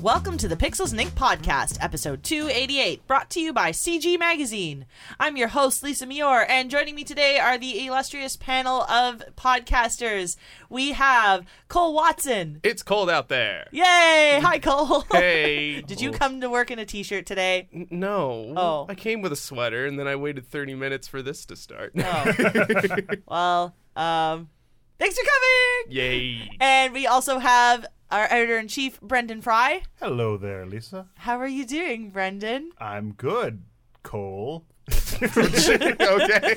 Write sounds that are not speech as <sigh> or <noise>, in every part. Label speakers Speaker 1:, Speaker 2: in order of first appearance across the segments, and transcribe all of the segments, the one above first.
Speaker 1: Welcome to the Pixels and Ink Podcast, episode 288, brought to you by CG Magazine. I'm your host, Lisa Mior, and joining me today are the illustrious panel of podcasters. We have Cole Watson.
Speaker 2: It's cold out there.
Speaker 1: Yay! Hi, Cole.
Speaker 2: <laughs>
Speaker 1: <laughs>
Speaker 2: Hey. Oh,
Speaker 1: Did you come to work in a t shirt today?
Speaker 2: N- No.
Speaker 1: Oh.
Speaker 2: I came with a sweater and then I waited 30 minutes for this to start.
Speaker 1: Oh. well, um, thanks for coming!
Speaker 2: <laughs> Yay. <laughs>
Speaker 1: And we also have our editor in chief, Brendan Fry.
Speaker 3: Hello there, Lisa.
Speaker 1: How are you doing, Brendan?
Speaker 3: I'm good, Cole.
Speaker 2: okay.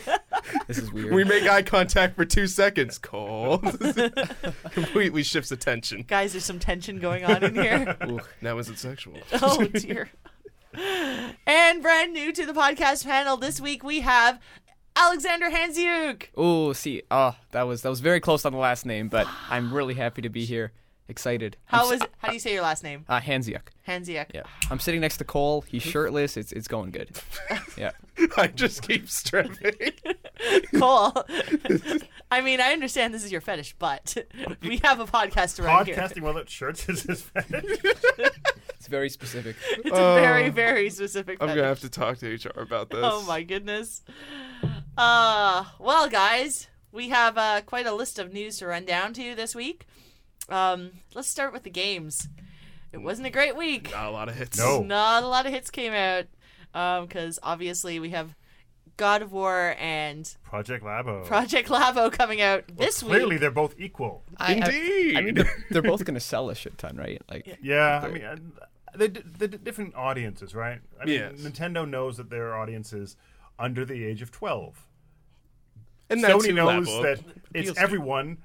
Speaker 4: This is weird.
Speaker 2: We make eye contact for two seconds. Cold. <laughs> Completely shifts attention.
Speaker 1: Guys, there's some tension going on in here.
Speaker 2: Ooh, now is it sexual?
Speaker 1: <laughs> Oh dear. and brand new to the podcast panel this week, we have Alexander Hansiuk.
Speaker 4: oh, see, ah, that was that was very close on the last name, but I'm really happy to be here. Excited.
Speaker 1: How
Speaker 4: I'm s-
Speaker 1: is how do you say your last name?
Speaker 4: uh, Hansiuk?
Speaker 1: Hansiuk.
Speaker 4: Yeah, I'm sitting next to Cole. He's
Speaker 1: Mm-hmm.
Speaker 4: shirtless. It's it's going
Speaker 1: <laughs>
Speaker 4: good. Yeah.
Speaker 2: I just keep stripping.
Speaker 1: Cool.
Speaker 2: <laughs>
Speaker 1: <laughs> I mean, I understand this is your fetish, but <laughs> we have a podcast to run here.
Speaker 3: Podcasting without shirts is his <laughs> fetish.
Speaker 4: It's very specific.
Speaker 1: <laughs> It's a very, very specific
Speaker 2: Oh. I'm
Speaker 1: fetish.
Speaker 2: going to have to talk to HR about this.
Speaker 1: Oh my goodness. Uh, well, guys, we have uh, quite a list of news to run down to this week. Um, let's start with the games. It wasn't a great week.
Speaker 2: Not a lot of hits.
Speaker 3: No.
Speaker 1: Not a lot of hits came out because obviously we have God of War and
Speaker 3: Project Labo.
Speaker 1: Project Lavo coming out this
Speaker 3: Oh. Clearly,
Speaker 1: week.
Speaker 3: they're both equal.
Speaker 2: Indeed.
Speaker 4: I, mean, they're, they're both gonna sell a shit ton, right? Like,
Speaker 3: Yeah, I
Speaker 4: They're-
Speaker 3: mean, uh, they're, di- they're di- different audiences, right? I mean,
Speaker 2: Yes.
Speaker 3: Nintendo knows that their audience is under the age of 12.
Speaker 2: and that's
Speaker 3: Sony
Speaker 2: who
Speaker 3: knows
Speaker 2: Labo
Speaker 3: that
Speaker 2: appeals
Speaker 3: it's
Speaker 2: to.
Speaker 3: everyone,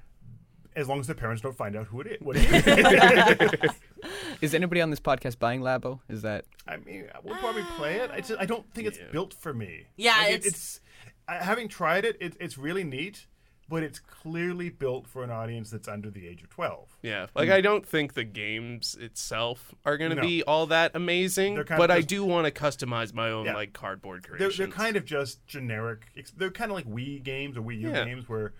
Speaker 3: as long as their parents don't find out who it is. What it is.
Speaker 4: is anybody on this podcast buying Labo? Is that
Speaker 3: I mean, we'll probably play it. I just I don't think it's built for me.
Speaker 1: Yeah,
Speaker 3: Like, it-
Speaker 1: it's-
Speaker 3: I, having tried it, it, it's really neat, but it's clearly built for an audience that's under the age of twelve.
Speaker 2: Yeah, like I don't think the games itself are going to
Speaker 3: Hmm. No.
Speaker 2: be all that amazing,
Speaker 3: They're kind
Speaker 2: but
Speaker 3: of
Speaker 2: I
Speaker 3: just-
Speaker 2: do want to customize my own
Speaker 3: Yeah.
Speaker 2: like cardboard
Speaker 3: They're,
Speaker 2: creations.
Speaker 3: they're kind of just generic. ex- They're kind of like Wii games or Wii U
Speaker 2: Yeah.
Speaker 3: games where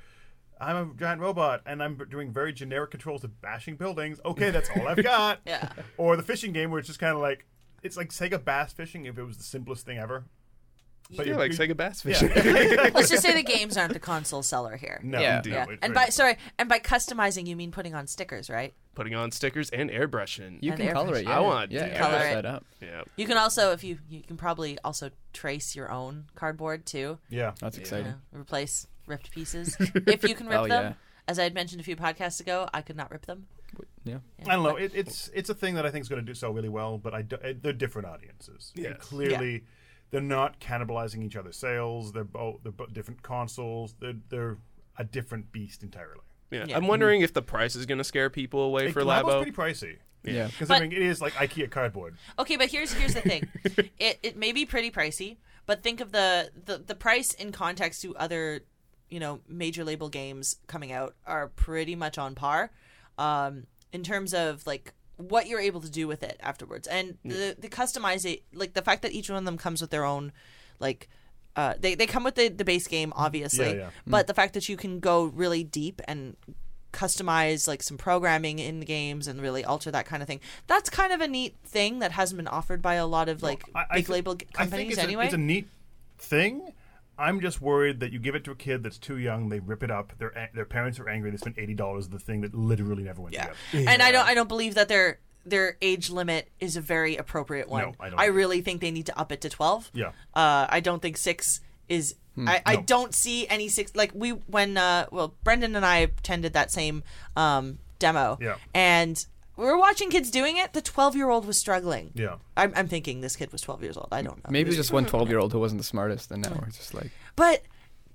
Speaker 3: I'm a giant robot and I'm doing very generic controls of bashing buildings. Okay, that's
Speaker 2: <laughs>
Speaker 3: all I've got.
Speaker 1: Yeah.
Speaker 3: Or the fishing game where it's just kind of like it's like Sega Bass Fishing if it was the simplest thing ever. But
Speaker 2: yeah,
Speaker 3: you're-
Speaker 2: like
Speaker 3: <laughs> you're-
Speaker 2: Sega Bass Fishing.
Speaker 1: Let's just say the games aren't the console seller here.
Speaker 3: <laughs> No,
Speaker 4: Yeah.
Speaker 3: no,
Speaker 1: Yeah.
Speaker 3: it's
Speaker 1: And
Speaker 3: very-
Speaker 1: by sorry, and by customizing you mean putting on stickers, right?
Speaker 2: Putting on stickers and airbrushing.
Speaker 4: you
Speaker 1: And
Speaker 4: can
Speaker 1: air
Speaker 4: color
Speaker 1: fresh-
Speaker 4: it? Yeah,
Speaker 2: I want
Speaker 4: yeah,
Speaker 2: to
Speaker 4: airbrush
Speaker 1: color it.
Speaker 4: that up.
Speaker 2: Yeah,
Speaker 1: You can also if you you can probably also trace your own cardboard too.
Speaker 3: yeah.
Speaker 4: That's exciting.
Speaker 1: know, replace ripped
Speaker 3: <laughs>
Speaker 1: pieces if you can rip
Speaker 4: Oh,
Speaker 1: them.
Speaker 4: yeah.
Speaker 1: As I had mentioned a few podcasts ago, I could not rip them.
Speaker 4: Yeah.
Speaker 3: I don't know. It, it's it's a thing that I think is going to do so really well, but I do, it, they're different audiences. And
Speaker 2: Yes.
Speaker 3: clearly, they're not cannibalizing each other's sales. They're both they're both different consoles. They're they're a different beast entirely.
Speaker 2: yeah.
Speaker 1: Yeah.
Speaker 2: I'm wondering if the price is going to scare people away
Speaker 3: It-
Speaker 2: for
Speaker 3: Labo's
Speaker 2: Labo.
Speaker 3: pretty pricey
Speaker 4: Yeah.
Speaker 3: considering it is like IKEA cardboard.
Speaker 1: Okay, but here's here's the
Speaker 3: <laughs>
Speaker 1: thing. it it may be pretty pricey, but think of the, the the price in context to other, you know, major label games coming out are pretty much on par. Um in terms of like what you're able to do with it afterwards. And
Speaker 3: Mm.
Speaker 1: the the customize it like the fact that each one of them comes with their own like uh, they, they come with the, the base game obviously
Speaker 3: Yeah, yeah.
Speaker 1: but the fact that you can go really deep and customize like some programming in the games and really alter that kind of thing that's kind of a neat thing that hasn't been offered by a lot of like
Speaker 3: I- I
Speaker 1: big
Speaker 3: thi-
Speaker 1: label g-
Speaker 3: I think
Speaker 1: companies
Speaker 3: it's a-
Speaker 1: anyway
Speaker 3: it's a neat thing. I'm just worried that you give it to a kid that's too young. They rip it up. Their a- their parents are angry. They spend eighty dollars on the thing that literally never went together.
Speaker 1: and i don't i don't believe that their their age limit is a very appropriate one
Speaker 3: No, I don't either.
Speaker 1: really think they need to up it to 12
Speaker 3: Yeah.
Speaker 1: uh i don't think six is I, I don't see any six like we when uh well brendan and i attended that same um demo
Speaker 3: Yeah.
Speaker 1: and we were watching kids doing it the 12 year old was struggling
Speaker 3: Yeah.
Speaker 1: I'm, I'm thinking this kid was 12 years old i don't know
Speaker 4: Maybe there's just one 12 year old who wasn't the smartest, and now we're just like,
Speaker 1: but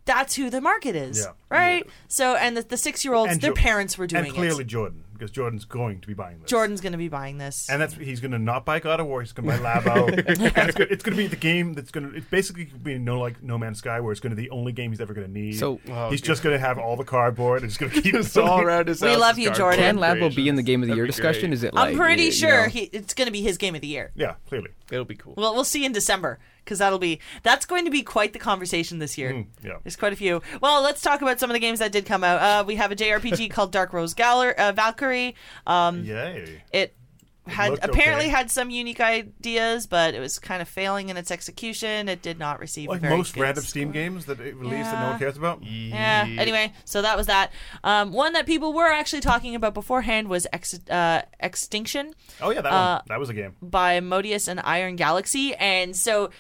Speaker 1: that's who the market is
Speaker 3: Yeah.
Speaker 1: right so and the, the six year olds
Speaker 3: And
Speaker 1: their
Speaker 3: Jo-
Speaker 1: parents were doing
Speaker 3: and clearly
Speaker 1: it
Speaker 3: Jordan, because Jordan's going to be buying this.
Speaker 1: jordan's gonna be buying this
Speaker 3: And that's he's going to not buy God of War. He's going to buy <laughs> Labo. And it's, go- it's going to be the game that's going to. It's basically gonna be no like No Man's Sky, where it's going to be the only game he's ever going to need.
Speaker 4: So-
Speaker 2: Oh,
Speaker 3: he's just going to have all the cardboard. and It's <laughs> going to
Speaker 2: <laughs>
Speaker 3: keep
Speaker 2: It's all around his
Speaker 1: We
Speaker 2: house
Speaker 1: love
Speaker 2: is
Speaker 1: you,
Speaker 2: cardboard
Speaker 1: Jordan.
Speaker 4: can Labo be in the
Speaker 2: creations.
Speaker 4: game of the
Speaker 2: That'd
Speaker 4: year
Speaker 2: be
Speaker 4: discussion?
Speaker 2: great.
Speaker 4: Is it like?
Speaker 1: i'm pretty
Speaker 4: you- you
Speaker 1: sure
Speaker 4: know-
Speaker 1: he, it's gonna be his game of the year
Speaker 3: Yeah, clearly.
Speaker 2: It'll be cool.
Speaker 1: Well, we'll see in December because that'll be that's going to be quite the conversation this year.
Speaker 3: Mm, yeah.
Speaker 1: There's quite a few. Well, let's talk about some of the games that did come
Speaker 3: <laughs>
Speaker 1: out. Uh, we have a JRPG called Dark Rose Galler, uh, Valkyrie. Um,
Speaker 3: Yay!
Speaker 1: it had
Speaker 3: looked
Speaker 1: apparently
Speaker 3: okay.
Speaker 1: had some unique ideas, but it was kind of failing in its execution. It did not receive
Speaker 3: Like
Speaker 1: very
Speaker 3: most
Speaker 1: good
Speaker 3: random
Speaker 1: sc-
Speaker 3: Steam games that it released that no
Speaker 1: Yeah.
Speaker 3: one cares about.
Speaker 1: Yeah.
Speaker 2: Ye-
Speaker 1: Anyway, so that was that. Um, one that people were actually talking about beforehand was ex- uh, Extinction
Speaker 3: Oh yeah, that
Speaker 1: Uh,
Speaker 3: one. That was a game.
Speaker 1: by Modius and Iron Galaxy, and so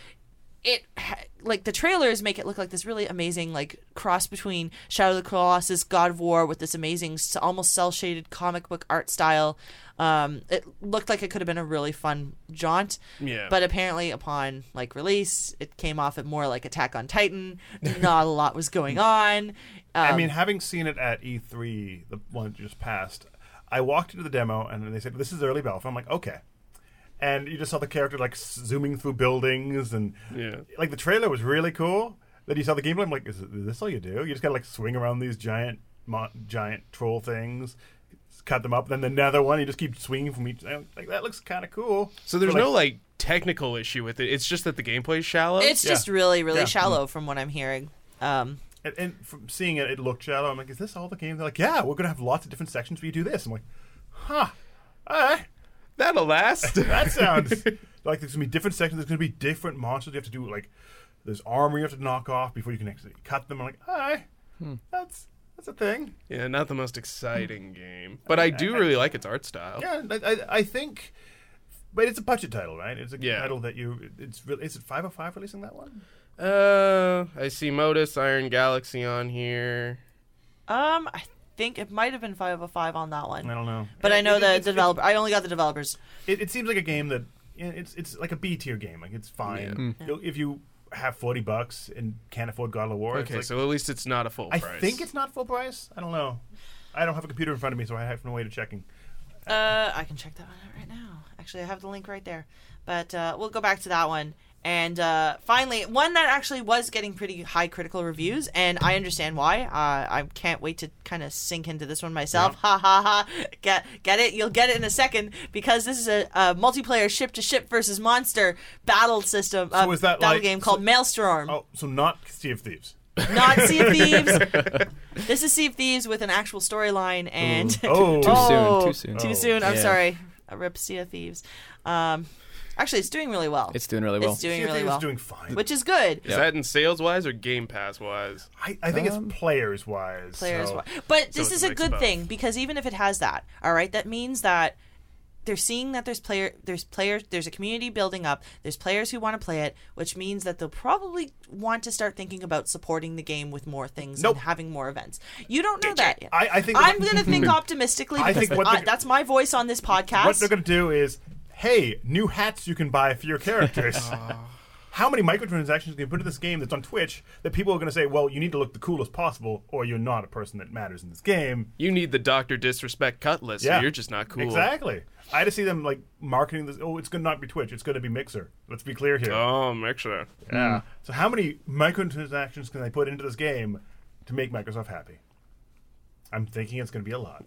Speaker 1: it ha- like the trailers make it look like this really amazing like cross between Shadow of the Colossus, God of War with this amazing s- almost cell shaded comic book art style. Um, it looked like it could have been a really fun jaunt,
Speaker 2: Yeah.
Speaker 1: But apparently, upon like release, it came off at more like Attack on Titan. Not a lot was
Speaker 3: <laughs>
Speaker 1: going on. Um,
Speaker 3: I mean, having seen it at E3, the one that just passed, I walked into the demo and they said, "This is early Battlefield." I'm like, "Okay," and you just saw the character like s- zooming through buildings and
Speaker 2: Yeah.
Speaker 3: like the trailer was really cool. Then you saw the gameplay. I'm like, "Is this all you do? You just gotta like swing around these giant, mo- giant troll things." Cut them up, then another one. You just keep swinging from each. I'm Like that looks kind of cool.
Speaker 2: So there's
Speaker 3: But, like,
Speaker 2: no like technical issue with it. It's just that the gameplay is shallow.
Speaker 1: it's
Speaker 3: yeah.
Speaker 1: just really, really
Speaker 3: Yeah.
Speaker 1: shallow from what I'm hearing. Um,
Speaker 3: And, and from seeing it, it looked shallow. I'm like, is this all the game? They're like, yeah, we're gonna have lots of different sections where you do this. I'm like, huh, all right,
Speaker 2: that'll
Speaker 3: <laughs>
Speaker 2: last.
Speaker 3: that sounds
Speaker 2: <laughs>
Speaker 3: like there's gonna be different sections. There's gonna be different monsters you have to do. Like, there's armor you have to knock off before you can actually cut them. I'm like, all right,
Speaker 2: Hmm.
Speaker 3: that's that's a thing.
Speaker 2: yeah, not the most
Speaker 3: <laughs>
Speaker 2: exciting game, but I do really like its art style.
Speaker 3: Yeah, I, I, I think. But it's a budget title, right? It's a
Speaker 2: Yeah.
Speaker 3: title that you. It's really. Is it five hundred five releasing that one?
Speaker 2: Uh, I see Modus Iron Galaxy on here.
Speaker 1: um, I think it might have been 505 on that one.
Speaker 3: I don't know.
Speaker 1: But I know
Speaker 3: It-
Speaker 1: the,
Speaker 3: it-
Speaker 1: the developer. I only got the developers.
Speaker 3: it, it seems like a game that you know, it's it's like a B tier game. Like it's fine
Speaker 1: Mm.
Speaker 3: You'll- if you have forty bucks and can't afford God of War. it's
Speaker 2: Okay,
Speaker 3: like-
Speaker 2: so at least it's not a full
Speaker 3: I
Speaker 2: price.
Speaker 3: think it's not full price. I don't know. I don't have a computer in front of me, so I have no way to checking.
Speaker 1: Uh, I can check that one out right now. Actually, I have the link right there. But uh, we'll go back to that one. And uh, finally, one that actually was getting pretty high critical reviews, and I understand why. Uh, I can't wait to kind of sink into this one myself. Ha ha ha! Get get it? You'll get it in a second because this is a, a multiplayer ship to ship versus monster battle system. Uh,
Speaker 3: is that
Speaker 1: battle
Speaker 3: like-
Speaker 1: game called Maelstrom?
Speaker 3: Oh, so not Sea of Thieves.
Speaker 1: Not Sea of Thieves. this is Sea of Thieves with an actual storyline and
Speaker 3: Oh,
Speaker 4: Too soon,
Speaker 1: Oh,
Speaker 4: too soon.
Speaker 1: Too
Speaker 3: Oh.
Speaker 1: soon. I'm
Speaker 4: Yeah.
Speaker 1: sorry. A rip Sea of Thieves. Um, actually, it's doing really well.
Speaker 4: It's doing really well.
Speaker 1: It's doing
Speaker 3: Sea of
Speaker 1: really
Speaker 3: Thieves
Speaker 1: well,
Speaker 3: is doing fine.
Speaker 1: which is good.
Speaker 2: Is that in sales wise or Game Pass wise?
Speaker 3: I, I think it's players wise.
Speaker 1: Um, Players,
Speaker 3: so.
Speaker 1: wa- but this
Speaker 2: it's
Speaker 1: is
Speaker 2: a
Speaker 1: a
Speaker 2: mix
Speaker 1: good
Speaker 2: of both.
Speaker 1: thing because even if it has that, all right, that means that they're seeing that there's player, there's players, there's a community building up. There's players who want to play it, which means that they'll probably want to start thinking about supporting the game with more things
Speaker 3: Nope.
Speaker 1: and having more events. You don't know that yet.
Speaker 3: I, I think
Speaker 1: I'm going to
Speaker 3: <laughs>
Speaker 1: think optimistically
Speaker 3: I
Speaker 1: because
Speaker 3: think what
Speaker 1: I-
Speaker 3: they're-
Speaker 1: that's my voice on this podcast.
Speaker 3: What they're going to do is, hey, new hats you can buy for
Speaker 2: <laughs>
Speaker 3: your characters.
Speaker 2: Ah.
Speaker 3: How many microtransactions can you put in this game that's on Twitch that people are going to say, well, you need to look the coolest possible, or you're not a person that matters in this game?
Speaker 2: You need the Doctor Disrespect cut list,
Speaker 3: Yeah.
Speaker 2: so you're just not cool.
Speaker 3: Exactly. I just see them like marketing this. Oh, it's going to not be Twitch. It's going to be Mixer. Let's be clear here.
Speaker 2: Um, extra.
Speaker 3: Yeah. So how many microtransactions can they put into this game to make Microsoft happy? I'm thinking it's going to be a lot.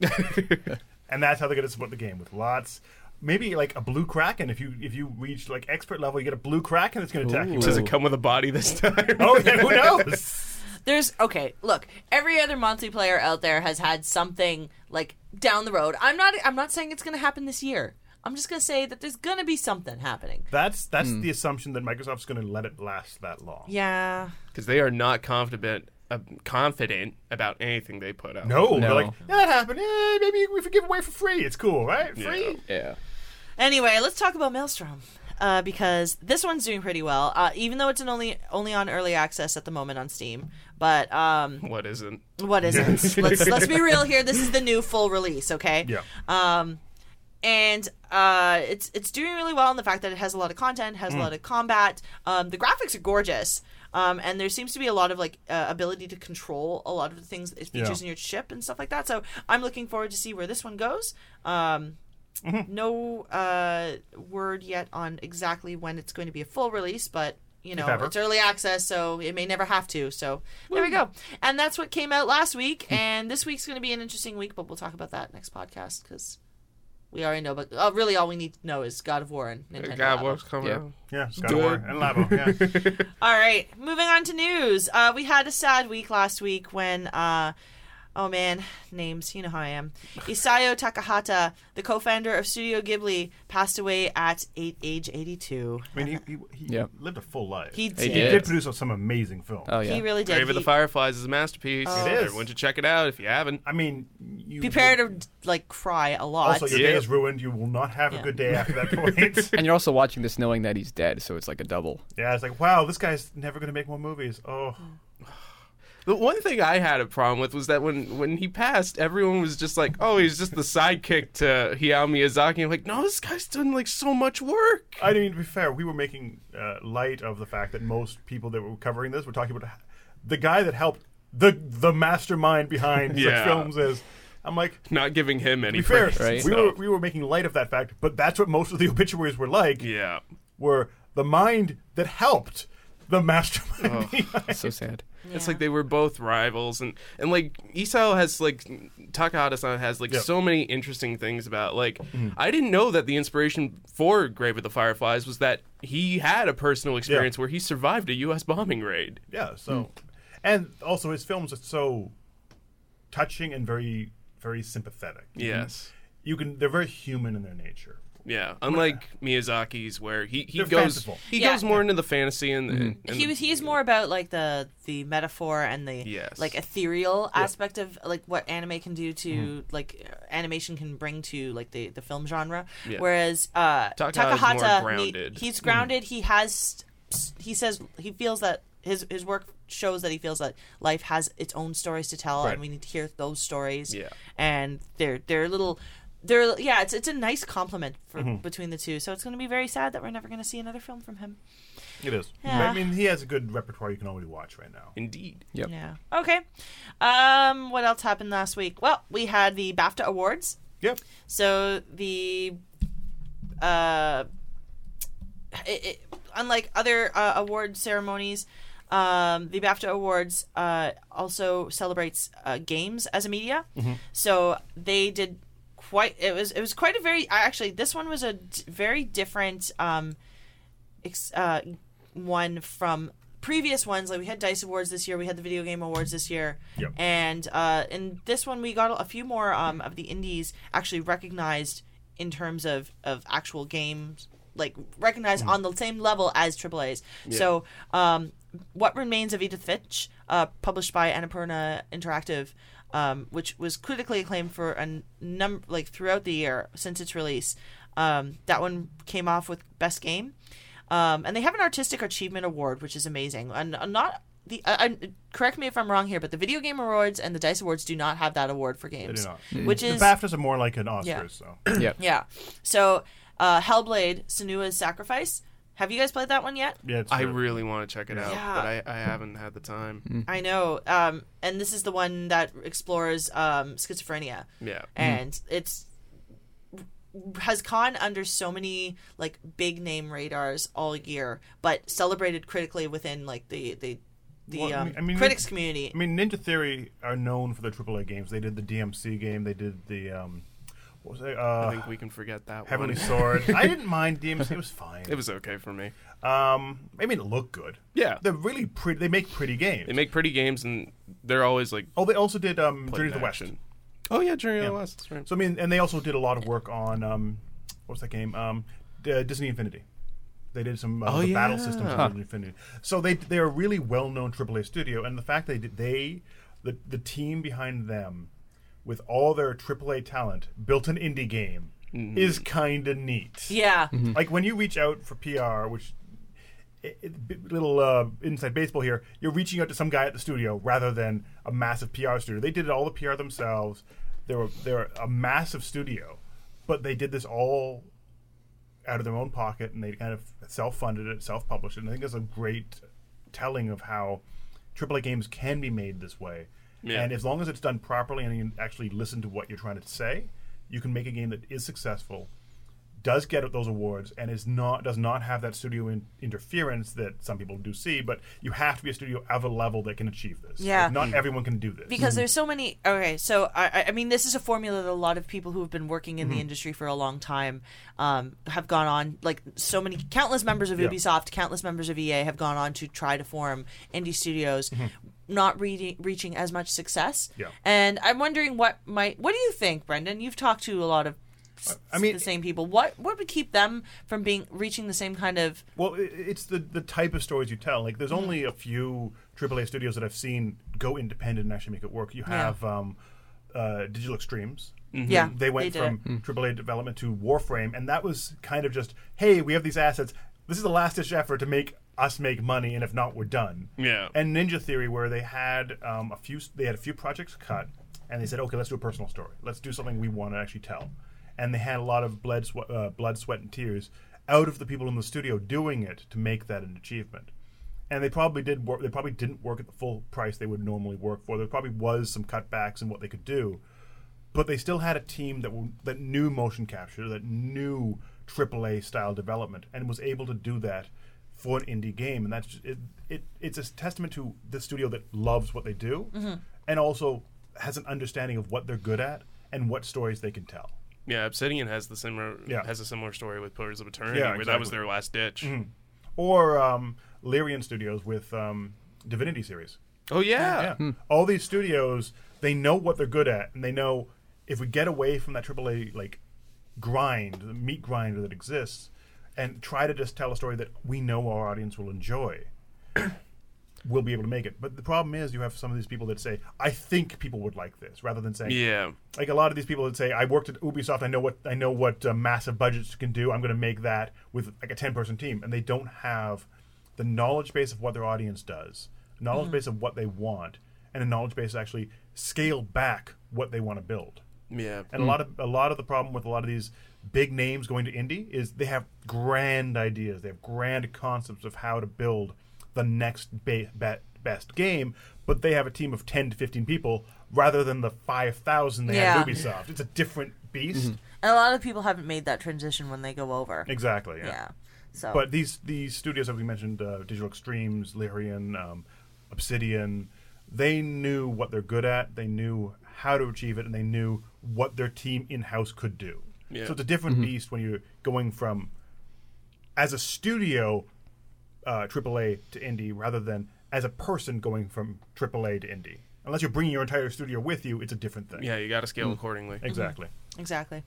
Speaker 3: and that's how they're going to support the game with lots. Maybe like a blue kraken. If you if you reach like expert level, you get a blue kraken that's going to attack
Speaker 2: Does
Speaker 3: you.
Speaker 2: it come with a body this <laughs> time?
Speaker 3: Oh yeah, who knows?
Speaker 1: There's okay. Look, every other multiplayer out there has had something like down the road. I'm not. I'm not saying it's going to happen this year. I'm just going to say that there's going to be something happening.
Speaker 3: That's that's the assumption that Microsoft's going to let it last that long.
Speaker 1: Yeah.
Speaker 2: Because they are not confident, uh, confident about anything they put out.
Speaker 3: No, they're
Speaker 4: No.
Speaker 3: like yeah, that happened. Yeah, maybe we could give away for free. It's cool, right? Free.
Speaker 4: yeah.
Speaker 1: Anyway, let's talk about Maelstrom. Uh, because this one's doing pretty well, uh, even though it's an only only on early access at the moment on Steam. But um,
Speaker 2: <laughs> What isn't?
Speaker 1: what is
Speaker 3: <laughs>
Speaker 1: it? let's let's be real here. This is the new full release, okay?
Speaker 3: Yeah.
Speaker 1: and uh, it's it's doing really well in the fact that it has a lot of content, has
Speaker 3: Hmm.
Speaker 1: a lot of combat. Um, the graphics are gorgeous, um, and there seems to be a lot of like uh, ability to control a lot of the things it features in
Speaker 3: Yeah.
Speaker 1: your ship and stuff like that. So I'm looking forward to see where this one goes. Um,
Speaker 3: Mm-hmm.
Speaker 1: No uh, word yet on exactly when it's going to be a full release, but. You know,
Speaker 3: ever.
Speaker 1: it's early access, so it may never have to. So there we go. And that's what came out last
Speaker 3: Hmm.
Speaker 1: week. And this week's going to be an interesting week, but we'll talk about that next podcast because we already know, but uh, really all we need to know is God of War and Nintendo.
Speaker 2: God,
Speaker 1: Labo.
Speaker 2: what's coming
Speaker 4: Yeah.
Speaker 2: out?
Speaker 3: yeah. Skyward
Speaker 2: Good.
Speaker 3: and Labo. Yeah.
Speaker 1: All right, moving on to news. Uh, we had a sad week last week when uh, Oh man, names. You know how I am. Isayo Takahata, the co-founder of Studio Ghibli, passed away at eight, age 82.
Speaker 3: I mean, he, he, he
Speaker 4: Yep.
Speaker 3: lived a full life.
Speaker 1: He
Speaker 4: He
Speaker 1: did.
Speaker 3: He
Speaker 4: Yeah.
Speaker 3: did produce some amazing films.
Speaker 4: Oh yeah.
Speaker 1: He really did.
Speaker 2: Grave of
Speaker 1: He-
Speaker 2: the Fireflies is a masterpiece.
Speaker 1: Oh.
Speaker 3: It is.
Speaker 2: Everyone should check it out if you haven't.
Speaker 3: I mean, you
Speaker 1: prepare to like cry a lot.
Speaker 3: Also, your
Speaker 2: Yeah.
Speaker 3: day is ruined. You will not have
Speaker 1: Yeah.
Speaker 3: a good day after
Speaker 2: <laughs>
Speaker 3: that point. <laughs>
Speaker 4: and you're also watching this knowing that he's dead, so it's like a double.
Speaker 3: yeah, it's like, wow, this guy's never going to make more movies. Oh,
Speaker 1: Mm.
Speaker 2: The one thing I had a problem with was that when when he passed, everyone was just like, "Oh, he's just the sidekick to Hayao Miyazaki." I'm like, "No, this guy's done like so much work."
Speaker 3: I mean, to be fair, we were making uh, light of the fact that most people that were covering this were talking about the guy that helped the the mastermind behind
Speaker 2: Yeah.
Speaker 3: such films is. I'm like,
Speaker 2: Not giving him any
Speaker 3: be fair,
Speaker 2: praise.
Speaker 4: Right.
Speaker 3: we
Speaker 2: so-
Speaker 3: were we were making light of that fact, but that's what most of the <laughs> obituaries were like.
Speaker 2: Yeah.
Speaker 3: Were the mind that helped the mastermind?
Speaker 2: Oh.
Speaker 3: <laughs> behind-
Speaker 4: It's
Speaker 1: <laughs>
Speaker 4: so sad.
Speaker 2: It's
Speaker 1: Yeah.
Speaker 2: like they were both rivals, and and like Isao has like Takahata-san has like
Speaker 3: Yeah. Mm-hmm.
Speaker 2: so many interesting things about like I didn't know that the inspiration for Grave of the Fireflies was that he had a personal experience where he survived a U.S. bombing raid.
Speaker 3: Yeah. So, and also his films are so touching and very very sympathetic.
Speaker 2: Yes.
Speaker 3: You can they're very human in their nature.
Speaker 2: Yeah, unlike Miyazaki's, where he, he
Speaker 3: They're
Speaker 2: goes
Speaker 3: fanciful.
Speaker 2: he
Speaker 1: Yeah.
Speaker 2: goes more into the fantasy and, the and
Speaker 1: he
Speaker 2: the-
Speaker 1: was he's more about like the the metaphor and the
Speaker 2: Yes.
Speaker 1: like ethereal aspect of like what anime can do to
Speaker 2: Mm-hmm.
Speaker 1: like uh, animation can bring to like the the film genre
Speaker 2: Yeah.
Speaker 1: whereas uh
Speaker 2: Takahata's
Speaker 1: takahata
Speaker 2: more
Speaker 1: he-
Speaker 2: grounded. Mm.
Speaker 1: he's grounded he has he says he feels that his his work shows that he feels that life has its own stories to tell
Speaker 3: Right.
Speaker 1: and we need to hear those stories
Speaker 2: Yeah.
Speaker 1: and they're they're little they're yeah it's it's a nice compliment for,
Speaker 2: Mm-hmm.
Speaker 1: between the two so it's going to be very sad that we're never going to see another film from him
Speaker 3: It is.
Speaker 1: Yeah.
Speaker 3: I mean, he has a good repertoire you can already watch right now.
Speaker 2: indeed.
Speaker 4: Yep.
Speaker 1: Yeah. Okay. Um, what else happened last week? Well, we had the BAFTA awards.
Speaker 3: Yep.
Speaker 1: So the uh, it, it, unlike other uh, award ceremonies, um, the BAFTA awards uh, also celebrates uh, games as a media. So they did quite. It was it was quite a very I- actually this one was a d- very different um, ex- uh, one from previous ones. Like we had Dice Awards this year, we had the Video Game Awards this year,
Speaker 3: Yep.
Speaker 1: and uh, in this one we got a few more um, of the indies actually recognized in terms of of actual games, like recognized on the same level as AAA's. So, um, what remains of Edith Finch, uh, published by Annapurna Interactive. Um, which was critically acclaimed for a number like throughout the year since its release. Um, that one came off with best game, um, and they have an artistic achievement award, which is amazing. And uh, not the I, I, correct me if I'm wrong here, but the video game awards and the Dice Awards do not have that award for games,
Speaker 3: not.
Speaker 1: which
Speaker 3: The
Speaker 1: is
Speaker 3: BAFTAs are more like an Oscars,
Speaker 1: Yeah.
Speaker 3: so
Speaker 4: Yep.
Speaker 1: yeah. So uh, Hellblade: Senua's Sacrifice. Have you guys played that one yet?
Speaker 3: yeah. It's
Speaker 2: I
Speaker 3: really
Speaker 2: really want to check it out,
Speaker 1: Yeah.
Speaker 2: but I, I haven't had the time.
Speaker 1: I know, um, and this is the one that explores um, schizophrenia.
Speaker 3: Hmm.
Speaker 2: Yeah,
Speaker 1: and it's has gone under so many like big name radars all year, but celebrated critically within like the the the
Speaker 3: Well, I
Speaker 1: um,
Speaker 3: mean- I mean,
Speaker 1: critics
Speaker 3: it-
Speaker 1: community.
Speaker 3: I mean, Ninja Theory are known for their AAA games. They did the DMC game. They did the um, what was it?
Speaker 2: I
Speaker 3: Uh,
Speaker 2: think we can forget that
Speaker 3: Heavenly
Speaker 2: one.
Speaker 3: Sword. I didn't mind DMC. It was fine.
Speaker 2: <laughs> It was okay for me.
Speaker 3: Um, I mean, it looked good.
Speaker 2: Yeah.
Speaker 3: They're really pretty. They make pretty games.
Speaker 2: They make pretty games, and they're always like
Speaker 3: oh, they also did um,
Speaker 2: put
Speaker 3: Journey
Speaker 2: in
Speaker 3: to the West.
Speaker 2: action. Oh yeah, Journey to the West. That's right.
Speaker 3: So I mean, and they also did a lot of work on um, what was that game? Um, D- uh, Disney Infinity. They did some uh,
Speaker 2: Oh,
Speaker 3: the battle
Speaker 2: yeah.
Speaker 3: systems
Speaker 2: Huh.
Speaker 3: on Disney Infinity. So they they are a really well known AAA studio, and the fact they did, they the the team behind them with all their AAA talent built an indie game
Speaker 2: Mm-hmm.
Speaker 3: is kind of neat.
Speaker 1: yeah,
Speaker 3: Like when you reach out for PR, which it, it, b- little uh, inside baseball here, you're reaching out to some guy at the studio rather than a massive PR studio. They did all the PR themselves. They were they're a massive studio, but they did this all out of their own pocket and they kind of self-funded it, self-published it. And I think that's a great telling of how AAA games can be made this way.
Speaker 2: Yeah.
Speaker 3: And as long as it's done properly and you actually listen to what you're trying to say, you can make a game that is successful, does get those awards, and is not does not have that studio in, interference that some people do see. But you have to be a studio of a level that can achieve this.
Speaker 1: Yeah.
Speaker 3: Like, not everyone can do this.
Speaker 1: because there's so many. Okay, so I, I- I mean, this is a formula that a lot of people who have been working in
Speaker 3: Mm-hmm.
Speaker 1: the industry for a long time um, have gone on. Like so many, countless members of E
Speaker 3: Yeah.
Speaker 1: Ubisoft, countless members of EA have gone on to try to form indie studios. not reading, reaching as much success.
Speaker 3: Mm-hmm. Yeah.
Speaker 1: And I'm wondering what might. What do you think, Brendan? You've talked to a lot of. s-
Speaker 3: I mean-
Speaker 1: the same people. What what would keep them from being reaching the same kind of
Speaker 3: Well, i- it's the the type of stories you tell. Like,
Speaker 1: Mm-hmm.
Speaker 3: there's only a few AAA studios that I've seen go independent and actually make it work. You have um, uh, Digital Extremes.
Speaker 1: yeah?
Speaker 3: Mm-hmm. They went
Speaker 1: did
Speaker 3: from
Speaker 1: it.
Speaker 3: AAA development to Warframe, and that was kind of just, hey, we have these assets. This is the last ditch effort to make us make money, and if not, we're done.
Speaker 2: Yeah.
Speaker 3: And Ninja Theory, where they had um, a few, they had a few projects cut, and they said, okay, let's do a personal story. Let's do something we want to actually tell. And they had a lot of blood, swe- uh, blood, sweat, and tears out of the people in the studio doing it to make that an achievement. And they probably did work. They probably didn't work at the full price they would normally work for. There probably was some cutbacks in what they could do, but they still had a team that w- that knew motion capture, that knew AAA style development, and was able to do that for an indie game. And that's just, it, it. It's a testament to the studio that loves what they do, and also has an understanding of what they're good at and what stories they can tell.
Speaker 2: Yeah, Obsidian has the similar
Speaker 3: Yeah.
Speaker 2: has a similar story with Pillars of Eternity,
Speaker 3: Yeah,
Speaker 2: where that was
Speaker 3: exactly.
Speaker 2: their last ditch.
Speaker 3: Or um, Lyrian Studios with um, Divinity series.
Speaker 2: Oh yeah.
Speaker 3: Yeah. All these studios, they know what they're good at, and they know if we get away from that AAA like grind, the meat grinder that exists, and try to just tell a story that we know our audience will enjoy, <clears throat> we'll be able to make it. But the problem is, you have some of these people that say, "I think people would like this," rather than saying,
Speaker 2: Yeah.
Speaker 3: like a lot of these people that say, "I worked at Ubisoft. I know what I know what uh, massive budgets can do. I'm going to make that with like a ten person team," and they don't have the knowledge base of what their audience does, knowledge base of what they want, and a knowledge base to actually scale back what they want to build.
Speaker 2: Yeah.
Speaker 1: Hmm.
Speaker 3: And a lot of a lot of the problem with a lot of these big names going to indie is they have grand ideas, they have grand concepts of how to build the next ba- be- best game, but they have a team of ten to fifteen people rather than the five thousand they had
Speaker 1: Yeah. Mm-hmm.
Speaker 3: at Ubisoft. It's a different beast.
Speaker 1: And a lot of people haven't made that transition when they go over.
Speaker 3: Exactly. Yeah.
Speaker 1: Yeah.
Speaker 2: Oh.
Speaker 1: So
Speaker 3: But these these studios that we mentioned, uh, Digital Extremes, Lyrian, um, Obsidian, they knew what they're good at. They knew how to achieve it, and they knew what their team in house could do.
Speaker 2: Yeah.
Speaker 3: So it's a different beast when you're going from as a studio uh, AAA to indie, rather than as a person going from AAA to indie. Unless you're bringing your entire studio with you, it's a different thing.
Speaker 2: Yeah, you got to scale accordingly.
Speaker 3: Exactly.
Speaker 1: Exactly.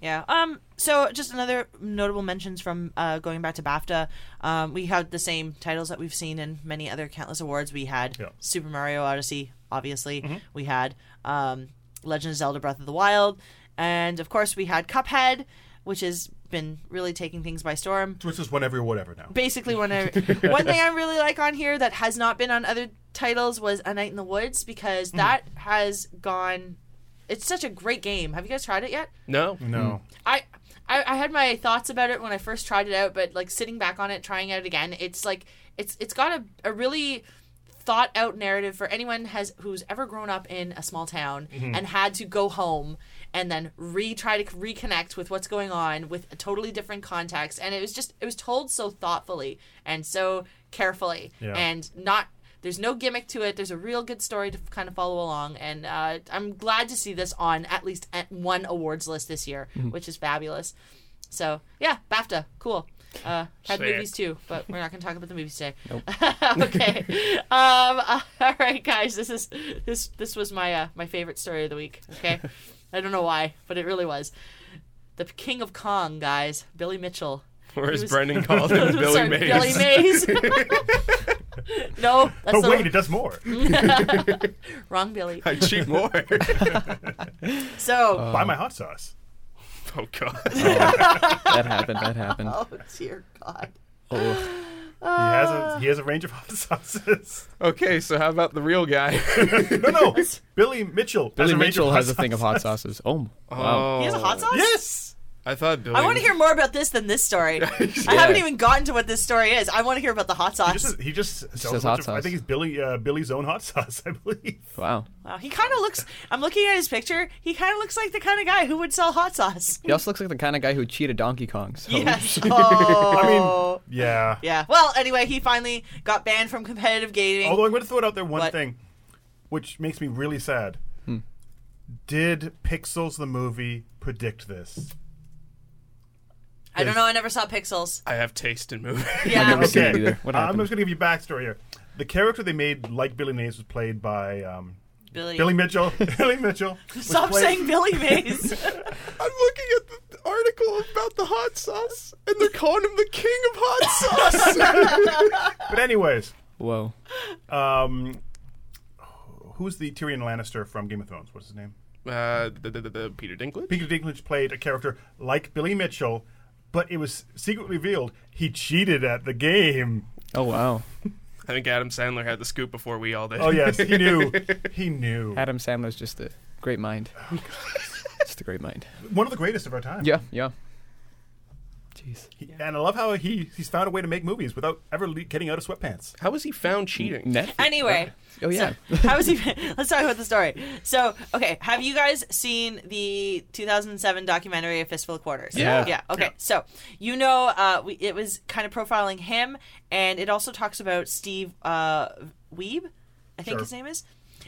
Speaker 1: Yeah. Um. So just another notable mentions from uh, going back to BAFTA. Um, we had the same titles that we've seen in many other countless awards. We had
Speaker 3: Yeah.
Speaker 1: Super Mario Odyssey, obviously. We had um, Legend of Zelda: Breath of the Wild, and of course we had Cuphead, which has been really taking things by storm.
Speaker 3: So it's just whatever, whatever now.
Speaker 1: Basically, when I, one thing I really like on here that has not been on other titles was A Night in the Woods because that has gone. It's such a great game. Have you guys tried it yet?
Speaker 2: No.
Speaker 3: No.
Speaker 1: I, I I had my thoughts about it when I first tried it out, but like sitting back on it, trying it again, it's like it's it's got a, a really thought out narrative for anyone has who's ever grown up in a small town and had to go home and then re try to reconnect with what's going on with a totally different context and it was just it was told so thoughtfully and so carefully
Speaker 3: Yeah.
Speaker 1: and not there's no gimmick to it. There's a real good story to kind of follow along, and uh, I'm glad to see this on at least at one awards list this year, which is fabulous. So yeah, BAFTA, cool. Uh, had
Speaker 2: Sick.
Speaker 1: movies too, but we're not going to talk about the movies today. <laughs> okay. Um, <laughs> uh, all right, guys. This is this this was my uh, my favorite story of the week. Okay. I don't know why, but it really was. The King of Kong, guys, Billy Mitchell.
Speaker 2: Or as
Speaker 1: was- <laughs>
Speaker 2: Brendan called him, Billy
Speaker 1: Sorry,
Speaker 2: Mays.
Speaker 1: Billy
Speaker 2: <laughs>
Speaker 1: Mays. no, that's
Speaker 3: But
Speaker 1: the
Speaker 3: Oh, wait, it does more.
Speaker 2: Mm-hmm.
Speaker 1: wrong Billy.
Speaker 2: I cheat more.
Speaker 1: So,
Speaker 3: Buy my hot sauce.
Speaker 2: <laughs> oh god.
Speaker 4: That happened. That happened.
Speaker 1: oh dear God.
Speaker 4: Oh.
Speaker 3: He has a he has a range of hot <laughs> sauces.
Speaker 2: Okay, so how about the real guy? <laughs>
Speaker 3: No, no, Billy Mitchell. has
Speaker 4: Billy
Speaker 3: a range
Speaker 4: Mitchell
Speaker 3: of
Speaker 4: has a
Speaker 3: hot
Speaker 4: thing of
Speaker 3: sauces.
Speaker 4: hot sauces. Oh, wow.
Speaker 2: Oh,
Speaker 1: He has a hot sauce?
Speaker 3: Yes,
Speaker 2: I thought Billy.
Speaker 1: I want to hear more about this than this
Speaker 2: <laughs>
Speaker 1: story. I haven't even gotten to what this story is. I want to hear about the hot
Speaker 3: he
Speaker 1: sauce.
Speaker 3: just he just sells
Speaker 4: says
Speaker 3: a bunch of-
Speaker 4: hot
Speaker 3: I
Speaker 4: sauce.
Speaker 3: think he's Billy uh, Billy's own hot <laughs> sauce. I believe.
Speaker 4: Wow.
Speaker 1: Wow, he kind of looks. I'm looking at his picture. He kind of looks like the kind of guy who would sell hot sauce.
Speaker 4: He also looks like the kind of guy who cheated Donkey Kong. So.
Speaker 1: Yes. Oh.
Speaker 3: <laughs> I mean, yeah.
Speaker 1: Yeah. Well, anyway, he finally got banned from competitive gaming.
Speaker 3: Although I'm going to throw it out there one
Speaker 1: What?
Speaker 3: thing, which makes me really sad.
Speaker 4: Hmm.
Speaker 3: Did Pixels the movie predict this?
Speaker 1: I don't know. I never saw Pixels.
Speaker 2: I have taste in movies. <laughs>
Speaker 4: I never
Speaker 1: Yeah.
Speaker 4: seen it
Speaker 3: Okay.
Speaker 4: either. What
Speaker 3: Uh, I'm
Speaker 4: happened?
Speaker 3: just going to give you backstory here. The character they made, like Billy Mays, was played by um,
Speaker 1: Billy.
Speaker 3: Billy Mitchell. <laughs> Billy Mitchell. was
Speaker 1: Stop
Speaker 3: played-
Speaker 1: saying Billy Mays.
Speaker 3: <laughs>
Speaker 2: I'm looking at the article about the hot sauce, and they're calling him the king of
Speaker 4: <laughs>
Speaker 2: hot sauce.
Speaker 3: But anyways,
Speaker 4: Whoa.
Speaker 3: um, who's the Tyrion Lannister from Game of Thrones? What's his name?
Speaker 2: uh, the, the, the, the Peter Dinklage.
Speaker 3: Peter Dinklage played a character like Billy Mitchell, but it was secretly revealed he cheated at the game.
Speaker 4: Oh wow.
Speaker 2: I think Adam Sandler had the scoop before we all did.
Speaker 3: Oh yes, he knew. He knew.
Speaker 4: Adam Sandler's just a great mind.
Speaker 2: Oh
Speaker 4: just a great mind.
Speaker 3: One of the greatest of our time.
Speaker 4: Yeah, yeah. Jeez.
Speaker 3: He- And I love how he he's found a way to make movies without ever le- getting out of sweatpants.
Speaker 2: How was he found cheating?
Speaker 4: Netflix.
Speaker 1: Anyway.
Speaker 4: Oh yeah.
Speaker 1: So, how is he? Let's talk about the story. So, okay, have you guys seen the 2007 documentary "A Fistful of Quarters"?
Speaker 4: Yeah.
Speaker 1: yeah. Okay,
Speaker 3: Yeah.
Speaker 1: so you know, uh, we, it was kind of profiling him, and it also talks about Steve uh, Weeb, I think
Speaker 3: Sure.
Speaker 1: his name is,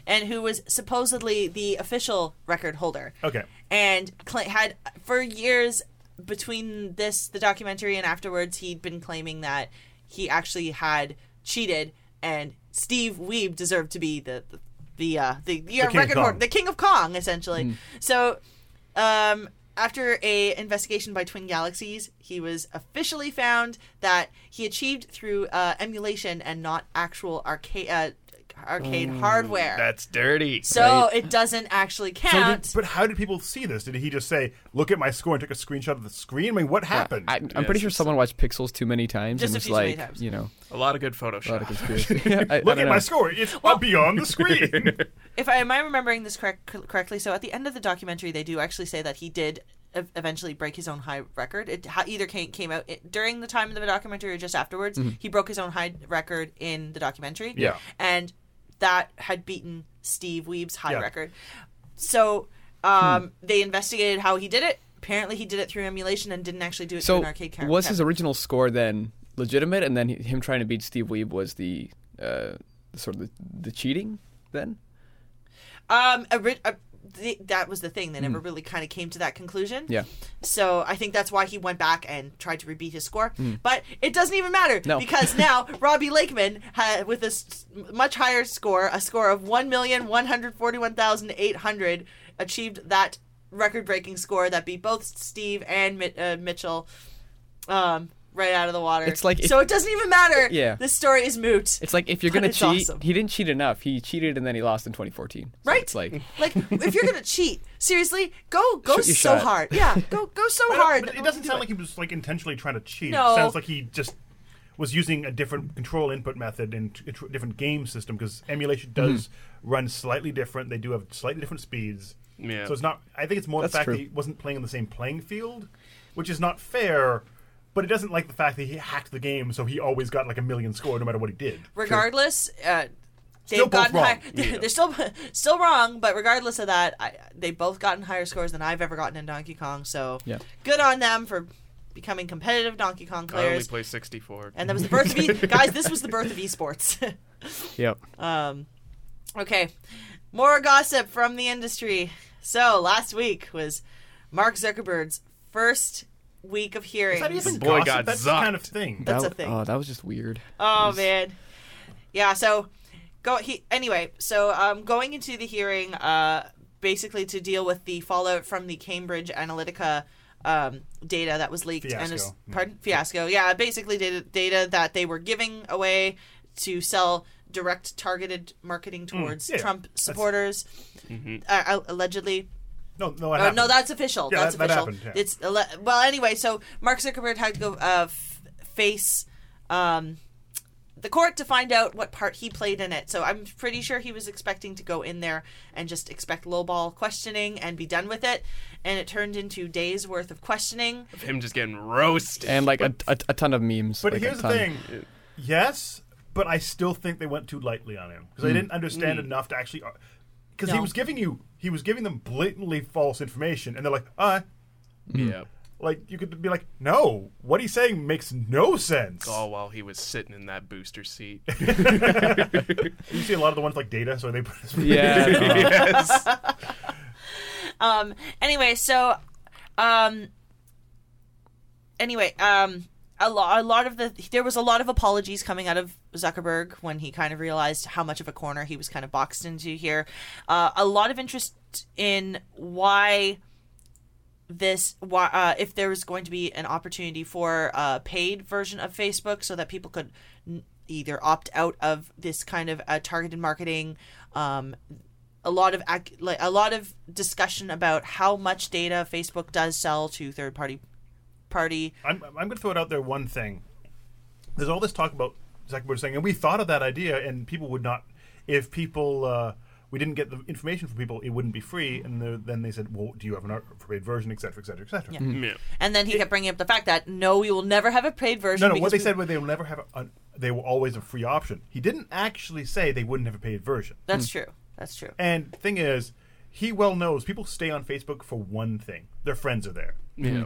Speaker 1: and who was supposedly the official record holder
Speaker 3: Okay.
Speaker 1: and cla had for years between this the documentary and afterwards he'd been claiming that he actually had cheated and Steve Weeb deserved to be the the the, uh, the, the,
Speaker 3: of
Speaker 1: record
Speaker 3: Kong.
Speaker 1: holder, the king of Kong essentially. So um, after a investigation by Twin Galaxies, he was officially found that he achieved through uh, emulation and not actual arcade uh, arcade hardware.
Speaker 2: That's dirty.
Speaker 1: so it doesn't actually
Speaker 3: So did-
Speaker 1: count.
Speaker 3: but how did people see this? Did he just say, "Look at my score" and took a screenshot of the screen? I mean, what happened?
Speaker 4: I, I'm pretty sure someone watched Pixels too many times
Speaker 1: Just a
Speaker 4: and was
Speaker 1: few too many
Speaker 4: like,
Speaker 1: times. <laughs>
Speaker 4: you know,
Speaker 2: a lot of good
Speaker 4: a lot of
Speaker 2: Photoshop.
Speaker 4: conspiracy.
Speaker 2: <laughs>
Speaker 4: <laughs> Yeah, I, I
Speaker 3: Look
Speaker 4: don't
Speaker 3: at
Speaker 4: know.
Speaker 3: my score; it's up beyond the
Speaker 4: <laughs>
Speaker 3: screen.
Speaker 1: if I am I remembering this correct, cor- correctly, so at the end of the documentary, they do actually say that he did ev- eventually break his own high record. It ha- either came, came out it, during the time of the documentary or just afterwards. He broke his own high record in the documentary.
Speaker 3: Yeah.
Speaker 1: and that had beaten Steve Weeb's high
Speaker 3: Yeah.
Speaker 1: record. So um, they investigated how he did it. Apparently, he did it through emulation and didn't actually do it through
Speaker 4: So
Speaker 1: an arcade ca-
Speaker 4: was his
Speaker 1: cabinet.
Speaker 4: original score then legitimate, and then he- him trying to beat Steve Weeb was the uh, sort of the, the cheating then?
Speaker 1: um ori- uh, th- that was the thing. They never really kind of came to that conclusion.
Speaker 4: Hmm. Yeah.
Speaker 1: So I think that's why he went back and tried to repeat his score. But it doesn't even matter
Speaker 4: Hmm. No.
Speaker 1: because
Speaker 4: <laughs>
Speaker 1: now Robbie Lakeman had with a s- much higher score, a score of 1,141,800 achieved that record-breaking score that beat both Steve and Mi- uh, Mitchell um right out of the water.
Speaker 4: It's like if-
Speaker 1: So it doesn't even matter.
Speaker 4: Yeah.
Speaker 1: This story is moot.
Speaker 4: It's like if you're
Speaker 1: But
Speaker 4: gonna
Speaker 1: it's
Speaker 4: cheat,
Speaker 1: awesome.
Speaker 4: he didn't cheat enough. He cheated and then he lost in 2014. So
Speaker 1: Right. <laughs>
Speaker 4: It's like
Speaker 1: Like if you're gonna cheat, seriously,
Speaker 4: <laughs>
Speaker 1: go go
Speaker 4: Shoot your
Speaker 1: so
Speaker 4: shot.
Speaker 1: hard. Yeah, go go so hard.
Speaker 3: <laughs> But it doesn't sound like he was like intentionally trying to cheat.
Speaker 1: No.
Speaker 3: It sounds like he just was using a different control input method and t- a different game system because emulation does run slightly different. They do have slightly different speeds.
Speaker 2: Yeah.
Speaker 3: So it's not. I think it's more
Speaker 4: That's
Speaker 3: the fact that
Speaker 4: true.
Speaker 3: he wasn't playing on the same playing field, which is not fair. But it doesn't like the fact that he hacked the game, so he always got like a million score no matter what he did.
Speaker 1: <laughs> regardless, uh, they've
Speaker 3: Still both
Speaker 1: gotten
Speaker 3: wrong.
Speaker 1: high, <laughs> they're still still wrong, but regardless of that, I, they've both gotten higher scores than I've ever gotten in Donkey Kong. So
Speaker 4: Yeah.
Speaker 1: good on them for becoming competitive Donkey Kong
Speaker 2: I only
Speaker 1: players.
Speaker 2: play 64.
Speaker 1: and that was the birth of
Speaker 3: <laughs>
Speaker 1: e- guys. This was the birth of esports. <laughs>
Speaker 4: yep.
Speaker 1: Um, okay, more gossip from the industry. So last week was Mark Zuckerberg's first week of hearings.
Speaker 3: Is that even
Speaker 2: boy
Speaker 3: gossip?
Speaker 2: got
Speaker 3: That's the kind of
Speaker 2: zucked.
Speaker 3: thing.
Speaker 1: That's
Speaker 4: That-
Speaker 1: a thing.
Speaker 4: Oh, that was just weird.
Speaker 1: Oh man, yeah. So go he anyway. So um, going into the hearing, uh, basically to deal with the fallout from the Cambridge Analytica um, data that was leaked and is,
Speaker 3: Fiasco.
Speaker 1: pardon fiasco. Yeah, basically data data that they were giving away to sell direct targeted marketing towards
Speaker 3: Mm, yeah.
Speaker 1: Trump
Speaker 3: That's- Mm-hmm.
Speaker 1: supporters, uh, al- allegedly.
Speaker 3: No, no, that
Speaker 1: Oh, no,
Speaker 3: happened.
Speaker 1: that's official.
Speaker 3: Yeah,
Speaker 1: that's
Speaker 3: that- that
Speaker 1: official.
Speaker 3: happened, yeah.
Speaker 1: It's ele- well, anyway. So Mark Zuckerberg had to go uh, f- face um, the court to find out what part he played in it. So I'm pretty sure he was expecting to go in there and just expect lowball questioning and be done with it. And it turned into days worth of questioning.
Speaker 2: Him just getting roasted.
Speaker 4: And like a, a, a ton of memes.
Speaker 3: But
Speaker 4: like, a
Speaker 3: here's the
Speaker 4: ton.
Speaker 3: thing. Yes, but I still think they went too lightly on him because
Speaker 4: Hmm.
Speaker 3: I didn't understand enough to actually. Because
Speaker 1: Hmm.
Speaker 3: he
Speaker 1: No.
Speaker 3: was giving you, he was giving them blatantly false information, and they're like, uh,
Speaker 2: yeah.
Speaker 4: Mm.
Speaker 3: like you could be like, no, what he's saying makes no sense.
Speaker 2: All while he was sitting in that booster
Speaker 4: <laughs>
Speaker 2: seat.
Speaker 4: Uh-huh.
Speaker 3: You see a lot of the ones like data, so they. <laughs>
Speaker 4: Yeah.
Speaker 2: <laughs>
Speaker 4: uh,
Speaker 2: yes.
Speaker 1: Anyway, so um, anyway, um, a lot, a lot of the there was a lot of apologies coming out of Zuckerberg when he kind of realized how much of a corner he was kind of boxed into here. Uh, a lot of interest in why this why uh, if there was going to be an opportunity for a paid version of Facebook so that people could n- either opt out of this kind of uh, targeted marketing um, a lot of ac- like a lot of discussion about how much data Facebook does sell to third party party
Speaker 3: I'm, I'm going to throw it out there one thing. There's all this talk about Zuckerberg saying, and we thought of that idea, and people would not, if people, uh, we didn't get the information from people, it wouldn't be free. And the, then they said, well, do you have an paid version, et cetera, et cetera, et cetera.
Speaker 1: Yeah. Hmm.
Speaker 2: Yeah.
Speaker 1: and then he kept bringing up the fact that no we will never have a paid version
Speaker 3: No, no,
Speaker 1: because
Speaker 3: what they
Speaker 1: we-
Speaker 3: said was they will never have a, they were always a free option. He didn't actually say they wouldn't have a paid version.
Speaker 1: that's true that's true
Speaker 3: And thing is, he well knows people stay on Facebook for one thing. Their friends are there.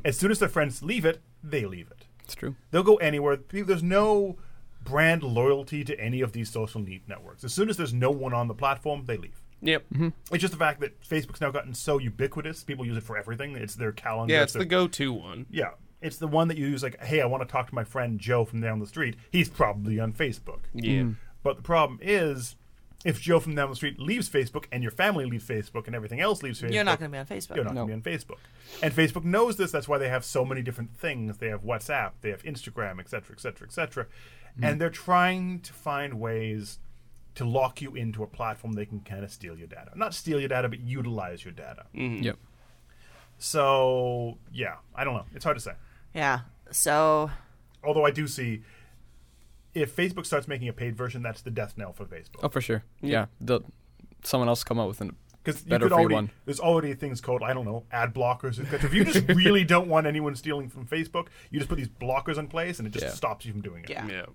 Speaker 3: As soon as their friends leave it, they leave it.
Speaker 4: It's true.
Speaker 3: They'll go anywhere. Pe- There's no brand loyalty to any of these social ne- networks. As soon as there's no one on the platform, they leave.
Speaker 2: Yep.
Speaker 4: Mm-hmm.
Speaker 3: It's just the fact that Facebook's now gotten so ubiquitous. People use it for everything. It's their calendar.
Speaker 2: Yeah, it's
Speaker 3: their-
Speaker 2: the go-to one.
Speaker 3: yeah. It's the one that you use like, hey, I want to talk to my friend Joe from down the street. He's probably on Facebook.
Speaker 2: Yeah.
Speaker 4: Mm.
Speaker 3: But the problem is, if Joe from down the street leaves Facebook and your family leaves Facebook and everything else leaves Facebook,
Speaker 1: you're not going to be on Facebook
Speaker 3: you're not
Speaker 4: No.
Speaker 3: going to be on Facebook. And Facebook knows this. That's why they have so many different things. They have WhatsApp, they have Instagram, et cetera, et cetera, et cetera. And they're trying to find ways to lock you into a platform they can kind of steal your data. Not steal your data, but utilize your data.
Speaker 1: Mm-hmm.
Speaker 4: Yep.
Speaker 3: So, yeah, I don't know. It's hard to say.
Speaker 1: yeah so
Speaker 3: Although I do see if Facebook starts making a paid version, that's the death knell for Facebook.
Speaker 4: Oh, for sure. Yeah. The someone else come up with an.
Speaker 3: Because you
Speaker 4: Better
Speaker 3: could
Speaker 4: free
Speaker 3: already
Speaker 4: one.
Speaker 3: there's already things called I don't know ad blockers. et cetera. If you
Speaker 4: <laughs>
Speaker 3: just really don't want anyone stealing from Facebook, you just put these blockers in place, and it just
Speaker 4: Yeah.
Speaker 3: stops you from doing it.
Speaker 1: Yeah.
Speaker 2: Yeah.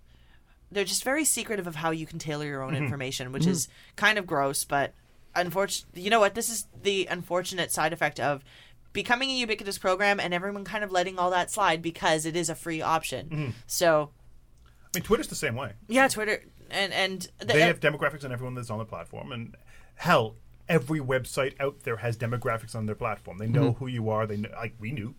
Speaker 1: they're just very secretive of how you can tailor your own
Speaker 3: Mm-hmm.
Speaker 1: information, which is kind of gross, but unfortunately, you know what? This is the unfortunate side effect of becoming a ubiquitous program and everyone kind of letting all that slide because it is a free option.
Speaker 3: Mm-hmm.
Speaker 1: So,
Speaker 3: I mean Twitter's the same way.
Speaker 1: yeah, Twitter and and the,
Speaker 3: They have demographics on everyone that's on the platform, and hell, every website out there has demographics on their platform. They
Speaker 2: Mm-hmm.
Speaker 3: know who you are. They know, like we knew.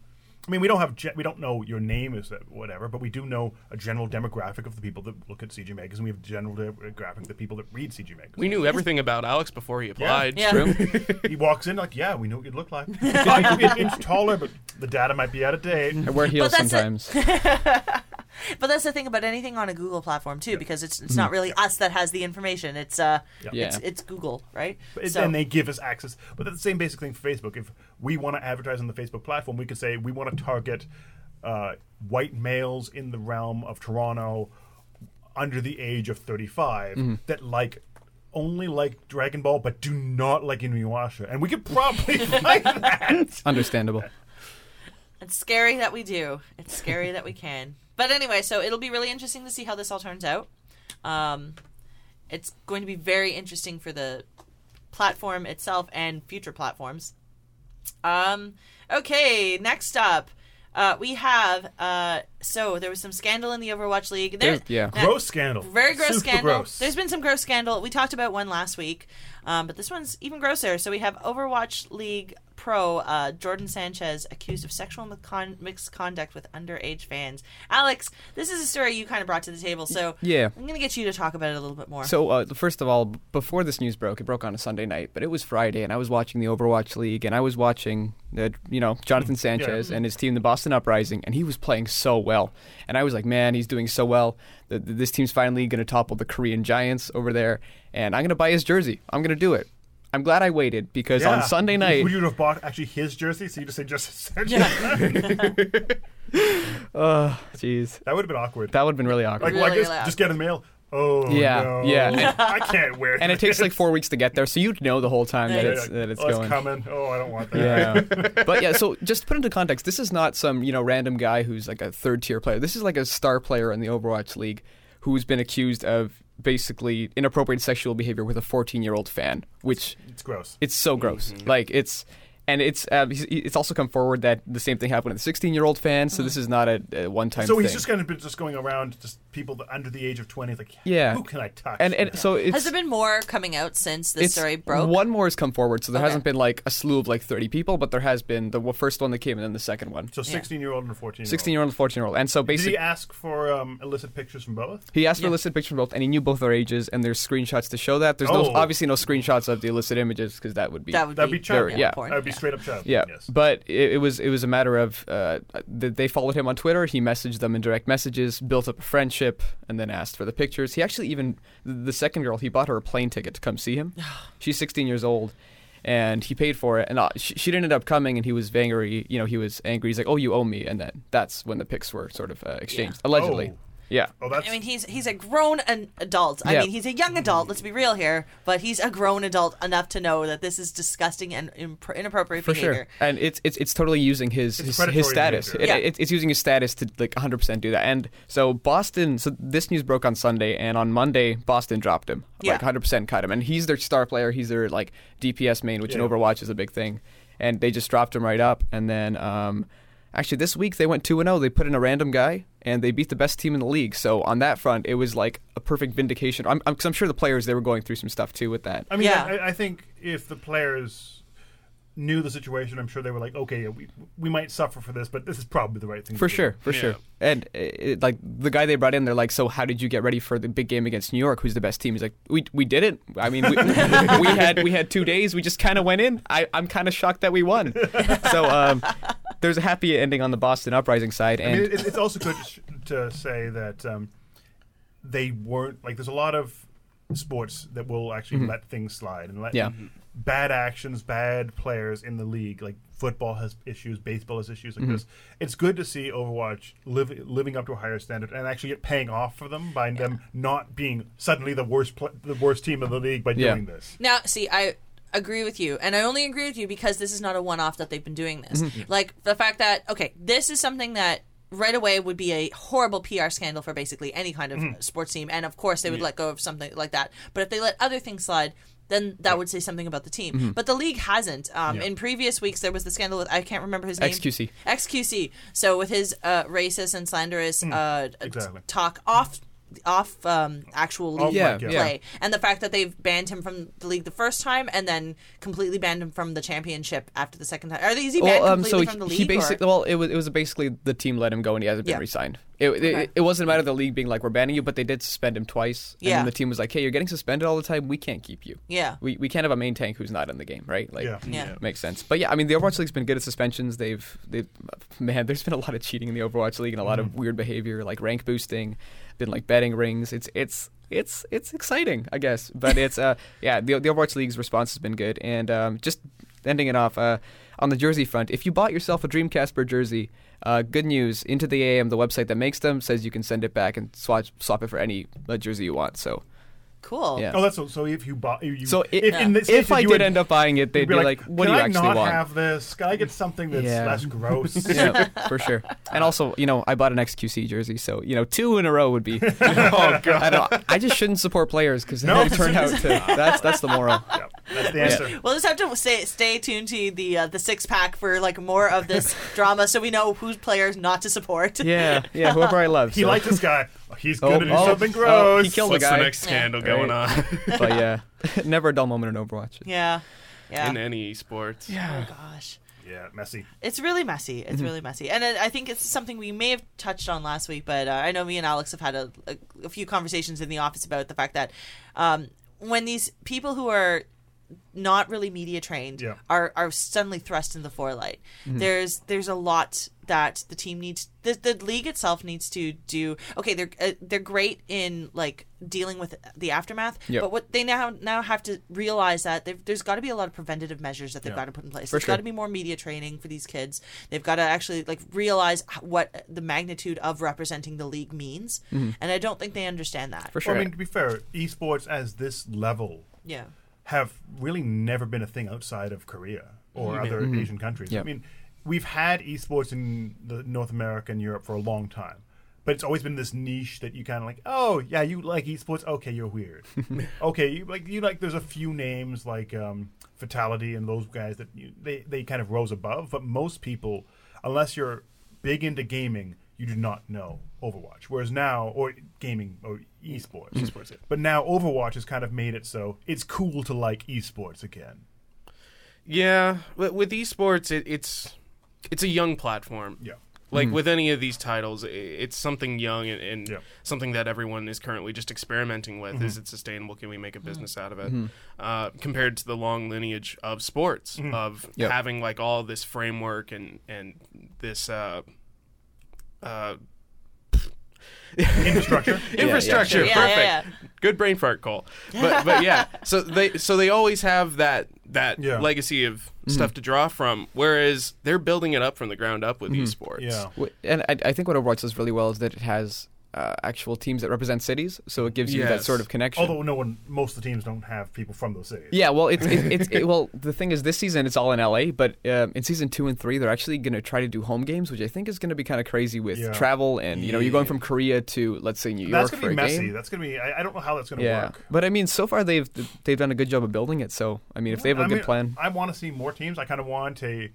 Speaker 3: I mean, we don't have ge- we don't know your name is whatever, but we do know a general demographic of the people that look at CG Magazine. We have general demographic of the people that read CG Magazine.
Speaker 2: We knew everything about Alex before he
Speaker 1: <laughs>
Speaker 2: applied.
Speaker 1: yeah.
Speaker 3: He walks in like, yeah, we know what you
Speaker 2: <laughs>
Speaker 3: look like. Five an inch taller, but the data might be out of date.
Speaker 2: <laughs>
Speaker 4: I
Speaker 1: <laughs>
Speaker 4: wear heels
Speaker 1: that's it.
Speaker 4: sometimes.
Speaker 1: <laughs> But that's the thing about anything on a Google platform too, because it's it's not really us that has the information. It's uh,
Speaker 4: Yeah.
Speaker 1: it's, it's Google, right?
Speaker 3: It-
Speaker 1: So-
Speaker 3: and they give us access. But that's the same basic thing for Facebook. If we want to advertise on the Facebook platform, we could say we want to target uh, white males in the realm of Toronto under the age of 35
Speaker 4: Mm-hmm.
Speaker 3: that like only like Dragon Ball but do not like Inuyasha. And we could probably <laughs> find that.
Speaker 4: Understandable.
Speaker 1: It's scary that we do. It's scary that we can. But anyway, so it'll be really interesting to see how this all turns out. Um, it's going to be very interesting for the platform itself and future platforms. Um, okay, next up, uh, we have. Uh, so there was some scandal in the Overwatch League. There,
Speaker 4: There's- yeah.
Speaker 3: Gross scandal.
Speaker 1: very gross
Speaker 3: Super
Speaker 1: scandal.
Speaker 3: gross.
Speaker 1: There's been some gross scandal. We talked about one last week, um, but this one's even grosser. So we have Overwatch League pro uh, Jordan Sanchez accused of sexual miscon- misconduct with underage fans. Alex, this is a story you kind of brought to the table, so
Speaker 4: Yeah.
Speaker 1: I'm going to get you to talk about it a little bit more.
Speaker 4: So, uh, first of all, b- before this news broke, it broke on a Sunday night, but it was Friday, and I was watching the Overwatch League, and I was watching, the, you know, Jonathan Sanchez and his team, the Boston Uprising, and he was playing so well, and I was like, man, he's doing so well. Th- th- this team's finally going to topple the Korean Giants over there, and I'm going to buy his jersey. I'm going to do it. I'm glad I waited because
Speaker 3: Yeah.
Speaker 4: on Sunday night,
Speaker 3: Would you have bought actually his jersey? So you just say just <laughs>
Speaker 4: oh, jeez,
Speaker 3: that would have been awkward.
Speaker 4: that would have been really
Speaker 3: like
Speaker 4: awkward.
Speaker 3: like
Speaker 1: Really
Speaker 3: this,
Speaker 1: loud.
Speaker 3: just get in the mail. Oh
Speaker 4: Yeah,
Speaker 3: no.
Speaker 4: yeah, and-
Speaker 3: <laughs> I can't wear.
Speaker 4: and it takes like four weeks to get there, so you'd know the whole time
Speaker 3: <laughs>
Speaker 4: that
Speaker 3: Yeah,
Speaker 4: it's
Speaker 3: like,
Speaker 4: that it's
Speaker 3: oh,
Speaker 4: going.
Speaker 3: It's coming. Oh, I don't want that. <laughs>
Speaker 4: Yeah. but yeah, so just to put into context, this is not some, you know, random guy who's like a third tier player. This is like a star player in the Overwatch League who's been accused of basically inappropriate sexual behavior with a 14 year old fan, which
Speaker 3: It's gross.
Speaker 4: it's so gross. Like it's And it's uh, he's- he- it's also come forward that the same thing happened to the 16 year old fan. So this is not a, a one time.
Speaker 3: Mm-hmm. So
Speaker 4: thing.
Speaker 3: he's just going to be just going around just people that under the age of twenty. Like,
Speaker 4: Yeah.
Speaker 3: who can I touch?
Speaker 4: and and so it's
Speaker 1: Has there been more coming out since this
Speaker 4: it's-
Speaker 1: story broke?
Speaker 4: One more has come forward, so there
Speaker 1: Okay.
Speaker 4: hasn't been like a slew of like 30 people, but there has been the w- first one that came and then the second one.
Speaker 3: so sixteen year old and a fourteen.
Speaker 4: 16 year old, 14 year old, and so
Speaker 3: Did
Speaker 4: basically
Speaker 3: he ask for um, illicit pictures from both?
Speaker 4: He asked for
Speaker 1: Yeah.
Speaker 4: illicit pictures from both, and he knew both their ages, and there's screenshots to show that. There's
Speaker 3: Oh.
Speaker 4: no, obviously no screenshots of the illicit images because that would be.
Speaker 1: that would
Speaker 3: That'd
Speaker 1: be,
Speaker 3: be child.
Speaker 4: yeah.
Speaker 1: porn,
Speaker 3: That would be
Speaker 1: yeah.
Speaker 3: straight up child.
Speaker 4: yeah,
Speaker 3: Yes.
Speaker 4: but it, it was it was a matter of uh, th- they followed him on Twitter. He messaged them in direct messages, built up a friendship, and then asked for the pictures. He actually even the second girl he bought her a plane ticket to
Speaker 1: <sighs>
Speaker 4: come see him. She's 16 years old, and he paid for it. And uh, she, she ended up coming, and he was angry. You know, he was angry. He's like, "Oh, you owe me," and then that's when the pics were sort of uh, exchanged allegedly.
Speaker 3: Oh.
Speaker 4: Yeah.
Speaker 3: Oh, that's
Speaker 1: I mean, he's he's a grown an adult. I
Speaker 4: Yeah.
Speaker 1: mean, he's a young adult. Let's be real here, but he's a grown adult enough to know that this is disgusting and imp- inappropriate
Speaker 4: for
Speaker 1: behavior.
Speaker 4: sure and it's it's it's totally using his his,
Speaker 3: predatory
Speaker 4: his status
Speaker 3: behavior.
Speaker 4: It-
Speaker 1: Yeah.
Speaker 4: it's- it's using his status to like 100% do that and so boston so this news broke on sunday and on monday boston dropped him
Speaker 1: Yeah.
Speaker 4: like 100% cut him and he's their star player he's their like dps main which
Speaker 3: Yeah.
Speaker 4: in overwatch is a big thing and they just dropped him right up and then um actually this week they went 2 and 0 they put in a random guy and they beat the best team in the league so on that front it was like a perfect vindication i'm, I'm, 'cause I'm sure the players they were going through some stuff too with that
Speaker 3: I mean,
Speaker 1: Yeah.
Speaker 3: I, I think if the players knew the situation, I'm sure they were like, okay, we, we might suffer for this, but this is probably the right thing
Speaker 4: For
Speaker 3: to
Speaker 4: sure, for
Speaker 2: Yeah.
Speaker 4: sure. And uh, it, like the guy they brought in, they're like, "So how did you get ready for the big game against New York? Who's the best team?" He's like, "We we did it. I mean, we, we had we had two days. We just kind of went in. I I'm kind of shocked that we won. so um, there's a happy ending on the Boston Uprising side,
Speaker 3: do. I
Speaker 4: and
Speaker 3: mean, it, it's also good to, sh- to say that um, they weren't like. There's a lot of sports that will actually let things slide and let
Speaker 4: Mm-hmm. Yeah.
Speaker 3: bad actions, bad players in the league. Like football has issues, baseball has issues like
Speaker 4: Mm-hmm.
Speaker 3: this. It's good to see Overwatch live, living up to a higher standard and actually get paying off for them by them not being suddenly the worst pl- the worst team in the league by
Speaker 4: Yeah.
Speaker 3: doing this.
Speaker 1: Now, see, I agree with you, and I only agree with you because this is not a one-off that they've been doing this. Like the fact that okay, this is something that right away would be a horrible PR scandal for basically any kind of sports team, and of course they would let go of something like that. But if they let other things slide. Then that would say something about the team, but the league hasn't. Um, In previous weeks, there was the scandal with I can't remember his name.
Speaker 4: XQC.
Speaker 1: XQC. So with his uh, racist and slanderous uh, t-
Speaker 3: Exactly.
Speaker 1: talk off, off um, actual league
Speaker 4: Yeah,
Speaker 1: play,
Speaker 4: yeah.
Speaker 1: and the fact that they've banned him from the league the first time and then completely banned him from the championship after the second time. Are these he banned completely from the league?
Speaker 4: um, he
Speaker 1: or-
Speaker 4: basically well, it was it was basically the team let him go and he hasn't been
Speaker 1: Yeah.
Speaker 4: re-signed. It, it,
Speaker 1: Okay.
Speaker 4: it wasn't a matter of the league being like we're banning you, but they did suspend him twice. And
Speaker 1: Yeah.
Speaker 4: then the team was like, hey, you're getting suspended all the time. We can't keep you.
Speaker 1: Yeah.
Speaker 4: we, we can't have a main tank who's not in the game, right? Like,
Speaker 3: Yeah.
Speaker 1: Yeah. Yeah.
Speaker 4: makes sense. But yeah, I mean, the Overwatch League's been good at suspensions. They've they've man, there's been a lot of cheating in the Overwatch League and a lot
Speaker 3: Mm-hmm.
Speaker 4: of weird behavior, like rank boosting, been like betting rings. It's it's it's it's exciting, I guess. But it's uh <laughs> yeah, the the Overwatch League's response has been good, and um, just ending it off uh, on the jersey front. If you bought yourself a Dreamcasper jersey. Uh, good news! Into the AM, the website that makes them says you can send it back and swatch, swap it for any uh, jersey you want. So
Speaker 1: cool.
Speaker 4: Yeah.
Speaker 3: Oh, that's so. So if you bought, you,
Speaker 4: So i-
Speaker 3: if, in this
Speaker 4: if
Speaker 3: case,
Speaker 4: I
Speaker 3: you
Speaker 4: did
Speaker 3: would-
Speaker 4: end up buying it,
Speaker 3: you'd
Speaker 4: they'd be like, "What
Speaker 3: can
Speaker 4: do you
Speaker 3: I
Speaker 4: actually
Speaker 3: not
Speaker 4: want?"
Speaker 3: have this? Can I get something that's
Speaker 4: Yeah.
Speaker 3: less gross?
Speaker 4: <laughs> yeah, for sure. And also, you know, I bought an XQC jersey, so you know, two in a row
Speaker 3: <laughs>
Speaker 4: would be. oh god! I, don't, I just shouldn't support players because
Speaker 3: No.
Speaker 4: they turn out
Speaker 3: <laughs>
Speaker 4: to. That's that's the moral.
Speaker 3: Yeah, that's the answer.
Speaker 1: We'll just have to stay stay tuned to the uh, the six pack for like more of this
Speaker 4: <laughs>
Speaker 1: drama, so we know whose players not to support.
Speaker 4: Yeah, yeah. Whoever I love.
Speaker 3: He
Speaker 4: so.
Speaker 3: liked this
Speaker 4: <laughs>
Speaker 3: guy. Oh, he's gonna do
Speaker 4: oh,
Speaker 3: something
Speaker 4: oh, he
Speaker 3: gross.
Speaker 4: killed
Speaker 2: What's
Speaker 4: guy.
Speaker 2: the next scandal
Speaker 4: Yeah.
Speaker 2: going
Speaker 4: Right.
Speaker 2: on <laughs>
Speaker 4: But yeah, <laughs> never a dull moment in Overwatch.
Speaker 1: <laughs> yeah, yeah.
Speaker 2: in any sports?
Speaker 1: Oh gosh.
Speaker 3: yeah, messy.
Speaker 1: It's really messy. It's really messy, and it, I think it's something we may have touched on last week. But uh, I know me and Alex have had a, a, a few conversations in the office about the fact that um, when these people who are not really media trained
Speaker 3: Yeah.
Speaker 1: are are suddenly thrust in the forelight. There's there's a lot that the team needs the, the league itself needs to do. Okay, they're uh, they're great in like dealing with the aftermath,
Speaker 4: Yep.
Speaker 1: but what they now now have to realize that they've- there's got to be a lot of preventative measures that they've
Speaker 3: Yeah.
Speaker 1: got to put in place.
Speaker 4: For
Speaker 1: There's got to
Speaker 4: sure.
Speaker 1: be more media training for these kids. They've got to actually like realize h- what the magnitude of representing the league means, and I don't think they understand that.
Speaker 4: For sure.
Speaker 3: Well, I mean, to be fair, esports as this level
Speaker 1: Yeah.
Speaker 3: have really never been a thing outside of Korea or other Asian countries.
Speaker 4: Yeah.
Speaker 3: I mean, we've had esports in the North America and Europe for a long time, but it's always been this niche that you kind of like. Oh yeah, you like esports? Okay, you're weird. okay, you like you like. There's a few names like um, Fatality and those guys that you, they they kind of rose above, but most people, unless you're big into gaming, you do not know Overwatch. Whereas now, or gaming, or esports,
Speaker 4: Hmm.
Speaker 3: esports. But now Overwatch has kind of made it so it's cool to like esports again.
Speaker 2: Yeah, but with esports, it, it's it's a young platform.
Speaker 4: <laughs>
Speaker 3: Yeah.
Speaker 2: Like with any of these titles, i- it's something young and, and
Speaker 3: Yeah.
Speaker 2: something that everyone is currently just experimenting with. Is it sustainable? Can we
Speaker 3: Mm-hmm.
Speaker 2: make a business out of it? Uh, compared to the long lineage of sports,
Speaker 3: Mm-hmm.
Speaker 2: of
Speaker 4: Yep.
Speaker 2: having like all this framework and and this uh, uh,
Speaker 3: Infrastructure.
Speaker 2: infrastructure.
Speaker 1: Yeah,
Speaker 2: Perfect.
Speaker 1: yeah,
Speaker 2: Good brain fart, Cole. But
Speaker 1: <laughs>
Speaker 2: but yeah, so they so they always have that that
Speaker 3: Yeah.
Speaker 2: legacy of
Speaker 1: Mm-hmm.
Speaker 2: stuff to draw from. Whereas they're building it up from the ground up with
Speaker 1: Mm-hmm. <laughs>
Speaker 2: esports.
Speaker 3: yeah.
Speaker 4: W- And I, I think what Overwatch does really well is that it has uh, actual teams that represent cities, so it gives you that
Speaker 2: Yes.
Speaker 4: sort of connection.
Speaker 3: Although no one, most of the teams don't have people from those cities.
Speaker 4: yeah, well, it's it, it's
Speaker 3: <laughs>
Speaker 4: it, well. The thing is, this season it's all in LA, but um, in season two and three, they're actually going to try to do home games, which I think is going to be kind of crazy with
Speaker 3: Yeah.
Speaker 4: travel and you know you're going from Korea to let's say New
Speaker 3: that's
Speaker 4: York
Speaker 3: gonna
Speaker 4: for
Speaker 3: be
Speaker 4: a
Speaker 3: messy.
Speaker 4: game.
Speaker 3: That's gonna be. I, I don't know how that's gonna
Speaker 4: yeah,
Speaker 3: work.
Speaker 4: but I mean, so far they've they've done a good job of building it. So I mean, if they have a
Speaker 3: I
Speaker 4: good
Speaker 3: mean,
Speaker 4: plan,
Speaker 3: I want to see more teams. I kind of want a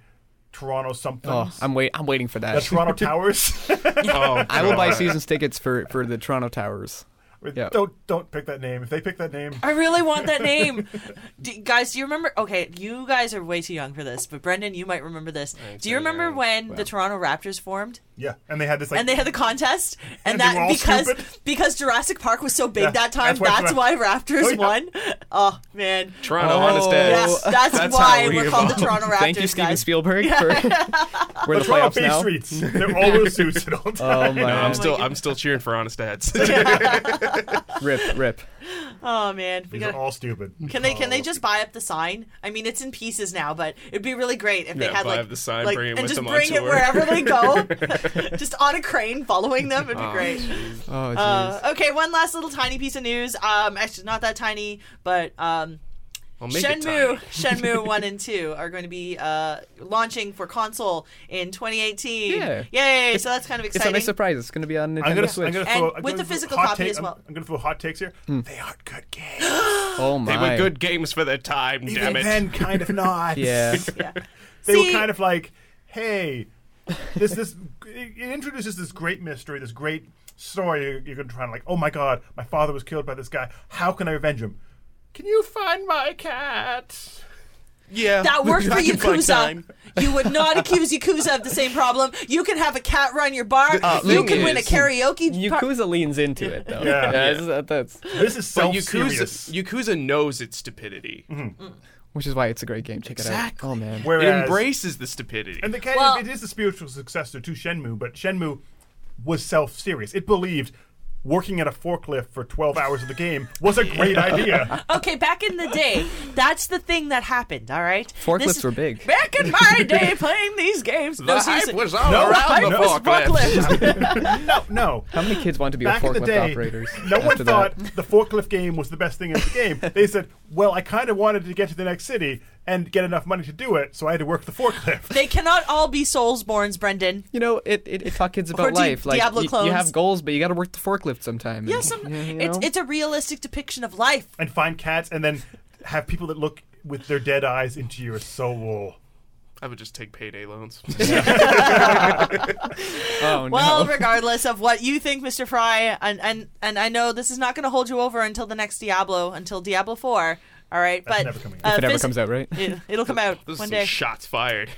Speaker 3: Toronto something.
Speaker 4: oh, I'm wait I'm waiting for that.
Speaker 3: the
Speaker 4: <laughs>
Speaker 3: Toronto Towers.
Speaker 2: Oh,
Speaker 4: I will buy seasons tickets for for the Toronto Towers. Yeah.
Speaker 3: <laughs> Don't don't pick that name. If they pick that name,
Speaker 1: I really want that name. <laughs> do, guys, do you remember? Okay, you guys are way too young for this, but Brendan, you might remember this. Do you
Speaker 2: so
Speaker 1: remember
Speaker 2: young.
Speaker 1: when the Toronto Raptors formed
Speaker 3: yeah. And they had this like.
Speaker 1: and they had the
Speaker 3: <laughs>
Speaker 1: contest, and,
Speaker 3: And they were
Speaker 1: that
Speaker 3: all
Speaker 1: because
Speaker 3: stupid.
Speaker 1: <laughs> because Jurassic Park was so big
Speaker 3: Yeah,
Speaker 1: that time,
Speaker 3: that's why-
Speaker 1: that's why, Raptors
Speaker 3: Oh, yeah.
Speaker 1: won. <laughs> Oh man,
Speaker 2: Toronto
Speaker 4: Oh.
Speaker 2: Honest
Speaker 1: yes,
Speaker 2: Edge.
Speaker 1: that's,
Speaker 2: That's
Speaker 1: why
Speaker 2: how we
Speaker 1: we're called the
Speaker 2: evolved.
Speaker 1: Toronto
Speaker 3: <laughs>
Speaker 1: Raptors.
Speaker 4: Thank you, Steven
Speaker 1: guys. <laughs>
Speaker 4: Spielberg, for we're in the
Speaker 3: Toronto
Speaker 4: playoffs
Speaker 3: Bay
Speaker 4: now.
Speaker 3: Streets. <laughs> They're all those suits at all times.
Speaker 4: Oh my,
Speaker 2: No, I'm
Speaker 1: my <laughs>
Speaker 2: still I'm
Speaker 1: goodness.
Speaker 2: still cheering for Honest
Speaker 1: <laughs>
Speaker 2: Ads.
Speaker 4: rip, rip.
Speaker 1: Oh man, we
Speaker 3: These
Speaker 1: got.
Speaker 3: are all stupid.
Speaker 1: Can they can
Speaker 3: Oh.
Speaker 2: Oh.
Speaker 1: they just buy up the sign? I mean, it's in pieces now, but it'd be really great if
Speaker 2: Yeah,
Speaker 1: they had
Speaker 2: buy
Speaker 1: like
Speaker 2: up the sign,
Speaker 1: like,
Speaker 2: bring it
Speaker 1: and
Speaker 2: with
Speaker 1: just
Speaker 2: them on
Speaker 1: bring it
Speaker 2: tour.
Speaker 1: wherever they go,
Speaker 2: <laughs>
Speaker 1: <laughs> just on a crane following them. It'd be great.
Speaker 4: Oh, jeez.
Speaker 1: Uh, okay, one last little tiny piece of news. Um, actually, not that tiny, but um,
Speaker 2: Well, make it
Speaker 1: Shenmue, <laughs>
Speaker 2: time. <laughs>
Speaker 1: Shenmue One and Two are going to be uh, launching for console in 2018.
Speaker 4: Yeah.
Speaker 1: Yay! So that's kind of
Speaker 4: it's a
Speaker 1: exciting.
Speaker 4: nice surprise. It's going to be on Nintendo
Speaker 3: I'm gonna,
Speaker 4: Switch.
Speaker 3: I'm gonna
Speaker 1: And
Speaker 3: throw, I'm
Speaker 1: with
Speaker 3: gonna
Speaker 1: the
Speaker 3: throw
Speaker 1: physical
Speaker 3: hot
Speaker 1: copy
Speaker 3: take-
Speaker 1: as well.
Speaker 3: I'm, I'm gonna throw hot takes here. They aren't good games.
Speaker 4: oh my!
Speaker 2: They were good games for their time.
Speaker 3: <gasps> Even
Speaker 2: damn it.
Speaker 3: then, kind of <laughs> not.
Speaker 4: Yeah.
Speaker 1: yeah.
Speaker 3: they
Speaker 1: See-
Speaker 3: were kind of like, "Hey, this this it introduces this great mystery, this great story. You're, you're going to try and like, oh my god, my father was killed by this guy. How can I revenge him? Can you find my cat?
Speaker 2: Yeah,
Speaker 4: <laughs>
Speaker 1: That worked for
Speaker 2: <laughs> I can find
Speaker 1: Yakuza.
Speaker 2: time.
Speaker 1: You would not accuse Yakuza of the same problem. You can have a cat run your bar. you
Speaker 4: thing
Speaker 1: can win a
Speaker 2: is-
Speaker 1: karaoke. par-
Speaker 4: Uh, Yakuza leans into it though.
Speaker 3: Yeah.
Speaker 4: That's- that- that's
Speaker 3: This is
Speaker 2: But
Speaker 3: self serious.
Speaker 2: Yakuza, Yakuza knows its stupidity.
Speaker 3: Mm-hmm.
Speaker 4: which is why it's a great game. Check
Speaker 2: Exactly.
Speaker 4: it out. Oh man.
Speaker 2: It
Speaker 3: Whereas,
Speaker 2: embraces the stupidity.
Speaker 3: and the cat,
Speaker 1: Well-
Speaker 3: it is the spiritual successor to Shenmue, but Shenmue was self serious. It believed. Working at a forklift for 12 hours of the game was
Speaker 4: <laughs>
Speaker 3: a great idea.
Speaker 1: Okay, back in the day, that's the thing that happened. All right,
Speaker 4: Forklifts
Speaker 1: This-
Speaker 4: were big.
Speaker 1: Back in my day, playing these games.
Speaker 2: the
Speaker 1: No, seriously.
Speaker 2: hype was all
Speaker 3: No,
Speaker 2: around the
Speaker 1: Hype was
Speaker 2: forklift.
Speaker 3: <laughs> no, no.
Speaker 4: <laughs> How many kids want to be
Speaker 3: back
Speaker 4: a
Speaker 3: in
Speaker 4: forklift
Speaker 3: the day,
Speaker 4: operators?
Speaker 3: no one
Speaker 4: after
Speaker 3: thought
Speaker 4: that?
Speaker 3: the forklift game was the best thing in the
Speaker 4: <laughs>
Speaker 3: game. They said, "Well, I kind of wanted to get to the next city and get enough money to do it, so I had to work the forklift."
Speaker 1: They cannot all be Soulsborns, Brendan.
Speaker 4: You know, it, it, it taught kids
Speaker 1: Or
Speaker 4: about
Speaker 1: Di-
Speaker 4: life. Like
Speaker 1: Diablo
Speaker 4: you, you
Speaker 1: clones.
Speaker 4: have goals, but you got to work the forklift sometime.
Speaker 1: Yeah, some,
Speaker 4: you
Speaker 1: it's
Speaker 4: know?
Speaker 1: it's a realistic depiction of life.
Speaker 3: and find cats, and then have people that look with their dead eyes into your soul.
Speaker 2: I would just take payday
Speaker 1: <laughs>
Speaker 2: loans.
Speaker 4: oh no.
Speaker 1: Well, regardless of what you think, Mr. Fry, and and, and I know this is not going to hold you over until the next Diablo, until Diablo Four. All right, but
Speaker 3: never coming out.
Speaker 1: uh,
Speaker 4: if it ever
Speaker 1: phys-
Speaker 4: comes out, right?
Speaker 1: it, it'll come out
Speaker 2: Those are
Speaker 1: one
Speaker 2: some
Speaker 1: day. <laughs>
Speaker 2: shots fired.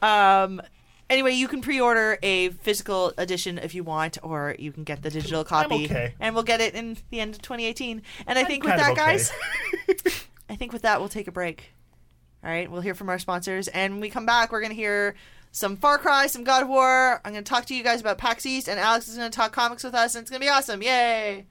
Speaker 1: Um, anyway, you can pre-order a physical edition if you want, or you can get the digital copy,
Speaker 3: okay.
Speaker 1: and we'll get it in the end of 2018. And I think with
Speaker 3: kind
Speaker 1: that,
Speaker 3: of okay.
Speaker 1: guys,
Speaker 3: <laughs>
Speaker 1: I think with that we'll take a break. All right, we'll hear from our sponsors, and when we come back, we're gonna hear some Far Cry, some God of War. I'm gonna talk to you guys about PAX East, and Alex is gonna talk comics with us, and it's gonna be awesome! Yay!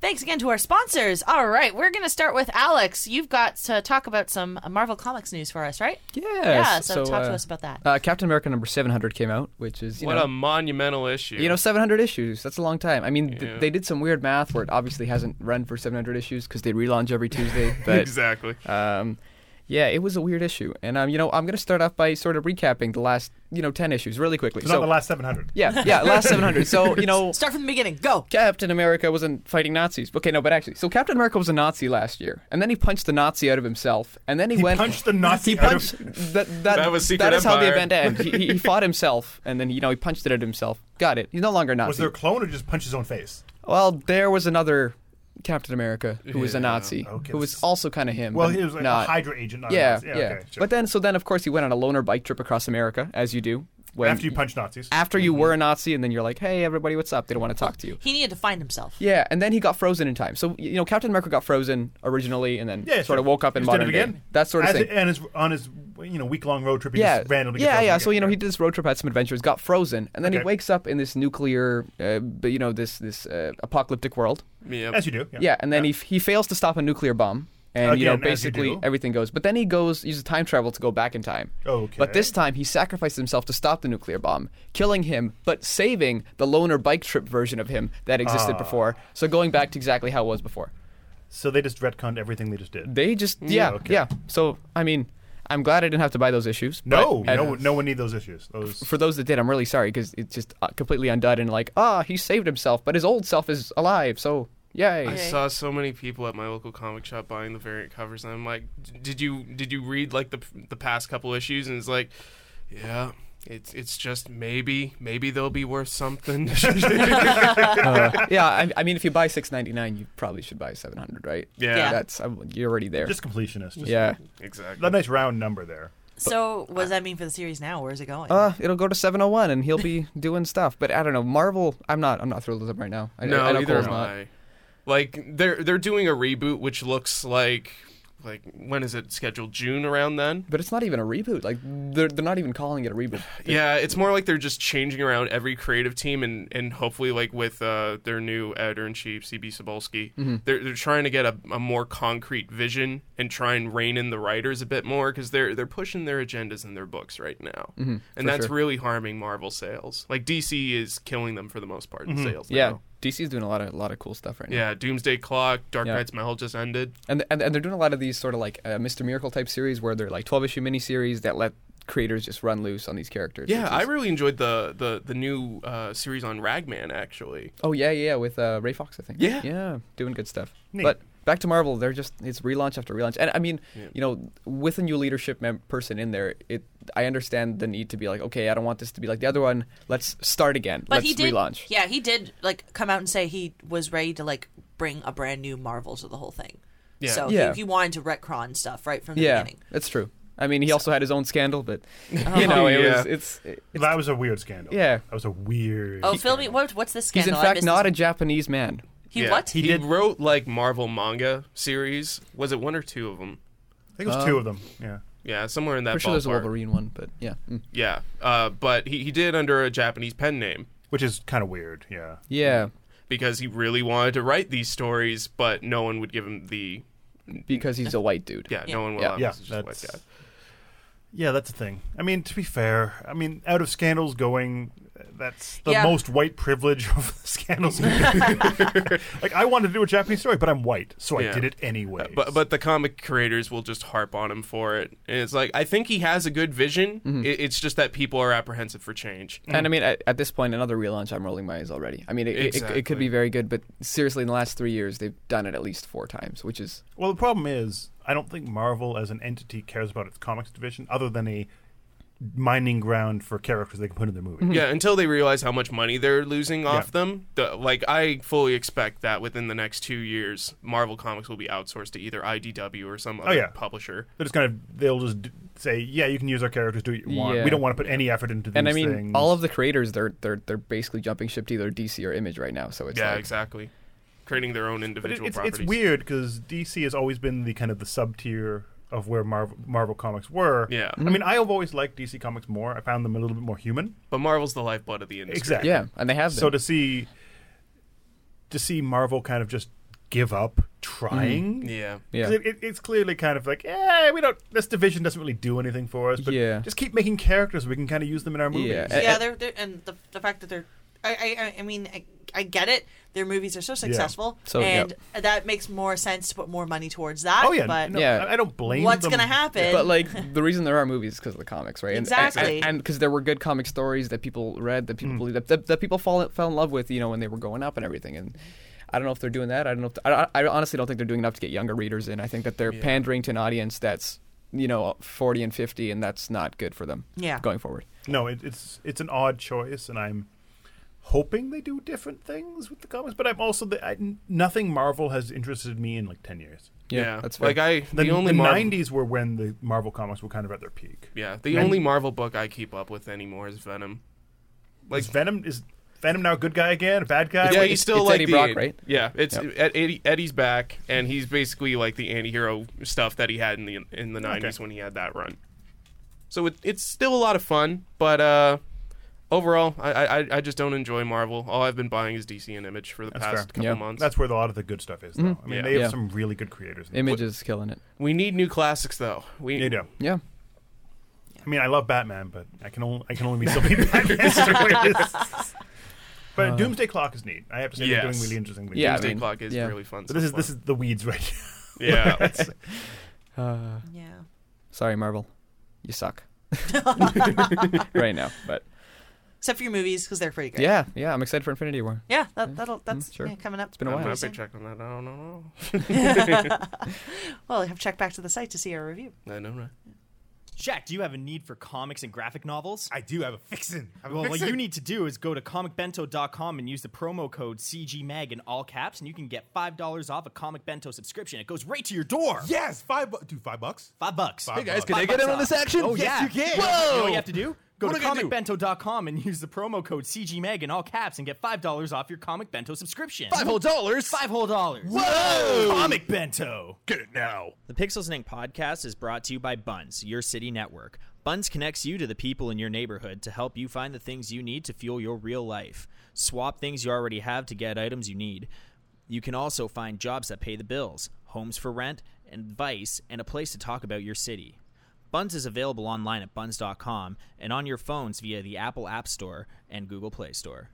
Speaker 1: Thanks again to our sponsors. All right, we're gonna start with Alex. You've got to talk about some uh, Marvel Comics news for us, right?
Speaker 4: Yes.
Speaker 1: Yeah, so, talk to
Speaker 4: uh,
Speaker 1: us about that.
Speaker 4: Uh, Captain America number 700 came out, which is you
Speaker 2: what
Speaker 4: know,
Speaker 2: a monumental issue. <laughs>
Speaker 4: You know, 700 issues. That's a long time. I mean, th-
Speaker 2: Yeah.
Speaker 4: they did some weird math
Speaker 3: <laughs>
Speaker 4: where it obviously hasn't run for 700 issues because they relaunch every Tuesday. But
Speaker 2: exactly.
Speaker 4: um, Yeah, it was a weird issue, and um, you know, I'm gonna start off by sort of recapping the last, you know, ten issues really quickly.
Speaker 3: It's not the last 700. <laughs>
Speaker 4: yeah, yeah, last 700. So you know,
Speaker 1: Start from the beginning. Go.
Speaker 4: Captain America wasn't fighting Nazis. Okay, no, but actually, so Captain America was a Nazi last year, and then he punched the Nazi out of himself, and then he,
Speaker 3: He
Speaker 4: went
Speaker 3: punched the Nazi
Speaker 4: He
Speaker 3: out of-
Speaker 4: punched
Speaker 3: <laughs>
Speaker 4: that. That,
Speaker 2: That was Secret
Speaker 4: that is how the
Speaker 2: Empire.
Speaker 4: event ended. He, he fought himself, and then you know he punched it at himself. Got it. He's no longer a Nazi.
Speaker 3: Was there a clone or just punch his own face?
Speaker 4: Well, there was another Captain America who was a
Speaker 2: Yeah,
Speaker 4: Nazi,
Speaker 3: okay,
Speaker 4: who was
Speaker 3: that's-
Speaker 4: also kind of him.
Speaker 3: Well,
Speaker 4: but
Speaker 3: he was like
Speaker 4: not.
Speaker 3: a Hydra agent. Not a
Speaker 4: Oh, Yeah,
Speaker 3: Nazi.
Speaker 4: yeah.
Speaker 3: Okay, sure.
Speaker 4: But then, so then, of course, he went on a loner bike trip across America, as you do. When,
Speaker 3: after you Mm-hmm. punch Nazis,
Speaker 4: after you were a Nazi, and then you're like, "Hey, everybody, what's up?" They don't want to talk to you.
Speaker 1: He needed to find himself.
Speaker 4: Yeah, and then he got frozen in time. So y- you know, Captain America got frozen originally, and then
Speaker 3: yeah,
Speaker 4: sort of
Speaker 3: sure.
Speaker 4: woke up in
Speaker 3: He just did
Speaker 4: modern
Speaker 3: it
Speaker 4: day.
Speaker 3: again.
Speaker 4: That sort of
Speaker 3: As
Speaker 4: thing.
Speaker 3: it- and his, on his you know week long road trip, he
Speaker 4: yeah,
Speaker 3: just randomly. gets
Speaker 4: yeah,
Speaker 3: off
Speaker 4: yeah.
Speaker 3: again.
Speaker 4: So you know, he did this road trip, had some adventures, got frozen, and then he
Speaker 3: Okay.
Speaker 4: wakes up in this nuclear, uh, but you know, this this uh, apocalyptic world.
Speaker 2: Yep.
Speaker 3: as you do. Yeah,
Speaker 4: Yeah, and then he he fails to stop a nuclear bomb, and you know
Speaker 3: Again, as you
Speaker 4: basically
Speaker 3: do.
Speaker 4: everything goes. But then he goes uses time travel to go back in time.
Speaker 3: Okay.
Speaker 4: But this time he sacrificed himself to stop the nuclear bomb, killing him, but saving the loner bike trip version of him that
Speaker 3: Ah.
Speaker 4: existed before. So going back to exactly how it was before.
Speaker 3: So they just retconned everything they just did.
Speaker 4: They just yeah yeah.
Speaker 3: Mm, okay.
Speaker 4: So I mean, I'm glad I didn't have to buy those issues.
Speaker 3: No,
Speaker 4: but-
Speaker 3: no,
Speaker 4: and
Speaker 3: no one need those issues. Those
Speaker 4: For those that did, I'm really sorry because it's just uh, completely undone and like ah he saved himself, but his old self is alive. So yay.
Speaker 2: I saw so many people at my local comic shop buying the variant covers, and I'm like, "D- "Did you did you read like the the past couple issues?" And it's like, "Yeah, it's it's just maybe maybe they'll be worth
Speaker 4: <laughs>
Speaker 2: something." <laughs>
Speaker 4: Uh, yeah, I, I mean, if you buy six ninety nine, you probably should buy seven hundred, right?
Speaker 1: Yeah.
Speaker 4: that's i you're already there.
Speaker 3: just completionist. Just
Speaker 4: yeah,
Speaker 2: exactly.
Speaker 3: that nice round number there.
Speaker 1: So, what does that mean for the series now? Where's it going?
Speaker 4: uh, it'll go to seven oh one, and he'll be <laughs> doing stuff. But I don't know, Marvel. I'm not. I'm not thrilled with him right now. I,
Speaker 2: no,
Speaker 4: I, I know
Speaker 2: either
Speaker 4: Cole's
Speaker 2: am
Speaker 4: not.
Speaker 2: I. Like they're they're doing a reboot, which looks like like when is it scheduled? June around then?
Speaker 4: But it's not even a reboot. Like they're they're not even calling it
Speaker 2: <sighs>
Speaker 4: a reboot.
Speaker 2: Yeah, it's more like they're just changing around every creative team, and, and hopefully, like with uh, their new editor in chief, CB Sobolski, they're they're trying to get a, a more concrete vision and try and rein in the writers a bit more because they're they're pushing their agendas in their books right now, and that's
Speaker 4: sure.
Speaker 2: really harming Marvel sales. Like DC is killing them for the most part in sales.
Speaker 4: Yeah,
Speaker 2: now.
Speaker 4: DC's doing a lot of a lot of cool stuff right now.
Speaker 2: yeah. Doomsday Clock, Dark
Speaker 4: Yeah.
Speaker 2: Knight's Metal just ended.
Speaker 4: and, and and they're doing a lot of these sort of like uh, Mr. Miracle type series where they're like twelve issue miniseries that let creators just run loose on these characters.
Speaker 2: Yeah,
Speaker 4: which
Speaker 2: I
Speaker 4: is-
Speaker 2: really enjoyed the the the new uh, series on Ragman actually.
Speaker 4: Oh yeah, yeah, with uh, Ray Fox, I think.
Speaker 2: Yeah.
Speaker 4: yeah, doing good stuff.
Speaker 3: Neat.
Speaker 4: But back to Marvel, they're just it's relaunch after relaunch, and I mean, you know, with a new leadership mem- person in there, it I understand the need to be like, okay, I don't want this to be like the other one. Let's start again.
Speaker 1: but
Speaker 4: Let's
Speaker 1: he did.
Speaker 4: relaunch.
Speaker 1: Yeah, he did like come out and say he was ready to like bring a brand new Marvel to the whole thing.
Speaker 2: Yeah.
Speaker 1: So
Speaker 4: Yeah.
Speaker 1: He, he wanted to retcon stuff right from the
Speaker 4: Yeah,
Speaker 1: beginning.
Speaker 4: that's true. I mean, he also had his own
Speaker 2: <laughs>
Speaker 4: scandal, but you know, it
Speaker 2: Oh, Yeah.
Speaker 4: was it's. it's
Speaker 3: that was a weird scandal.
Speaker 4: Yeah.
Speaker 3: that was a weird.
Speaker 1: Oh, Phil, me. What, what's this
Speaker 4: he's
Speaker 1: scandal?
Speaker 4: in
Speaker 1: I
Speaker 4: fact
Speaker 1: missed
Speaker 4: not
Speaker 1: this.
Speaker 4: a Japanese man.
Speaker 1: He
Speaker 2: Yeah.
Speaker 1: what?
Speaker 2: He,
Speaker 3: did-
Speaker 2: wrote like Marvel manga series. Was it one or two of them?
Speaker 3: I think it was
Speaker 4: Um,
Speaker 3: two of them. Yeah,
Speaker 2: Yeah, somewhere in that
Speaker 4: For sure, there's a
Speaker 2: ballpark.
Speaker 4: Wolverine one, but yeah, mm.
Speaker 2: Yeah, uh, but he, he did under a Japanese pen name
Speaker 3: which is kind of weird. Yeah,
Speaker 4: yeah,
Speaker 2: because he really wanted to write these stories, but no one would give him the
Speaker 4: because he's a white dude.
Speaker 2: yeah, no one will
Speaker 4: Yeah.
Speaker 2: allow him.
Speaker 3: Yeah,
Speaker 2: It's just like
Speaker 3: that's-
Speaker 2: that.
Speaker 3: yeah, that's a thing. I mean, to be fair, I mean, out of scandals going, that's the
Speaker 1: Yeah.
Speaker 3: most white privilege of the scandals. <laughs> like, I wanted to do a Japanese story, but I'm white, so I
Speaker 2: Yeah.
Speaker 3: did
Speaker 4: Uh,
Speaker 3: it anyway.
Speaker 2: But but the comic creators will just harp on him for it, and it's like I think he has a good vision. It, it's just that people are apprehensive for change.
Speaker 3: Mm.
Speaker 4: And I mean, at, at this point, another relaunch, I'm rolling my eyes already. I mean, it, it- it, it could
Speaker 2: Exactly.
Speaker 4: be very good, but seriously, in the last three years, they've done it at least four times, which is
Speaker 3: Well, the problem is, I don't think Marvel as an entity cares about its comics division other than a mining ground for characters they can put in their movie.
Speaker 2: Yeah, until they realize how much money they're losing off
Speaker 3: Hmm. Yeah.
Speaker 2: them. The, like, I fully expect that within the next two years, Marvel Comics will be outsourced to either IDW or some other
Speaker 3: Oh, yeah.
Speaker 2: publisher.
Speaker 3: They're just kind of they'll just d- say, yeah, you can use our characters, do what you want.
Speaker 4: Yeah.
Speaker 3: We don't want to put any effort into these
Speaker 4: and I mean,
Speaker 3: things.
Speaker 4: all of the creators, they're they're they're basically jumping ship to either DC or Image right now. So it's
Speaker 2: Yeah,
Speaker 4: like,
Speaker 2: exactly. Creating their own
Speaker 3: But it-
Speaker 2: individual
Speaker 3: it's, it's
Speaker 2: properties.
Speaker 3: weird because DC has always been the kind of the sub tier of where Marvel, Marvel comics were.
Speaker 2: Yeah.
Speaker 3: I mean, I have always liked DC comics more. I found them a little bit more human.
Speaker 2: But Marvel's the lifeblood of the industry.
Speaker 3: Exactly.
Speaker 4: yeah, and they have
Speaker 3: So
Speaker 4: so
Speaker 3: to see to see Marvel kind of just give up trying.
Speaker 2: Mm. Yeah.
Speaker 3: 'Cause
Speaker 4: yeah,
Speaker 3: It, it, it's clearly kind of like, eh, we don't. This division doesn't really do anything for us. But
Speaker 4: Yeah.
Speaker 3: just keep making characters. We can kind of use them in our movies.
Speaker 4: Yeah.
Speaker 1: yeah, they're, they're and the, the fact that they're I I, I mean I, I get it. Their movies are so successful,
Speaker 4: So, yeah.
Speaker 1: and that makes more sense to put more money towards that.
Speaker 3: Oh yeah,
Speaker 1: but
Speaker 3: no,
Speaker 4: Yeah.
Speaker 3: I- I don't blame.
Speaker 1: what's
Speaker 3: them.
Speaker 1: going to happen? <laughs>
Speaker 4: But like the reason there are movies is because of the comics, right? And-
Speaker 1: Exactly.
Speaker 4: And because there were good comic stories that people read, that
Speaker 5: Mm.
Speaker 4: people believed, that, that, that people fall, fell in love with, you know, when they were growing up and everything. And I don't know if they're doing that. I don't know. If I, I I honestly don't think they're doing enough to get younger readers in. I think that they're pandering to an audience that's you know 40 and 50, and that's not good for them.
Speaker 1: Yeah.
Speaker 4: Going forward.
Speaker 3: No, it, it's it's an odd choice, and I'm hoping they do different things with the comics. But I'm also the, I, nothing Marvel has interested me in like ten years.
Speaker 4: Yeah. That's fair.
Speaker 2: like I
Speaker 3: The,
Speaker 2: the, only
Speaker 3: the
Speaker 2: Marvel,
Speaker 3: '90s were when the Marvel comics were kind of at their peak.
Speaker 2: yeah the only Marvel book I keep up with anymore is Venom.
Speaker 3: Is Venom is Venom now a good guy again, a bad guy?
Speaker 2: yeah,
Speaker 3: What-
Speaker 2: he's still
Speaker 4: it's
Speaker 2: like
Speaker 4: Eddie
Speaker 2: the,
Speaker 4: Brock, right?
Speaker 2: Yeah, it's
Speaker 4: Yep.
Speaker 2: Ed- Eddie, Eddie's back, and he's basically like the anti-hero stuff that he had in the in the nineties when he had that run. So it, it's still a lot of fun, but uh, overall, I, I I- I just don't enjoy Marvel. All I've been buying is DC and Image for the
Speaker 3: That's
Speaker 2: past
Speaker 3: fair.
Speaker 2: couple
Speaker 4: Yeah.
Speaker 2: months.
Speaker 3: that's where a lot of the good stuff is. Though.
Speaker 5: Mm-hmm.
Speaker 3: I mean,
Speaker 2: Yeah.
Speaker 3: they have
Speaker 4: Yeah.
Speaker 3: some really good creators. in
Speaker 4: Image is killing it.
Speaker 2: we need new classics, though. We
Speaker 3: there. You do.
Speaker 4: Yeah.
Speaker 3: I mean, I love Batman, but I can only I can only be so many
Speaker 2: <laughs>
Speaker 3: Batman stories. But Doomsday Clock is neat. I have to say they're
Speaker 2: Uh, Yes.
Speaker 3: doing really interesting. things.
Speaker 4: Yeah, I
Speaker 2: Doomsday
Speaker 4: mean,
Speaker 2: Clock is
Speaker 4: yeah.
Speaker 2: really fun.
Speaker 3: So this is this is the weeds right now.
Speaker 2: <laughs>
Speaker 3: <laughs>
Speaker 2: yeah. it's-
Speaker 4: Uh,
Speaker 1: yeah. <laughs>
Speaker 4: sorry, Marvel, you suck. <laughs> right now, but
Speaker 1: Except for your movies because they're pretty good.
Speaker 4: yeah, yeah, I'm excited for Infinity War.
Speaker 1: Yeah, that, that'll that's
Speaker 4: sure.
Speaker 1: yeah, coming up. It's
Speaker 4: been a
Speaker 2: I'm
Speaker 4: while.
Speaker 2: not big check on that. I don't know.
Speaker 1: <laughs> well, have checked back to the site to see our review.
Speaker 2: I know. Right?
Speaker 6: Jack, do you have a need for comics and graphic novels?
Speaker 5: I do have a fixin'. I have a
Speaker 6: well, what
Speaker 5: fixin'.
Speaker 6: you need to do is go to comicbento.com and use the promo code CGMAG in all caps, and you can get $5 off a Comic Bento subscription. It goes right to your door.
Speaker 5: Yes, five bucks. Dude, five bucks?
Speaker 6: Five bucks.
Speaker 5: Hey, guys,
Speaker 6: Five
Speaker 5: can I
Speaker 6: bucks off. Oh,
Speaker 5: yes,
Speaker 6: yeah.
Speaker 5: you can.
Speaker 6: You know what you have to do? Go
Speaker 5: What
Speaker 6: to
Speaker 5: do I gotta
Speaker 6: comicbento.com and use the promo code CGMAG in all caps and get $5 off your Comic Bento subscription.
Speaker 5: Five whole dollars.
Speaker 6: Five whole dollars.
Speaker 5: Whoa!
Speaker 6: Comic Bento.
Speaker 5: Get it now.
Speaker 6: The Pixels and Ink podcast is brought to you by Buns, your city network. Buns connects you to the people in your neighborhood to help you find the things you need to fuel your real life. Swap things you already have to get items you need. You can also find jobs that pay the bills, homes for rent, advice, and a place to talk about your city. Buns is available online at buns.com and on your phones via the Apple App Store and Google Play Store.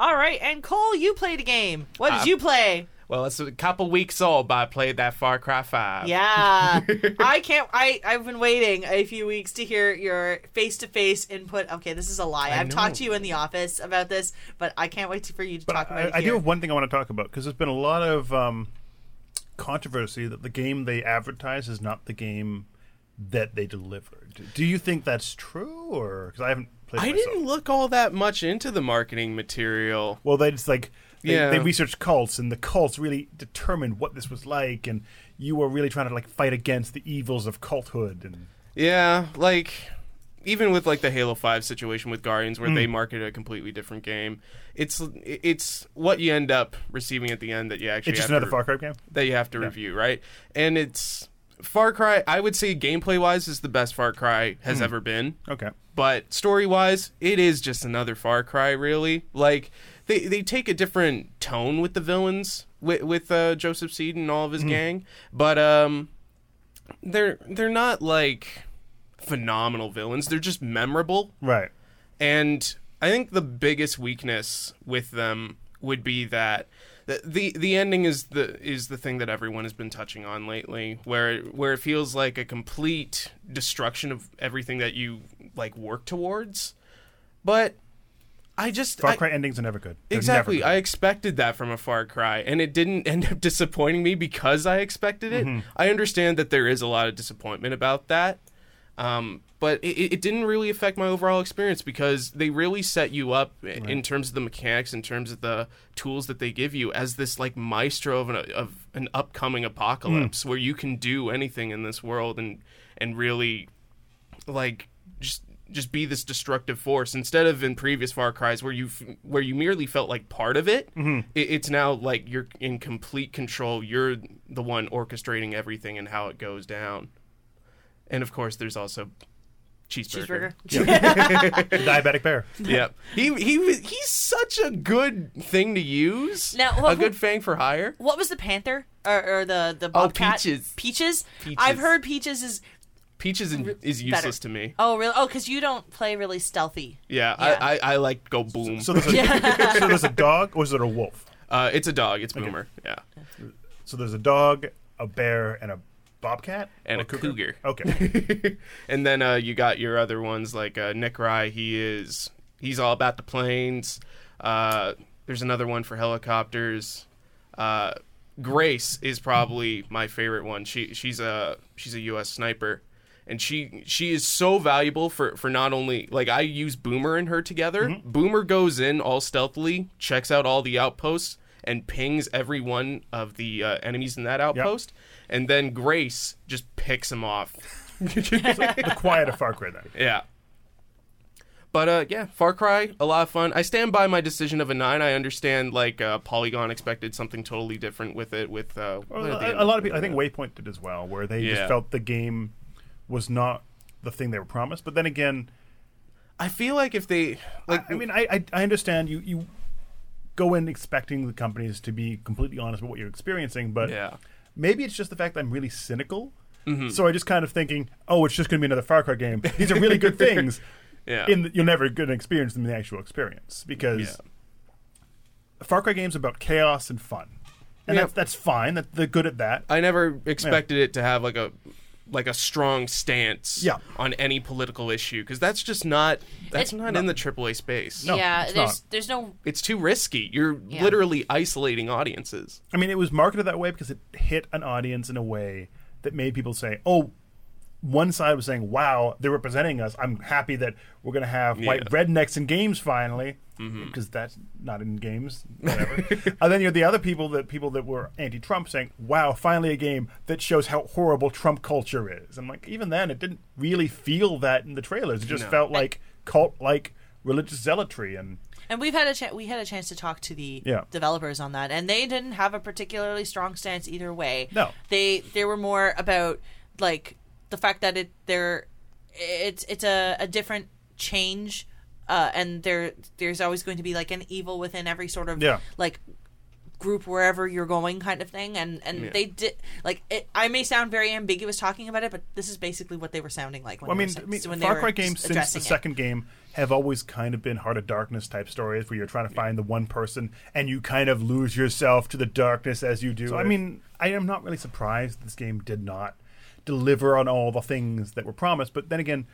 Speaker 1: All right, and Cole, you played a game. What did you play?
Speaker 2: Well, it's a couple weeks old, but I played that Far Cry Five.
Speaker 1: Yeah, I can't. I I've been waiting a few weeks to hear your face to face input. Okay, this is a lie. I have talked to you in the office about this, but I can't wait to, for you to
Speaker 3: But
Speaker 1: talk about
Speaker 3: I,
Speaker 1: it.
Speaker 3: I do
Speaker 1: here.
Speaker 3: have one thing I want to talk about because there's been a lot of um, controversy that the game they advertise is not the game that they delivered. Do you think that's true, or because I haven't played? it
Speaker 2: I
Speaker 3: myself.
Speaker 2: didn't look all that much into the marketing material.
Speaker 3: Well, they just like they,
Speaker 2: Yeah.
Speaker 3: they researched cults, and the cults really determined what this was like, and you were really trying to like fight against the evils of culthood. And
Speaker 2: Yeah, like even with like the Halo 5 situation with Guardians where they marketed a completely different game, it's it's what you end up receiving at the end that you actually
Speaker 3: it's just
Speaker 2: have
Speaker 3: another
Speaker 2: to-
Speaker 3: Far Cry game.
Speaker 2: that you have to review, right? And it's Far Cry, I would say gameplay wise is the best Far Cry has ever been.
Speaker 3: Okay.
Speaker 2: But story wise, it is just another Far Cry, really. Like they they take a different tone with the villains with with uh, Joseph Seed and all of his gang, but um, they're they're not like phenomenal villains. They're just memorable
Speaker 3: Right.
Speaker 2: and I think the biggest weakness with them would be that the, the the ending is the is the thing that everyone has been touching on lately, where where it feels like a complete destruction of everything that you like work towards. But I just
Speaker 3: Far
Speaker 2: I-
Speaker 3: Cry endings are never good. They're never
Speaker 2: Exactly.
Speaker 3: good.
Speaker 2: I expected that from a Far Cry, and it didn't <laughs> end up disappointing me because I expected it.
Speaker 3: Mm-hmm.
Speaker 2: I understand that there is a lot of disappointment about that, um, but it- it, it didn't really affect my overall experience because they really set you up i- in terms of the mechanics, in terms of the tools that they give you, as this like maestro of an, of an upcoming
Speaker 3: Hmm.
Speaker 2: apocalypse where you can do anything in this world and and really like just just be this destructive force instead of in previous Far Cries where you f- where you merely felt like part of it.
Speaker 3: Mm-hmm.
Speaker 2: it. It's now like you're in complete control. You're the one orchestrating everything and how it goes down. And of course, there's also
Speaker 1: cheeseburger.
Speaker 2: cheeseburger.
Speaker 3: diabetic bear.
Speaker 2: <laughs> yep, he he was- he's such a good thing to use.
Speaker 1: Now, what-
Speaker 2: a good fang for hire.
Speaker 1: What was the panther or, or the the bobcat?
Speaker 2: Peaches.
Speaker 1: Peaches.
Speaker 2: Peaches.
Speaker 1: I've heard peaches is
Speaker 2: Peach is in, is
Speaker 1: better.
Speaker 2: useless to me.
Speaker 1: Oh, really? Oh, because you don't play really stealthy.
Speaker 2: Yeah,
Speaker 1: Yeah.
Speaker 2: I, I, I like go boom.
Speaker 3: So there's, a, <laughs> so there's a dog, or is it a wolf?
Speaker 2: uh, it's a dog. It's Boomer. Yeah,
Speaker 3: So there's a dog, a bear, and a bobcat,
Speaker 2: and
Speaker 3: Or
Speaker 2: a cougar.
Speaker 3: Okay,
Speaker 2: <laughs> and then uh, you got your other ones like uh, Nick Rye. He is he's all about the planes. Uh, there's another one for helicopters. Uh, Grace is probably my favorite one. She she's a she's a U.S. sniper, and she she is so valuable for for not only like I use Boomer and her together. Boomer goes in all stealthily, checks out all the outposts. And pings every one of the uh, enemies in that outpost, and then Grace just picks them off.
Speaker 3: the quiet of Far
Speaker 2: <laughs>
Speaker 3: Cry then.
Speaker 2: Yeah. But uh, yeah, Far Cry, a lot of fun. I stand by my decision of a nine. I understand like uh, Polygon expected something totally different with it. With uh,
Speaker 3: Well,
Speaker 2: what are they-
Speaker 3: a, a lot of people, I think Waypoint did as well, where they just
Speaker 2: Yeah.
Speaker 3: felt the game was not the thing they were promised. But then again,
Speaker 2: I feel like if they like,
Speaker 3: I mean, I, I, I understand you, you go in expecting the companies to be completely honest about what you're experiencing, but
Speaker 2: Yeah. Mm-hmm.
Speaker 3: maybe it's just the fact that I'm really cynical. So I just kind of thinking, oh, it's just going to be another Far Cry game. These are
Speaker 2: <laughs>
Speaker 3: really good things.
Speaker 2: Yeah.
Speaker 3: In the, you're never going to experience them in the actual experience because
Speaker 2: Yeah.
Speaker 3: Far Cry games are about chaos and fun, and
Speaker 2: Yeah.
Speaker 3: that's that's fine. That they're good at that.
Speaker 2: I never expected it to have like a like a strong stance
Speaker 3: Yeah.
Speaker 2: on any political issue because that's just not that's
Speaker 1: It-
Speaker 2: not in the AAA space.
Speaker 3: No,
Speaker 1: yeah,
Speaker 3: it's
Speaker 1: there's
Speaker 3: not.
Speaker 1: there's no
Speaker 2: It's too risky. You're
Speaker 1: Yeah.
Speaker 2: literally isolating audiences.
Speaker 3: I mean, it was marketed that way because it hit an audience in a way that made people say, "Oh." One side was saying, "Wow, they're representing us. I'm happy that we're going to have white
Speaker 2: Yeah. Mm-hmm.
Speaker 3: rednecks in games finally, because that's not in games." Whatever. <laughs> and then you had the other people that people that were anti-Trump saying, "Wow, finally a game that shows how horrible Trump culture is." I'm like, even then, it didn't really feel that in the trailers. It just
Speaker 2: No.
Speaker 3: felt like cult-like religious zealotry and
Speaker 1: And we've had a chan we had a chance to talk to the
Speaker 3: Yeah.
Speaker 1: developers on that, and they didn't have a particularly strong stance either way.
Speaker 3: No.
Speaker 1: they they were more about like the fact that it they're it's it's a, a different change, uh, and there there's always going to be like an evil within every sort of
Speaker 3: Yeah.
Speaker 1: like group wherever you're going kind of thing and and they did like it, i may sound very ambiguous talking about it but this is basically what they were sounding like when
Speaker 3: Well, I
Speaker 1: they were
Speaker 3: mean,
Speaker 1: sa-
Speaker 3: I mean
Speaker 1: when they
Speaker 3: Far
Speaker 1: were
Speaker 3: Cry games since
Speaker 1: addressing
Speaker 3: the
Speaker 1: it.
Speaker 3: second game have always kind of been Heart of Darkness type stories where you're trying to find the one person and you kind of lose yourself to the darkness as you do. I mean, I am not really surprised this game did not deliver on all the things that were promised, but then again,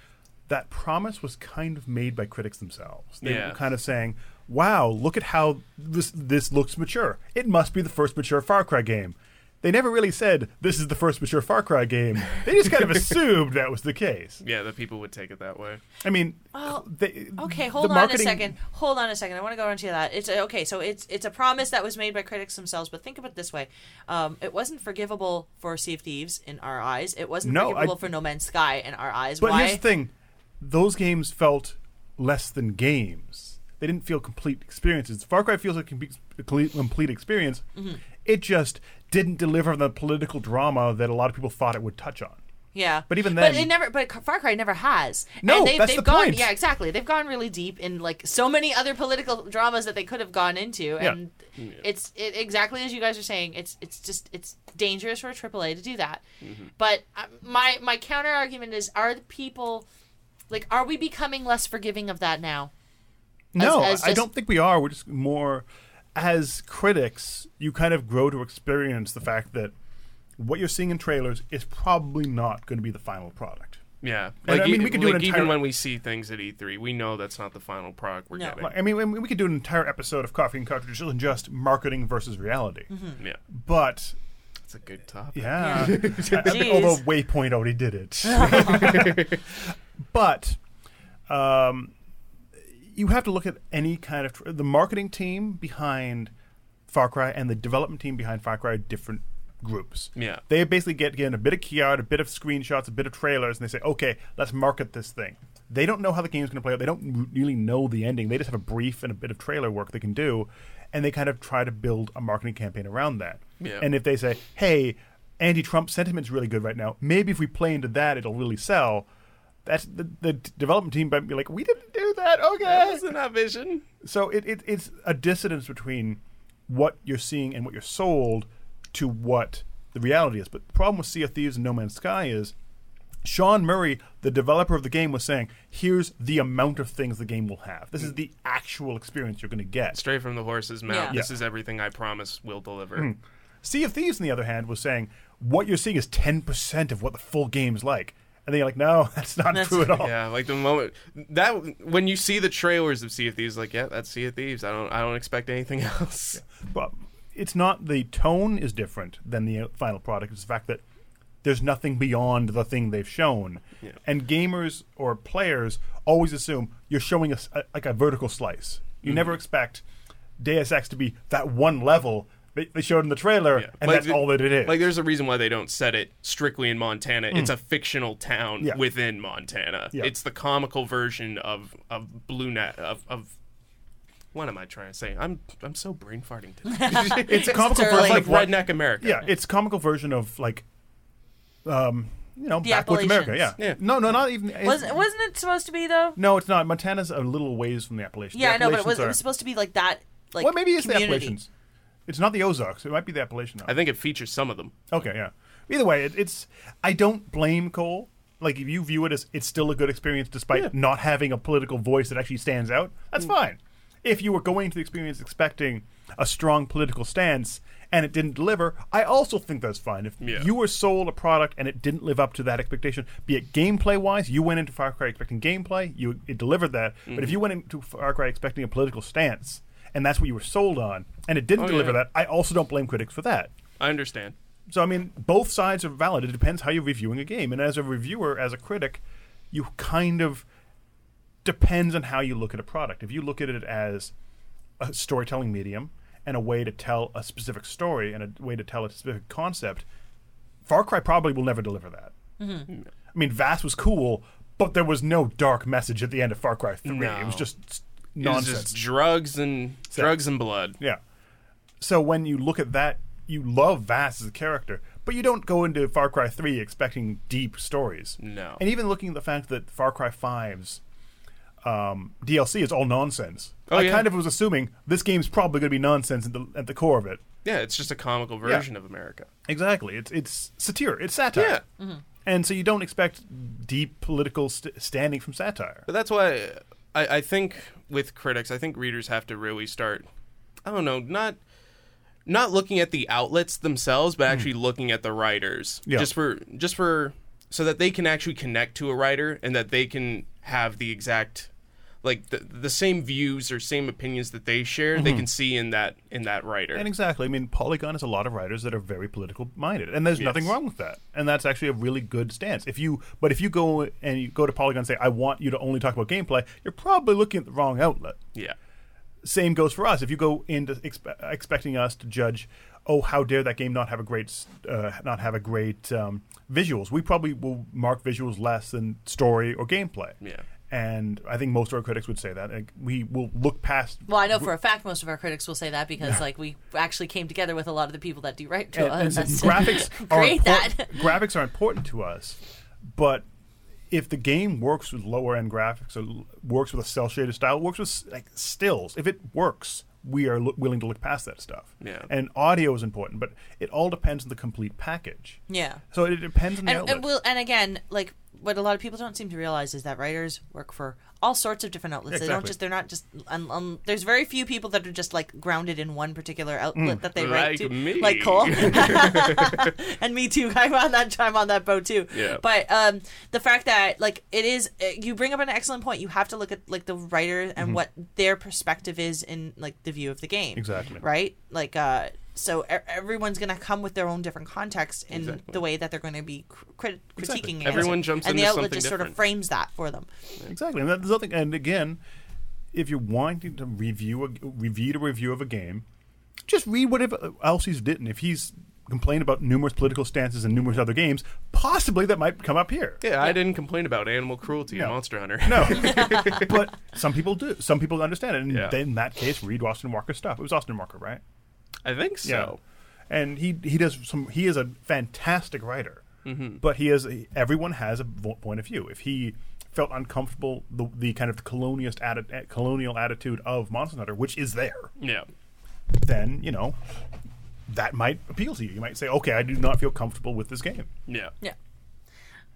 Speaker 3: that promise was kind of made by critics themselves. They
Speaker 2: Yeah.
Speaker 3: were kind of saying, "Wow, look at how this this looks mature. It must be the first mature Far Cry game." They never really said this is the first mature Far Cry game. They just <laughs> kind of assumed that was the case.
Speaker 2: Yeah, that people would take it that way.
Speaker 3: I mean,
Speaker 1: Well,
Speaker 3: they,
Speaker 1: Okay,
Speaker 3: the
Speaker 1: hold on
Speaker 3: marketing-
Speaker 1: a second. Hold on a second. I want to go into that. It's uh, okay. So it's it's a promise that was made by critics themselves. But think of it this way: um, it wasn't forgivable for Sea of Thieves in our eyes. It wasn't
Speaker 3: No, I-
Speaker 1: forgivable for No Man's Sky in our eyes.
Speaker 3: But
Speaker 1: Why?
Speaker 3: here's the thing: those games felt less than games. They didn't feel complete experiences. Far Cry feels like a complete- a complete complete experience.
Speaker 1: Mm-hmm.
Speaker 3: It just didn't deliver the political drama that a lot of people thought it would touch on.
Speaker 1: Yeah,
Speaker 3: But even
Speaker 1: but
Speaker 3: then-
Speaker 1: it never. But Far Cry never has.
Speaker 3: No,
Speaker 1: and they,
Speaker 3: that's
Speaker 1: they've
Speaker 3: the
Speaker 1: gone,
Speaker 3: point.
Speaker 1: Yeah, exactly. They've gone really deep in like so many other political dramas that they could have gone into,
Speaker 3: Yeah.
Speaker 1: and it's it, exactly as you guys are saying. It's it's just it's dangerous for AAA to do that.
Speaker 3: Mm-hmm.
Speaker 1: But uh, my my counter argument is: Are the people like are we becoming less forgiving of that now?
Speaker 3: no,
Speaker 1: as
Speaker 3: I
Speaker 1: just-
Speaker 3: don't think we are. We're just more as critics. You kind of grow to experience the fact that what you're seeing in trailers is probably not going to be the final product.
Speaker 2: Yeah,
Speaker 3: And,
Speaker 2: like,
Speaker 3: I mean,
Speaker 2: e-
Speaker 3: we could do an
Speaker 2: like,
Speaker 3: entire-
Speaker 2: even when we see things at E3, we know that's not the final product we're
Speaker 1: No.
Speaker 2: getting.
Speaker 3: Like, I mean, we- we could do an entire episode of Coffee and Cartridges on just marketing versus reality.
Speaker 1: Mm.
Speaker 2: yeah,
Speaker 3: But
Speaker 2: it's a good topic.
Speaker 3: yeah, <laughs> I- I think- although Waypoint already did it. but um, you have to look at any kind of tr- the marketing team behind Far Cry and the development team behind Far Cry are different groups.
Speaker 2: Yeah.
Speaker 3: they basically get given a bit of key art, a bit of screenshots, a bit of trailers, and they say, "Okay, let's market this thing." They don't know how the game's going to play out. They don't r- really know the ending. They just have a brief and a bit of trailer work they can do, and they kind of try to build a marketing campaign around that.
Speaker 2: Yeah.
Speaker 3: And if they say, "Hey, anti-Trump sentiment's really good right now. Maybe if we play into that, it'll really sell." That's the, the d- development team might be like, "We didn't do that." Okay.
Speaker 2: that wasn't our vision.
Speaker 3: So it, it it's a dissonance between what you're seeing and what you're sold to what the reality is. But the problem with Sea of Thieves and No Man's Sky is Sean Murray, the developer of the game, was saying, "Here's the amount of things the game will have. This is the actual experience you're going to get."
Speaker 2: Straight from the horse's mouth.
Speaker 1: Yeah.
Speaker 2: This
Speaker 3: Yeah.
Speaker 2: is everything I promise will deliver.
Speaker 3: Mm. Sea of Thieves, on the other hand, was saying, "What you're seeing is 10 percent of what the full game's like," and they're like, "No, <laughs> that's not
Speaker 1: That's-
Speaker 3: true at all."
Speaker 2: Yeah, like the moment that when you see the trailers of Sea of Thieves, like yeah, that's Sea of Thieves. I don't, I don't expect anything <laughs> else.
Speaker 3: But it's not the tone is different than the uh, final product. It's the fact that there's nothing beyond the thing they've shown, and gamers or players always assume you're showing us a, like a vertical slice.
Speaker 2: Mm-hmm.
Speaker 3: You never expect Deus Ex to be that one level that they showed in the trailer,
Speaker 2: Yeah.
Speaker 3: and
Speaker 2: Like
Speaker 3: that's
Speaker 2: the-
Speaker 3: all that it is. <laughs> Mm.
Speaker 1: <laughs>
Speaker 2: Like, there's a reason why they don't set it strictly in Montana. It's a fictional town
Speaker 3: Yeah.
Speaker 2: within Montana.
Speaker 3: Yeah.
Speaker 2: It's the comical version of of Blue Net of of. What am I trying to say? I'm I'm so brain farting today. it's
Speaker 3: it's a comical
Speaker 1: Sterling.
Speaker 3: version
Speaker 2: like
Speaker 3: of what,
Speaker 2: redneck America.
Speaker 3: yeah, it's comical version of like, um, you know,
Speaker 1: The
Speaker 3: backwoods America. Yeah.
Speaker 1: Appalachians.
Speaker 2: Yeah.
Speaker 3: no, no, not even.
Speaker 1: Wasn't wasn't it supposed to be though?
Speaker 3: no, it's not. Montana's a little ways from the Appalachians.
Speaker 1: Yeah,
Speaker 3: The
Speaker 1: I know, but it was,
Speaker 3: Appalachians
Speaker 1: it
Speaker 3: are-
Speaker 1: was supposed to be like that. Like
Speaker 3: well, maybe it's the
Speaker 1: community.
Speaker 3: Appalachians. It's not the Ozarks. It might be the Appalachian.
Speaker 2: I think it features some of them.
Speaker 3: Okay, yeah. Either way, it, it's. I don't blame Cole. Like, if you view it as it's still a good experience despite not having a political voice that actually stands out, that's
Speaker 2: Mm.
Speaker 3: fine. If you were going into the experience expecting a strong political stance and it didn't deliver, I also think that's fine. If
Speaker 2: Yeah.
Speaker 3: you were sold a product and it didn't live up to that expectation, be it gameplay wise, you went into Far Cry expecting gameplay, you it delivered that. But
Speaker 2: Mm-hmm.
Speaker 3: if you went into Far Cry expecting a political stance and that's what you were sold on and it didn't
Speaker 2: Oh,
Speaker 3: deliver
Speaker 2: yeah.
Speaker 3: that, I also don't blame critics for that.
Speaker 2: I understand.
Speaker 3: So I mean, both sides are valid. It depends how you're reviewing a game, and as a reviewer, as a critic, you kind of depends on how you look at a product. If you look at it as a storytelling medium and a way to tell a specific story and a way to tell a specific concept, Far Cry probably will never deliver that. I mean, Vast was cool, but there was no dark message at the end of Far Cry Three. It was
Speaker 2: No.
Speaker 3: just s-
Speaker 2: It's
Speaker 3: nonsense.
Speaker 2: just drugs and drugs and blood.
Speaker 3: Yeah. So when you look at that, you love Vass as a character, but you don't go into Far Cry 3 expecting deep stories.
Speaker 2: No.
Speaker 3: And even looking at the fact that Far Cry 5's um, DLC is all nonsense.
Speaker 2: Oh,
Speaker 3: I
Speaker 2: yeah.
Speaker 3: kind of was assuming this game's probably going to be nonsense at the, at the core of it.
Speaker 2: Yeah, it's just a comical version of America.
Speaker 3: Exactly. It's it's satire. It's satire. Yeah. Mm-hmm. And so you don't expect deep political st- standing from satire.
Speaker 2: But that's why I, I think with critics, I think readers have to really start. I don't know, not not looking at the outlets themselves, but actually looking at the writers.
Speaker 3: Hmm. Yeah.
Speaker 2: Just for just for so that they can actually connect to a writer and that they can have the exact like the, the same views or same opinions that they share they can see in that in that writer
Speaker 3: Hmm. And exactly. I mean, Polygon has a lot of writers that are very political minded, and there's nothing wrong with that. And that's actually a really good stance. If you, but if you go and you go to Polygon and say, "I want you to only talk about gameplay," you're probably looking at the wrong outlet.
Speaker 2: yeah
Speaker 3: Same goes for us. If you go into expe- expecting us to judge, "Oh, how dare that game not have a great, s- uh, not have a great um, visuals," we probably will mark visuals less than story or gameplay.
Speaker 2: Yeah.
Speaker 3: And I think most of our critics would say that Like, we will look past
Speaker 1: Well, I know for a fact most of our critics will say that because like we actually came together with a lot of the people that do write to
Speaker 3: and,
Speaker 1: us.
Speaker 3: and
Speaker 1: <laughs>
Speaker 3: graphics are
Speaker 1: create
Speaker 3: import-
Speaker 1: that. <laughs>
Speaker 3: graphics are important to us, but if the game works with lower end graphics or l- works with a cell shaded style, works with s- like stills, if it works, we are lo- willing to look past that stuff.
Speaker 2: Yeah.
Speaker 3: And audio is important, but it all depends on the complete package.
Speaker 1: Yeah.
Speaker 3: So it depends on the
Speaker 1: and,
Speaker 3: outlet.
Speaker 1: and we'll, and again, like what a lot of people don't seem to realize is that writers work for all sorts of different outlets. They don't
Speaker 3: Exactly.
Speaker 1: just they're not just um, um, there's very few people that are just like grounded in one particular outlet that they write
Speaker 2: Mm. Like
Speaker 1: to,
Speaker 2: me.
Speaker 1: like
Speaker 2: <laughs>
Speaker 1: Cole <laughs> and me too. <laughs> I'm on that I'm on that boat too.
Speaker 2: Yeah.
Speaker 1: But um, the fact that like it is, uh, you bring up an excellent point. You have to look at like the writer and
Speaker 2: Mm-hmm.
Speaker 1: what their perspective is in like the view of the game.
Speaker 3: Exactly.
Speaker 1: Right. Like uh, so e- everyone's gonna come with their own different context in the way that they're going to be crit- critiquing it.
Speaker 2: Everyone jumps
Speaker 1: and
Speaker 2: into
Speaker 1: the outlet
Speaker 2: something
Speaker 1: just sort of
Speaker 2: different.
Speaker 1: frames that for them.
Speaker 3: Exactly, and that- there's nothing. And again, if you're wanting to review a review to review of a game, just read whatever else he's written. If he's complained about numerous political stances in numerous other games, possibly that might come up here.
Speaker 2: yeah, i didn't complain about animal cruelty in
Speaker 3: No.
Speaker 2: monster hunter
Speaker 3: No, but some people do. Some people understand it, and
Speaker 2: Yeah.
Speaker 3: then in that case, read Austin Walker's stuff. It was Austin Walker, right?
Speaker 2: <laughs> i think so
Speaker 3: and he he does some. He is a fantastic writer,
Speaker 1: Mm-hmm.
Speaker 3: but he is a, everyone has a vo- point of view. If he felt uncomfortable the, the kind of colonialist atti- eh, colonial attitude of Monster Hunter, which is there,
Speaker 2: yeah
Speaker 3: then you know that might appeal to you. You might say, okay, I do not feel comfortable with this game.
Speaker 2: yeah
Speaker 1: Yeah.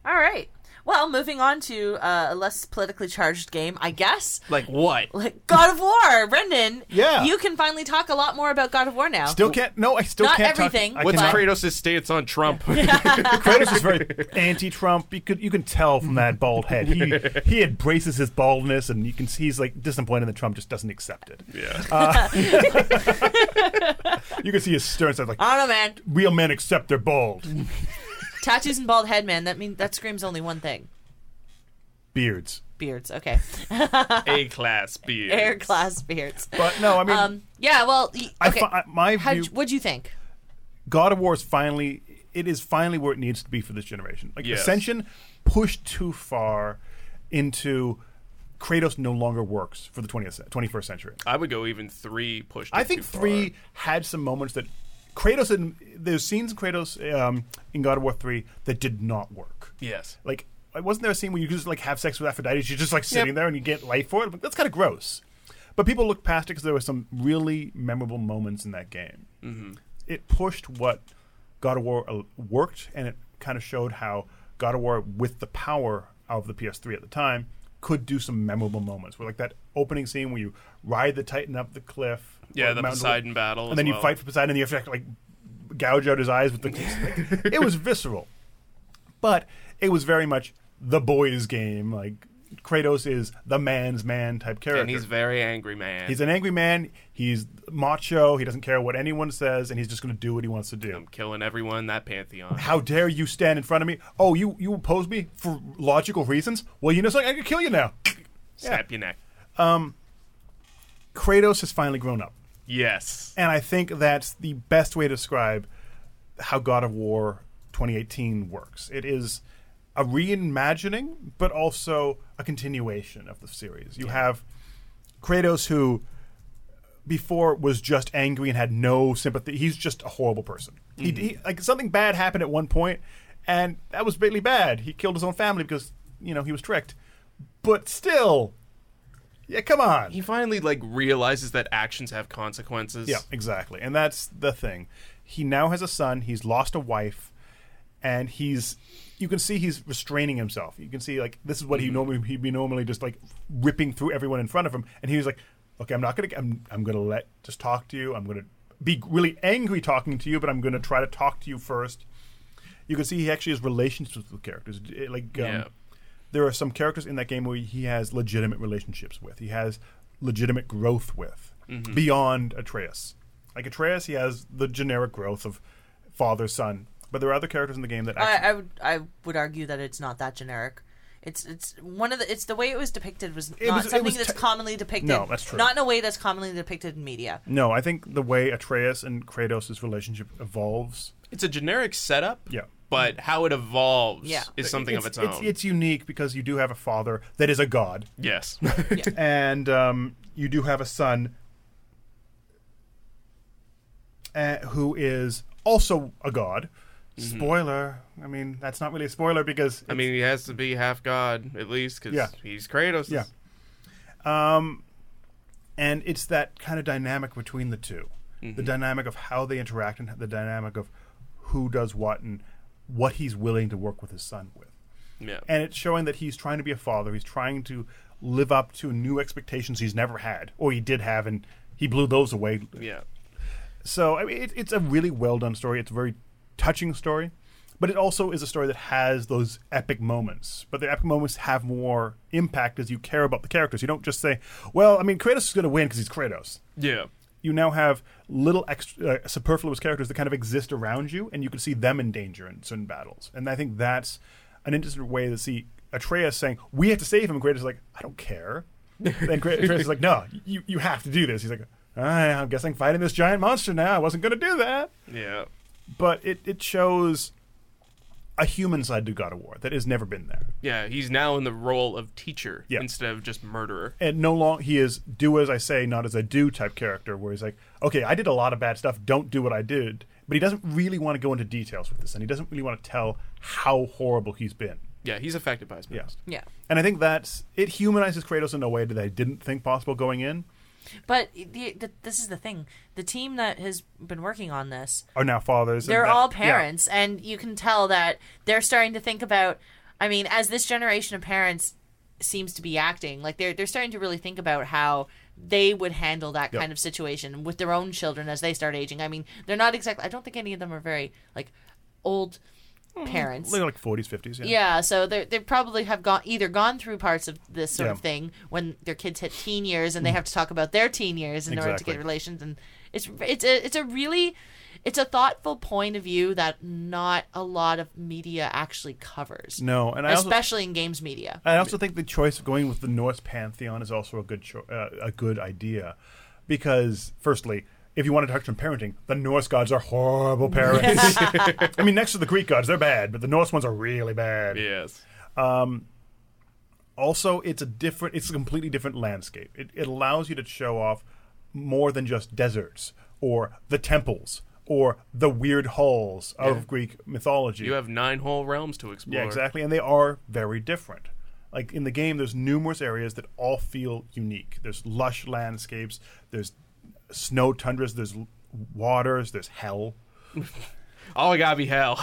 Speaker 1: All right. Well, moving on to uh, a less politically charged game, I guess.
Speaker 6: Like what?
Speaker 1: Like God of War, Brendan.
Speaker 3: Yeah.
Speaker 1: You can finally talk a lot more about God of War now.
Speaker 3: Still can't. No, I still
Speaker 1: Not
Speaker 3: can't. talk-
Speaker 1: everything,
Speaker 3: I
Speaker 2: What's
Speaker 1: but-
Speaker 3: cannot-
Speaker 2: Kratos' stance on Trump? <laughs>
Speaker 1: <laughs>
Speaker 3: Kratos is very anti-Trump. You could you can tell from that bald head. He he embraces his baldness, and you can see he's like disappointed that Trump just doesn't accept it.
Speaker 2: yeah.
Speaker 3: You can see his stern side, like
Speaker 1: I don't know, man.
Speaker 3: real men accept their bald
Speaker 1: Tattoos and bald head, man. That mean that screams only one thing:
Speaker 3: beards.
Speaker 1: beards. Okay, <laughs>
Speaker 3: Uh,
Speaker 2: A class beard.
Speaker 1: air class beards.
Speaker 3: But no, I mean,
Speaker 1: Um, yeah. Well, y-
Speaker 3: I
Speaker 1: okay.
Speaker 3: fi- I- my
Speaker 1: How
Speaker 3: view,
Speaker 1: what'd you think?
Speaker 3: God of War is finally it is finally where it needs to be for this generation. Like
Speaker 2: Yes.
Speaker 3: Ascension pushed too far into Kratos no longer works for the 20th, ce- 21st century.
Speaker 2: I would go even three pushed.
Speaker 3: I
Speaker 2: it
Speaker 3: think
Speaker 2: too far.
Speaker 3: three had some moments that Kratos and there's scenes in Kratos um, in God of War three that did not work.
Speaker 2: Yes.
Speaker 3: Like wasn't there a scene where you just like have sex with Aphrodite? She's just like sitting there and you get life for it. Like, that's kind of gross. But people looked past it because there were some really memorable moments in that game. Mm-hmm. It pushed what God of War uh, worked, and it kind of showed how God of War, with the power of the PS3 at the time, could do some memorable moments. Where like that opening scene where you ride the Titan up the cliff.
Speaker 2: Yeah,
Speaker 3: or
Speaker 2: the
Speaker 3: mountain-
Speaker 2: Poseidon battle
Speaker 3: and
Speaker 2: as
Speaker 3: then you
Speaker 2: well.
Speaker 3: fight for Poseidon, and you have to act like gouge out his eyes with the.
Speaker 2: <laughs>
Speaker 3: like, it was visceral but it was very much the boys' game. Like Kratos is the man's man type character.
Speaker 2: And he's very angry man.
Speaker 3: He's an angry man. He's macho. He doesn't care what anyone says, and he's just going to do what he wants to do.
Speaker 2: I'm killing everyone in that pantheon.
Speaker 3: How dare you stand in front of me? Oh, you you oppose me for logical reasons? Well, you know something. I could kill you now.
Speaker 2: Snap your neck.
Speaker 3: Kratos has finally grown up,
Speaker 2: Yes.
Speaker 3: and I think that's the best way to describe how God of War 2018 works. It is a reimagining, but also a continuation of the series. You have Kratos, who before was just angry and had no sympathy. He's just a horrible person. He, he like something bad happened at one point, and that was really bad. He killed his own family because you know he was tricked. But still, yeah, come on.
Speaker 2: He finally like realizes that actions have consequences.
Speaker 3: Yeah, exactly. And that's the thing. He now has a son. He's lost a wife, and he's. You can see he's restraining himself. You can see like this is what he normally he'd be normally just like ripping through everyone in front of him, and he was like, "Okay, I'm not gonna. I'm I'm gonna let just talk to you. I'm gonna be really angry talking to you, but I'm gonna try to talk to you first. You can see he actually has relationships with characters. It- Like um,
Speaker 2: Yeah.
Speaker 3: there are some characters in that game where he has legitimate relationships with. He has legitimate growth with
Speaker 2: Mm-hmm.
Speaker 3: beyond Atreus. Like Atreus, he has the generic growth of father son. But there are other characters in the game that
Speaker 1: I,
Speaker 3: actually,
Speaker 1: I would I would argue that it's not that generic. It's it's one of the it's the way it was depicted was
Speaker 3: It
Speaker 1: not
Speaker 3: was- it
Speaker 1: something
Speaker 3: was
Speaker 1: that's
Speaker 3: te-
Speaker 1: commonly depicted.
Speaker 3: No, that's true.
Speaker 1: Not in a way that's commonly depicted in media.
Speaker 3: no, I think the way Atreus and Kratos' relationship evolves.
Speaker 2: It's a generic setup.
Speaker 3: Yeah.
Speaker 2: But how it evolves
Speaker 1: Yeah.
Speaker 2: is something of its, own.
Speaker 3: It's, it's unique because you do have a father that is a god, <laughs>
Speaker 2: yes.
Speaker 3: and um, you do have a son uh, who is also a god. Spoiler. I mean, that's not really a spoiler because
Speaker 2: Mm-hmm. I mean, he has to be half god at least because
Speaker 3: Yeah.
Speaker 2: he's Kratos.
Speaker 3: Yeah. Um, and it's that kind of dynamic between the 2
Speaker 2: Mm-hmm.
Speaker 3: the dynamic of how they interact and the dynamic of who does what and what he's willing to work with his son with
Speaker 2: Yeah.
Speaker 3: and it's showing that he's trying to be a father he's trying to live up to new expectations he's never had or he did have and he blew those away
Speaker 2: yeah.
Speaker 3: so I mean, it, it's a really well done story. It's a very touching story, but it also is a story that has those epic moments. But the epic moments have more impact as you care about the characters. You don't just say, "Well, I mean, Kratos is going to win because he's Kratos."
Speaker 2: Yeah.
Speaker 3: You now have little extra, uh, superfluous characters that kind of exist around you, and you can see them in danger in certain battles. And I think that's an interesting way to see Atreus saying, "We have to save him." And Kratos is like, "I don't care." then Kra- Atreus is like, "No, you you have to do this." He's like, "I- "I'm guessing fighting this giant monster now. I wasn't going to do that."
Speaker 2: Yeah.
Speaker 3: But it it shows a human side to God of War that has never been there.
Speaker 2: Yeah. He's now in the role of teacher
Speaker 3: Yeah.
Speaker 2: instead of just murderer.
Speaker 3: and no long he is do as I say, not as I do type character, where he's like, okay, I did a lot of bad stuff. Don't do what I did. But he doesn't really want to go into details with this, and he doesn't really want to tell how horrible he's been.
Speaker 2: Yeah. He's affected by his past.
Speaker 1: Yeah.
Speaker 3: And I think that's it. Humanizes Kratos in a way that I didn't think possible going in.
Speaker 1: But the, the, this is the thing: the team that has been working on this,
Speaker 3: Are now fathers. and
Speaker 1: they're
Speaker 3: that-
Speaker 1: all
Speaker 3: yeah.
Speaker 1: parents, and you can tell that they're starting to think about. I mean, as this generation of parents seems to be acting, like they're they're starting to really think about how they would handle that kind of situation with their own children as they start aging. I mean, they're not exactly. I don't think any of them are very like old Mm, parents.
Speaker 3: Like forties, fifties. Yeah.
Speaker 1: Yeah, so they they probably have gone either gone through parts of this sort of
Speaker 3: Yeah. Mm.
Speaker 1: thing when their kids hit teen years and they have to talk about their teen years in order to
Speaker 3: Exactly.
Speaker 1: get relations and it's it's a, it's a really it's a thoughtful point of view that not a lot of media actually covers.
Speaker 3: No, and I also-
Speaker 1: especially in games media.
Speaker 3: I also think the choice of going with the Norse pantheon is also a good cho- uh, a good idea, because firstly, if you want to touch on parenting, the Norse gods are horrible parents. I mean, next to the Greek gods, they're bad, but the Norse ones are really bad.
Speaker 2: Yes.
Speaker 3: Also, it's a different, it's a completely different landscape. It, it allows you to show off more than just deserts or the temples or the weird halls of Greek mythology.
Speaker 2: You have nine whole realms to explore.
Speaker 3: Yeah, exactly. And they are very different. Like in the game, there's numerous areas that all feel unique. There's lush landscapes, there's snow tundras, there's l- waters, there's hell.
Speaker 2: Oh, it gotta be hell.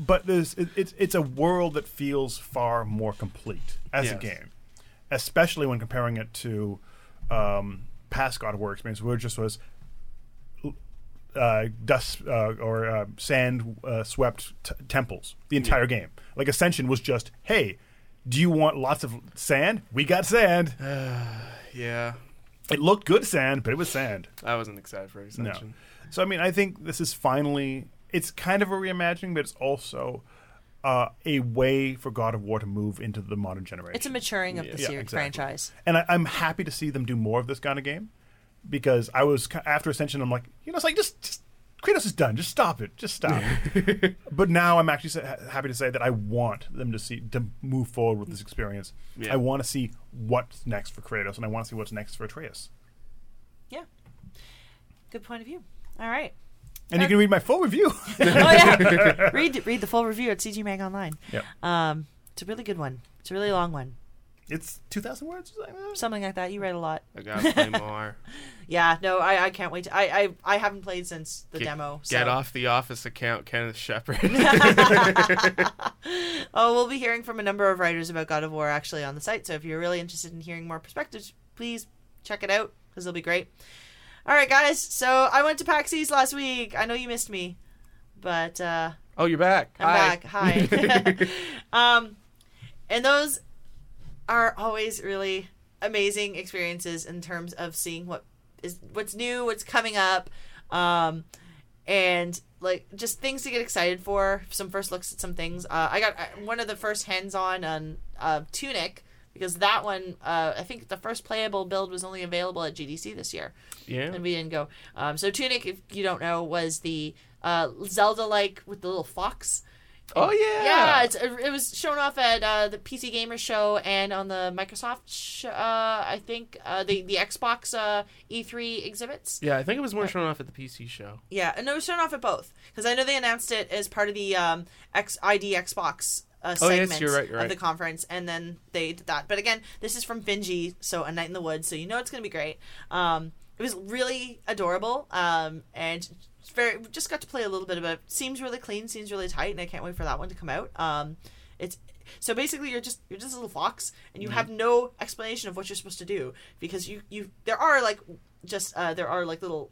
Speaker 3: But there's it, it's it's a world that feels far more complete as a
Speaker 2: Yes.
Speaker 3: game, especially when comparing it to um, past God of War experience, where it just was uh, dust uh, or uh, sand uh, swept t- temples the entire game. Like Ascension was just, hey, do you want lots of sand? We got sand.
Speaker 2: <laughs> yeah.
Speaker 3: It looked good sand, but it was sand.
Speaker 2: I wasn't excited for
Speaker 3: No.
Speaker 2: Ascension.
Speaker 3: So I mean, I think this is finally it's kind of a reimagining, but it's also uh, a way for God of War to move into the modern generation.
Speaker 1: It's a maturing of the
Speaker 3: Yeah,
Speaker 1: series
Speaker 3: exactly.
Speaker 1: franchise.
Speaker 3: and I, I'm happy to see them do more of this kind of game because I was ki- after Ascension, I'm like, you know, it's like just, just Kratos is done, just stop it, just stop.
Speaker 1: <laughs>
Speaker 3: but now I'm actually sa- ha- happy to say that I want them to see to move forward with this experience.
Speaker 2: Yeah.
Speaker 3: I want to see what's next for Kratos, and I want to see what's next for Atreus.
Speaker 1: Yeah. Good point of view. All
Speaker 3: <laughs>
Speaker 1: right.
Speaker 3: And you can read my full review.
Speaker 1: Uh, <laughs> oh
Speaker 3: <laughs>
Speaker 1: yeah. read read the full review at CG Mag Online.
Speaker 3: Yep.
Speaker 1: Um, it's a really good one. It's a really long one.
Speaker 3: it's two thousand words. or something like that?
Speaker 1: Something like that. You read a lot.
Speaker 2: I gotta play
Speaker 3: <laughs>
Speaker 1: <laughs>
Speaker 2: more.
Speaker 1: Yeah, no, I, I can't wait. To, I, I I haven't played since the
Speaker 2: Get-
Speaker 1: demo. So.
Speaker 2: Get off the office account,
Speaker 1: <laughs>
Speaker 2: Kenneth Shepard. <laughs>
Speaker 1: Oh, we'll be hearing from a number of writers about God of War actually on the site. So if you're really interested in hearing more perspectives, please check it out because it'll be great. All right, guys. So I went to PAX East last week. I know you missed me, but uh,
Speaker 2: oh, you're back.
Speaker 1: I'm
Speaker 2: Hi.
Speaker 1: back.
Speaker 2: <laughs>
Speaker 1: Hi. <laughs> um, and those are always really amazing experiences in terms of seeing what is what's new, what's coming up, um, and like just things to get excited for. Some first looks at some things. Uh, I got uh, one of the first hands on on uh, Tunic because that one uh, I think the first playable build was only available at GDC this year
Speaker 2: Yeah.
Speaker 1: and we didn't go. Um, so Tunic, if you don't know, was the uh, Zelda-like with the little fox.
Speaker 2: Oh yeah.
Speaker 1: Yeah, it's, it was shown off at uh, the PC Gamer Show and on the Microsoft, sh- uh, I think, uh, the the Xbox uh, E3 exhibits.
Speaker 2: yeah, I think it was more shown off at the PC show.
Speaker 1: Yeah, and it was shown off at both because I know they announced it as part of the um, X ID Xbox. Uh,
Speaker 2: Oh, yes,
Speaker 1: segment
Speaker 2: you're right, you're
Speaker 1: of
Speaker 2: right.
Speaker 1: the conference, and then they did that. But again, this is from Finji, so A Night in the Woods, so you know it's going to be great. Um, it was really adorable, um, and it's very just got to play a little bit of it. Seems really clean, seems really tight, and I can't wait for that one to come out. Um, it's so basically you're just you're just a little fox, and
Speaker 2: Mm-hmm.
Speaker 1: you have no explanation of what you're supposed to do because you you there are like just uh, there are like little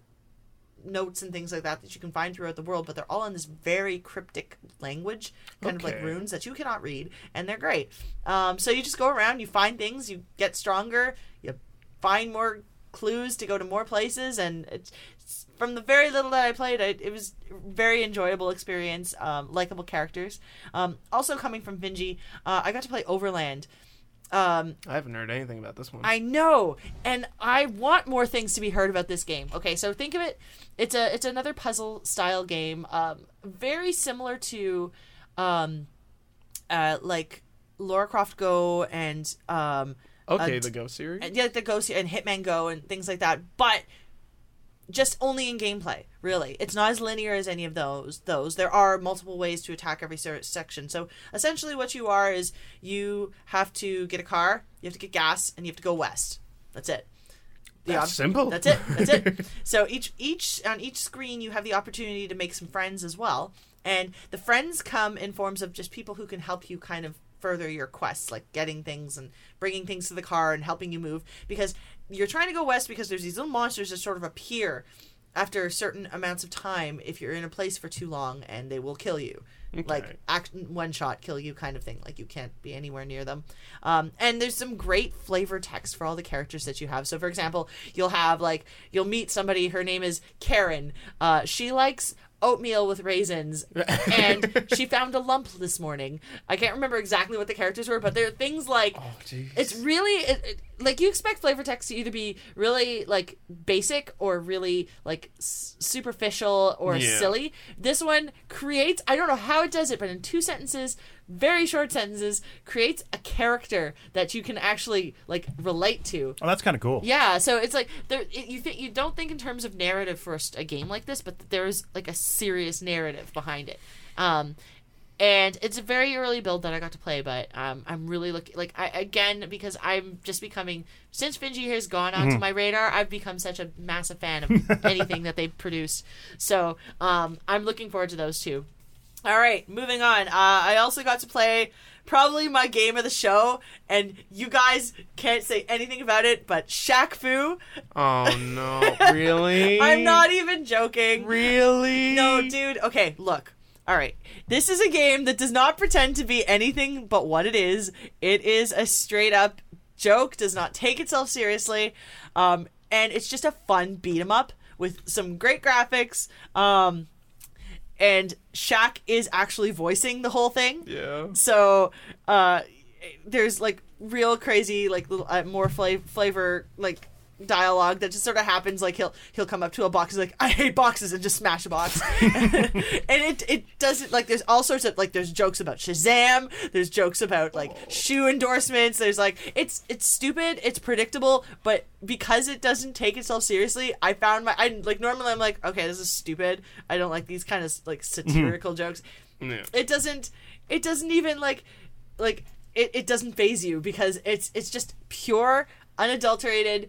Speaker 1: notes and things like that that you can find throughout the world, but they're all in this very cryptic language, kind of like
Speaker 2: Okay.
Speaker 1: runes that you cannot read, and they're great. Um, so you just go around, you find things, you get stronger, you find more clues to go to more places, and it's, it's- from the very little that I played, I, it was a very enjoyable experience, um, likable characters. Um, also coming from Vinji, uh, I got to play Overland. Um,
Speaker 2: I haven't heard anything about this one.
Speaker 1: I know, and I want more things to be heard about this game. Okay, so think of it. It's a it's another puzzle style game, um, very similar to, um, uh, like Lara Croft Go and um,
Speaker 2: okay,
Speaker 1: uh,
Speaker 2: the Go series.
Speaker 1: and yeah, the Ghost and Hitman Go and things like that, but just only in gameplay. Really, it's not as linear as any of those. Those there are multiple ways to attack every cer- section. So essentially, what you are is you have to get a car, you have to get gas, and you have to go west. That's it. The
Speaker 2: That's
Speaker 1: ob-
Speaker 2: simple.
Speaker 1: That's
Speaker 2: <laughs>
Speaker 1: it. That's it. so each each on each screen, you have the opportunity to make some friends as well. And the friends come in forms of just people who can help you kind of further your quests, like getting things and bringing things to the car and helping you move because you're trying to go west because there's these little monsters that sort of appear after certain amounts of time if you're in a place for too long and they will kill you like act one shot kill you kind of thing like you can't be anywhere near them um, and there's some great flavor text for all the characters that you have so for example you'll have like you'll meet somebody her name is karen uh, she likes oatmeal with raisins and she found a lump this morning i can't remember exactly what the characters were but there are things like it's really it, it- like you expect flavor text to either be really like basic or really like s- superficial or
Speaker 2: Yeah.
Speaker 1: silly. This one creates I don't know how it does it, but in two sentences, very short sentences, creates a character that you can actually like relate to.
Speaker 3: Oh, that's kind of cool.
Speaker 1: Yeah, so it's like there it- you think you don't think in terms of narrative for a s- a game like this, but that there is like a serious narrative behind it. Um, and it's a very early build that I got to play, but um, I'm really looking like I again because I'm just becoming since Finji has gone onto my radar, I've become such a massive fan of anything that they <laughs> produce. So um, I'm looking forward to those two. All right, moving on. Uh, I also got to play probably my game of the show, and you guys can't say anything about it, but Shaq Fu.
Speaker 2: Oh <laughs> no! Really?
Speaker 1: I'm not even joking.
Speaker 2: really.
Speaker 1: No, dude. Okay, look. All right. This is a game that does not pretend to be anything but what it is. It is a straight up joke, does not take itself seriously. Um, and it's just a fun beat 'em up with some great graphics. Um, and Shaq is actually voicing the whole thing.
Speaker 2: Yeah.
Speaker 1: So uh, there's like real crazy like little uh, more fla- flavor like dialogue that just sort of happens like he'll he'll come up to a box he's like I hate boxes and just smash a box <laughs> and it it doesn't like there's all sorts of like there's jokes about Shazam there's jokes about like shoe endorsements there's like it's it's stupid it's predictable but because it doesn't take itself seriously I found my I like normally I'm like okay this is stupid I don't like these kind of like satirical jokes
Speaker 2: Yeah.
Speaker 1: it doesn't it doesn't even like like it, it doesn't phase you because it's it's just pure unadulterated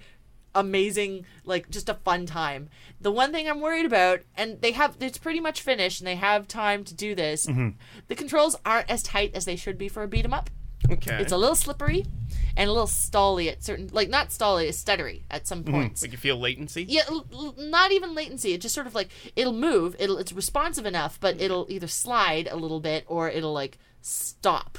Speaker 1: amazing like just a fun time the one thing i'm worried about and they have it's pretty much finished and they have time to do this the controls aren't as tight as they should be for a beat 'em up
Speaker 2: Okay.
Speaker 1: it's a little slippery and a little stally at certain like not stally it's stuttery at some points
Speaker 2: like you feel latency.
Speaker 1: yeah, l- l- not even latency. It just sort of like it'll move. It'll it's responsive enough, but
Speaker 2: Mm-hmm.
Speaker 1: it'll either slide a little bit or it'll like stop.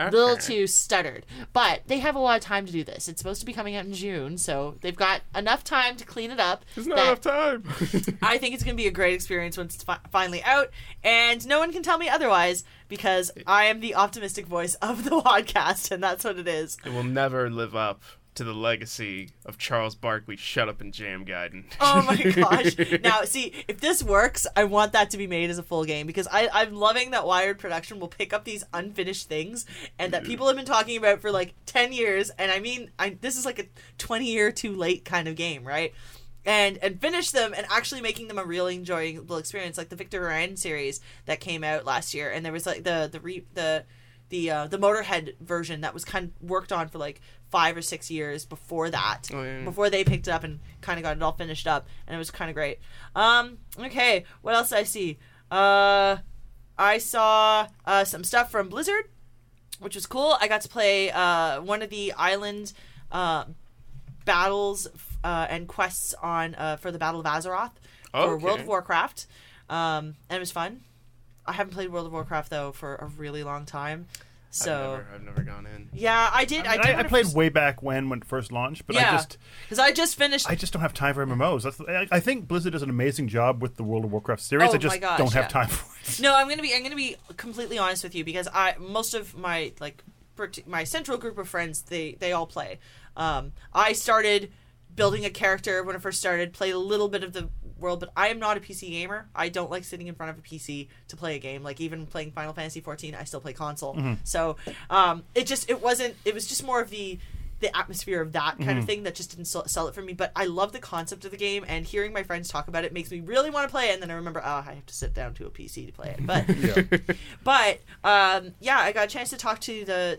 Speaker 1: A little
Speaker 2: Okay.
Speaker 1: too stuttered. But they have a lot of time to do this. It's supposed to be coming out in June, so they've got enough time to clean it up.
Speaker 2: There's not
Speaker 1: that-
Speaker 2: enough time.
Speaker 1: I think it's going to be a great experience when it's fi- finally out, and no one can tell me otherwise because I am the optimistic voice of the <laughs> podcast, and that's what it is.
Speaker 2: it will never live up to the legacy of Charles Barkley. Shut up and jam guiding.
Speaker 1: Oh my gosh. Now, see, if this works, I want that to be made as a full game because I, I'm loving that Wired Production will pick up these unfinished things and that people have been talking about for like 10 years. And I mean, I, this is like a 20 year too late kind of game, right? And and finish them and actually making them a really enjoyable experience, like the Victor Ryan series that came out last year. And there was like the the re, the the uh, the Motorhead version that was kind of worked on for like five or six years before that,
Speaker 2: Oh, yeah, yeah.
Speaker 1: before they picked it up and kind of got it all finished up, and it was kind of great. Um, okay, what else did I see? Uh, I saw uh, some stuff from Blizzard, which was cool. I got to play uh, one of the island uh, battles uh, and quests on uh, for the Battle of Azeroth for
Speaker 2: Okay.
Speaker 1: World of Warcraft, um, and it was fun. I haven't played World of Warcraft though for a really long time. So
Speaker 2: I've never, I've never gone in.
Speaker 1: yeah, I did. I,
Speaker 3: I,
Speaker 1: did
Speaker 3: I,
Speaker 1: when it
Speaker 3: played
Speaker 1: first-
Speaker 3: way back when when it first launched, but I
Speaker 1: yeah,
Speaker 3: just
Speaker 1: because I just finished.
Speaker 3: I just don't have time for MMOs. That's I, I think Blizzard does an amazing job with the World of Warcraft series.
Speaker 1: Oh
Speaker 3: I just
Speaker 1: my gosh,
Speaker 3: don't have
Speaker 1: yeah.
Speaker 3: time for
Speaker 1: <laughs>
Speaker 3: it.
Speaker 1: No, I'm gonna be I'm gonna be completely honest with you because I most of my like part- my central group of friends they they all play. Um, I started building a character when I first started, played a little bit of the world, but I am not a PC gamer. I don't like sitting in front of a PC to play a game. Like even playing Final Fantasy 14, I still play console. So um, it just it wasn't it was just more of the the atmosphere of that kind of thing that just didn't sell, sell it for me. But I love the concept of the game, and hearing my friends talk about it makes me really want to play it. And then I remember, oh, I have to sit down to a PC to play it. But but um, yeah, I got a chance to talk to the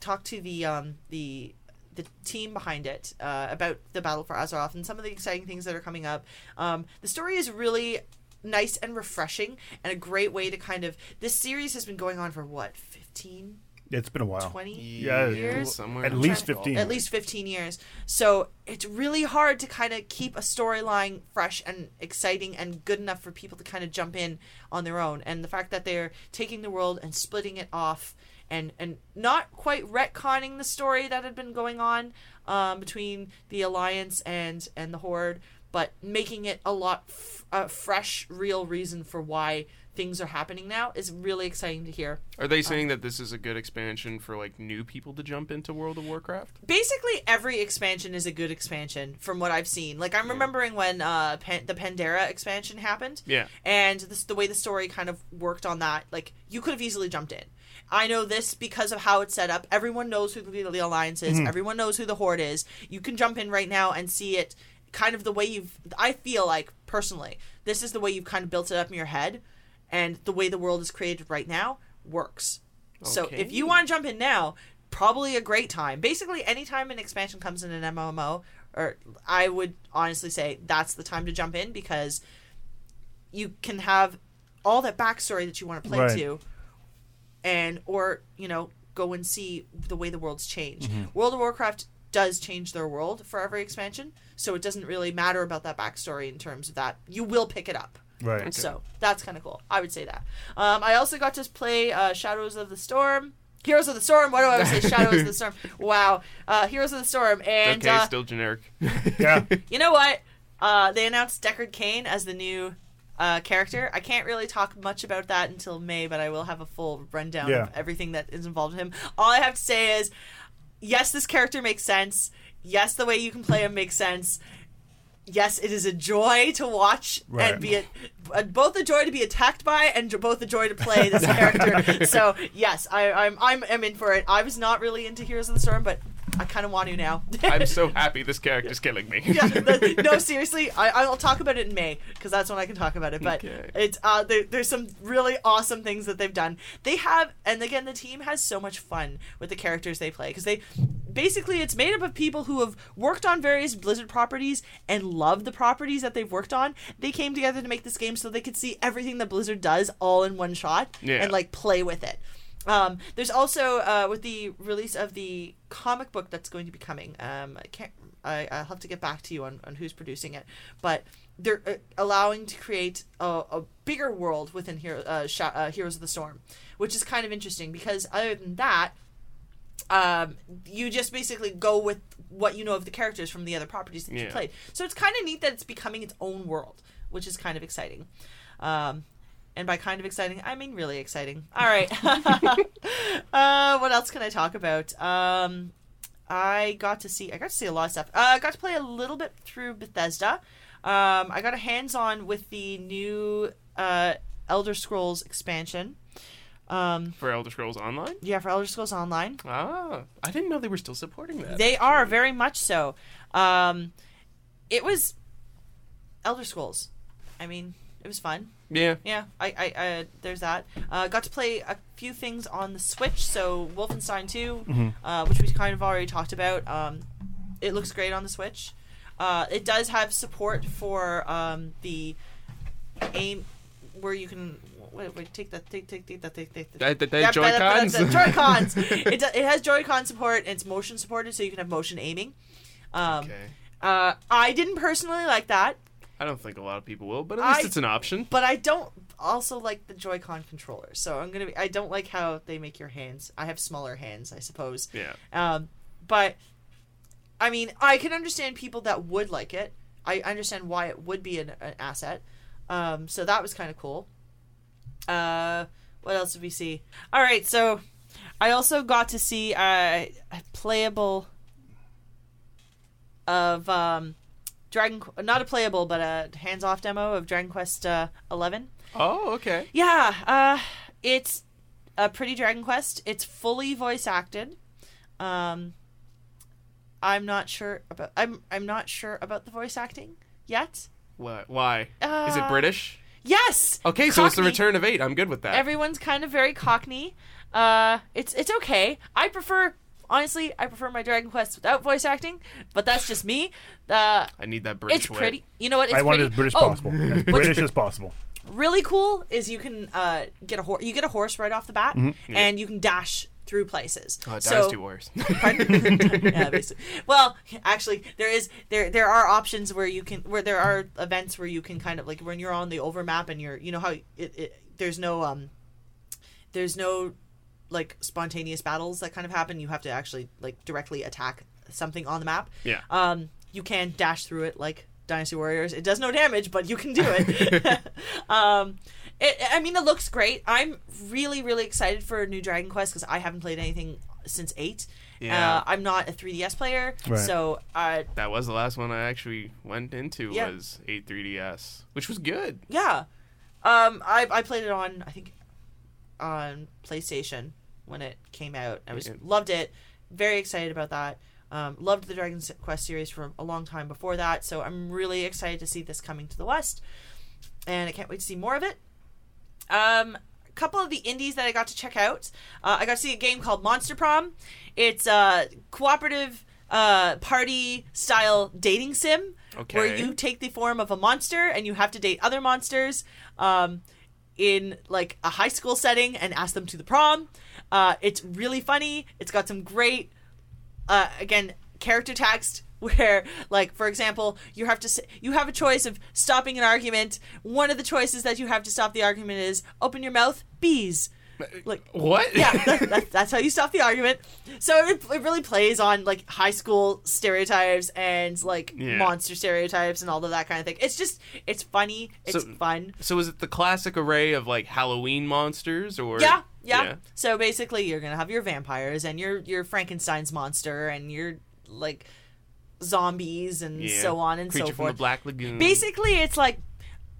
Speaker 1: talk to the um, the the team behind it uh, about the battle for Azeroth and some of the exciting things that are coming up. Um, the story is really nice and refreshing and a great way to kind of this series has been going on for what 15
Speaker 3: <laughs> It's been a while.
Speaker 1: 20
Speaker 3: Yeah,
Speaker 1: years
Speaker 2: somewhere.
Speaker 3: At
Speaker 2: I'm
Speaker 3: least
Speaker 2: trying to-
Speaker 3: 15.
Speaker 1: at least 15 years so it's really hard to kind of keep a storyline fresh and exciting and good enough for people to kind of jump in on their own and the fact that they're taking the world and splitting it off and and not quite retconning the story that had been going on um, between the alliance and and the horde but making it a lot f- a fresh real reason for why things are happening now is really exciting to hear
Speaker 2: Are they saying that this is a good expansion for like new people to jump into World of Warcraft?
Speaker 1: basically every expansion is a good expansion from what I've seen. Like I'm remembering when uh, Pan- the Pandera expansion happened.
Speaker 2: Yeah.
Speaker 1: And this, the way the story kind of worked on that, like you could have easily jumped in. I know this because of how it's set up. Everyone knows who the, the alliance is. Everyone knows who the horde is. You can jump in right now and see it kind of the way you've. I feel like personally, this is the way you've kind of built it up in your head, and the way the world is created right now works. So if
Speaker 2: Okay.
Speaker 1: you want to jump in now, probably a great time. Basically, anytime an expansion comes in an MMO, or I would honestly say that's the time to jump in because you can have all that backstory that you want to play
Speaker 3: Right.
Speaker 1: to, and or you know go and see the way the world's changed. World of Warcraft does change their world for every expansion, so it doesn't really matter about that backstory in terms of that. You will pick it up.
Speaker 3: Right.
Speaker 1: So that's kind of cool. I would say that. Um, I also got to play uh, Shadows of the Storm. Heroes of the Storm. Why do I always say Shadows of the Storm? Wow. Uh, Heroes of the Storm. And
Speaker 2: okay,
Speaker 1: uh,
Speaker 2: still generic.
Speaker 1: <laughs>
Speaker 3: Yeah.
Speaker 1: you know what? Uh, they announced Deckard Kane as the new uh, character. I can't really talk much about that until May, but I will have a full rundown
Speaker 3: Yeah.
Speaker 1: of everything that is involved in him. All I have to say is, yes, this character makes sense. Yes, the way you can play him makes sense. Yes, it is a joy to watch
Speaker 3: Right.
Speaker 1: and be a, uh, both a joy to be attacked by and j- both a joy to play
Speaker 3: <laughs>
Speaker 1: this character. so yes, I, I'm I'm I'm in for it. I was not really into Heroes of the Storm, but I kind of want to now.
Speaker 2: I'm
Speaker 1: <laughs>
Speaker 2: so happy this character's killing me.
Speaker 1: yeah, the-
Speaker 2: <laughs>
Speaker 1: no, seriously, I, I'll talk about it in May because that's when I can talk about it. But
Speaker 2: Okay.
Speaker 1: it's uh, there, there's some really awesome things that they've done. They have, and again, the team has so much fun with the characters they play because they basically it's made up of people who have worked on various Blizzard properties and love the properties that they've worked on. They came together to make this game so they could see everything that Blizzard does all in one shot
Speaker 2: Yeah.
Speaker 1: and like play with it. Um, there's also uh, with the release of the comic book that's going to be coming. Um, I can't. I, I'll have to get back to you on, on who's producing it, but they're uh, allowing to create a, a bigger world within Hero, uh, Sha uh, Heroes of the Storm, which is kind of interesting because other than that, um, you just basically go with what you know of the characters from the other properties that you
Speaker 2: Yeah.
Speaker 1: played. So it's kind of neat that it's becoming its own world, which is kind of exciting. Um, and by kind of exciting, I mean really exciting. All right. <laughs> uh, what else can I talk about? Um, I got to see I got to see a lot of stuff. Uh, I got to play a little bit through Bethesda. Um, I got a hands on with the new uh, Elder Scrolls expansion. Um,
Speaker 2: For Elder Scrolls Online?
Speaker 1: yeah, for Elder Scrolls Online.
Speaker 2: Ah, I didn't know they were still supporting that.
Speaker 1: They are very much so. Um, it was Elder Scrolls. I mean, it was fun.
Speaker 2: yeah.
Speaker 1: Yeah, I, I, I there's that. Uh, got to play a few things on the Switch. So Wolfenstein 2, uh, which we kind of already talked about. Um, it looks great on the Switch. Uh, it does have support for um, the aim where you can wait, wait, take that, take, take, take that, take, take.
Speaker 2: That- that- that
Speaker 1: Yeah, but- but- but-
Speaker 2: Joy-Cons?
Speaker 1: Joy Cons. it, do- it has Joy-Con support. and It's motion supported, so you can have motion aiming. Um,
Speaker 2: Okay.
Speaker 1: uh, I didn't personally like that
Speaker 2: I don't think a lot of people will, but at least
Speaker 1: I-
Speaker 2: it's an option.
Speaker 1: but I don't also like the Joy-Con controllers. So I'm gonna be. I don't like how they make your hands. I have smaller hands, I suppose.
Speaker 2: Yeah.
Speaker 1: Um, but I mean, I can understand people that would like it. I understand why it would be an, an asset. Um, so that was kind of cool. Uh, what else did we see? All right, so I also got to see uh, a playable of um, Dragon, Qu- not a playable, but a hands-off demo of Dragon Quest uh, Eleven.
Speaker 2: Oh, okay.
Speaker 1: Yeah, uh, it's a pretty Dragon Quest. It's fully voice acted. Um, I'm not sure about I'm I'm not sure about the voice acting yet.
Speaker 2: Why? Why? Is it
Speaker 1: Uh,
Speaker 2: British?
Speaker 1: Yes.
Speaker 2: Okay, so it's the
Speaker 1: Cockney.
Speaker 2: return of eight. I'm good with that.
Speaker 1: Everyone's kind of very cockney. Uh, it's it's okay. I prefer honestly, I prefer my Dragon Quest without voice acting, but that's just me. Uh,
Speaker 2: I need that British
Speaker 1: it's
Speaker 2: way.
Speaker 1: pretty. You know what? It's
Speaker 3: I wanted
Speaker 1: pretty- <laughs>
Speaker 3: as British
Speaker 1: oh,
Speaker 3: possible. As British as possible.
Speaker 1: Really cool is you can uh, get a horse. You get a horse right off the bat, and you can dash through places.
Speaker 2: Mm-hmm. Oh, that's
Speaker 1: so,
Speaker 2: too worse. <laughs>
Speaker 1: Pardon? <laughs> yeah, basically. Well, actually, there is there there are options where you can where there are events where you can kind of like when you're on the over map and you're you know how it, it there's no um there's no like spontaneous battles that kind of happen. You have to actually like directly attack something on the map.
Speaker 2: Yeah.
Speaker 1: Um, you can dash through it like Dynasty Warriors. It does no damage, but you can do it. <laughs> um, it I mean, it looks great. I'm really, really excited for new Dragon Quest because I haven't played anything since eight.
Speaker 2: Yeah.
Speaker 1: Uh, I'm not a 3DS player,
Speaker 3: Right.
Speaker 1: so uh,
Speaker 2: that was the last one I actually went into
Speaker 1: Yeah.
Speaker 2: was 8 3DS, which was good.
Speaker 1: yeah. Um, I I played it on I think on PlayStation when it came out. I was
Speaker 2: Yeah.
Speaker 1: loved it. Very excited about that. Um, loved the Dragon Quest series for a long time before that, so I'm really excited to see this coming to the West, and I can't wait to see more of it. Um, a couple of the indies that I got to check out. Uh, I got to see a game called Monster Prom. It's a cooperative uh, party style dating sim where
Speaker 2: Okay.
Speaker 1: you take the form of a monster and you have to date other monsters um, in like a high school setting and ask them to the prom. Uh, it's really funny. It's got some great uh, again character text <laughs> where like for example you have to s you have a choice of stopping an argument one of the choices that you have to stop the argument is open your mouth bees
Speaker 2: Uh,
Speaker 1: like
Speaker 2: What? <laughs>
Speaker 1: yeah that, that, that's how you stop the argument so it, it really plays on like high school stereotypes and like
Speaker 2: Yeah.
Speaker 1: monster stereotypes and all of that kind of thing it's just it's funny it's
Speaker 2: So-
Speaker 1: fun
Speaker 2: so is it the classic array of like Halloween monsters or
Speaker 1: yeah, yeah, So basically, you're gonna have your vampires and your your Frankenstein's monster and your like zombies and
Speaker 2: Yeah.
Speaker 1: so on and
Speaker 2: Creature
Speaker 1: so
Speaker 2: from the
Speaker 1: forth.
Speaker 2: Black Lagoon.
Speaker 1: basically, it's like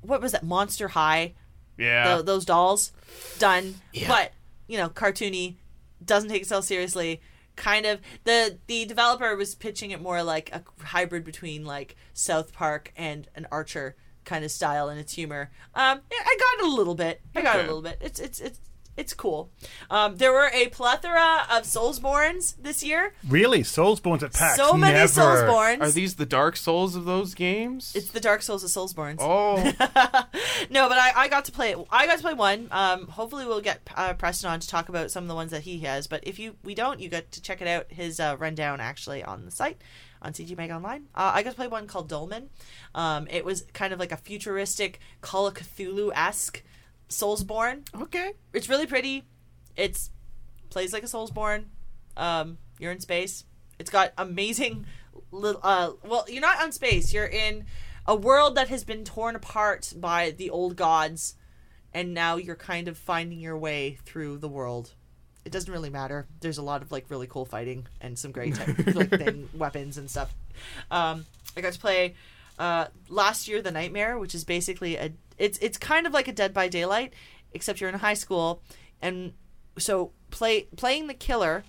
Speaker 1: what was that Monster High?
Speaker 2: yeah.
Speaker 1: tho- those dolls, done. But you know, cartoony, doesn't take itself seriously. Kind of the the developer was pitching it more like a hybrid between like South Park and an Archer kind of style in its humor. Um, yeah, I got it a little bit. I got it
Speaker 2: Okay.
Speaker 1: a little bit. It's it's it's it's cool. Um, there were a plethora of Soulsborns this year.
Speaker 3: Really, Soulsborns at PAX.
Speaker 1: so many
Speaker 3: never.
Speaker 1: Soulsborns.
Speaker 2: Are these the Dark Souls of those games?
Speaker 1: it's the Dark Souls of Soulsborns.
Speaker 2: oh,
Speaker 1: <laughs> No, but I, I got to play it. I got to play one. Um, hopefully we'll get uh, Preston on to talk about some of the ones that he has. But if you we don't, you get to check it out. His uh, rundown actually on the site on CG Mag Online. Uh, I got to play one called Dolmen. Um, it was kind of like a futuristic Call of Cthulhu esque Soulsborne.
Speaker 2: okay.
Speaker 1: It's really pretty. It's plays like a Soulsborne. Um, you're in space. It's got amazing little. Uh, well, you're not on space. You're in a world that has been torn apart by the old gods, and now you're kind of finding your way through the world. It doesn't really matter. There's a lot of like really cool fighting and some great tech, like, thing, weapons and stuff. Um, I got to play uh, last year the Nightmare, which is basically a it's it's kind of like a Dead by Daylight, except you're in high school, and so play playing the killer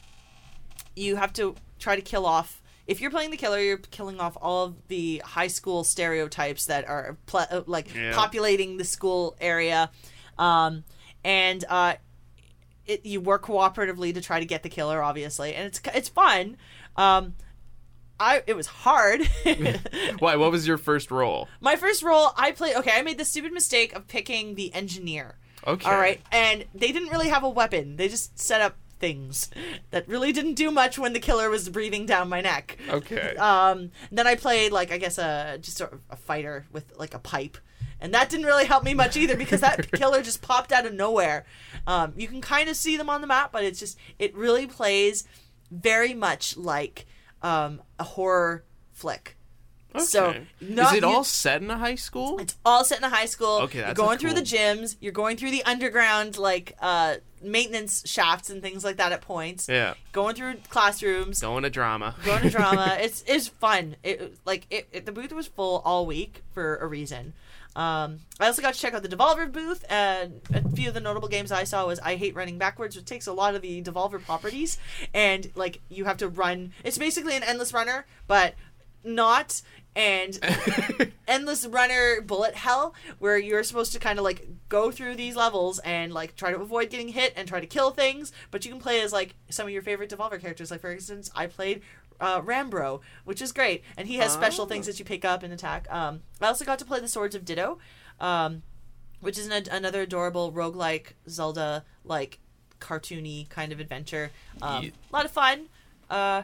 Speaker 1: you have to try to kill off if you're playing the killer you're killing off all of the high school stereotypes that are pl- uh, like
Speaker 2: Yeah.
Speaker 1: populating the school area um, and uh, it, you work cooperatively to try to get the killer obviously and it's it's fun um, I, it was hard <laughs>
Speaker 2: Why? What was your first role?
Speaker 1: my first role i played okay i made the stupid mistake of picking the engineer
Speaker 2: Okay.
Speaker 1: all right and they didn't really have a weapon they just set up things that really didn't do much when the killer was breathing down my neck <laughs>
Speaker 2: Okay.
Speaker 1: um then i played like i guess a just sort of a fighter with like a pipe and that didn't really help me much either because
Speaker 2: <laughs>
Speaker 1: that killer just popped out of nowhere um you can kind of see them on the map but it's just it really plays very much like um a horror flick so
Speaker 2: Okay.
Speaker 1: not
Speaker 2: is it
Speaker 1: you-
Speaker 2: all set in a high school?
Speaker 1: it's all set in a high school.
Speaker 2: Okay,
Speaker 1: you're
Speaker 2: that's
Speaker 1: going
Speaker 2: a
Speaker 1: through the
Speaker 2: cool-
Speaker 1: gyms. You're going through the underground like uh, maintenance shafts and things like that at points.
Speaker 2: yeah.
Speaker 1: Going through classrooms.
Speaker 2: Going to drama.
Speaker 1: Going
Speaker 2: <laughs>
Speaker 1: to drama. it's it's fun. It like it, it- the booth was full all week for a reason. Um, I also got to check out the Devolver booth, and a few of the notable games I saw was I Hate Running Backwards, which takes a lot of the Devolver properties, and like you have to run. It's basically an endless runner, but not.
Speaker 2: <laughs>
Speaker 1: And <laughs> endless runner bullet hell where you're supposed to kind of like go through these levels and like try to avoid getting hit and try to kill things but you can play as like some of your favorite devolver characters like for instance i played uh, Rambro, which is great, and he has special things that you pick up and attack. Um, I also got to play the Swords of Ditto, um, which is an, another adorable roguelike Zelda like cartoony kind of adventure. Um, A
Speaker 2: Ye-
Speaker 1: lot of fun. Uh,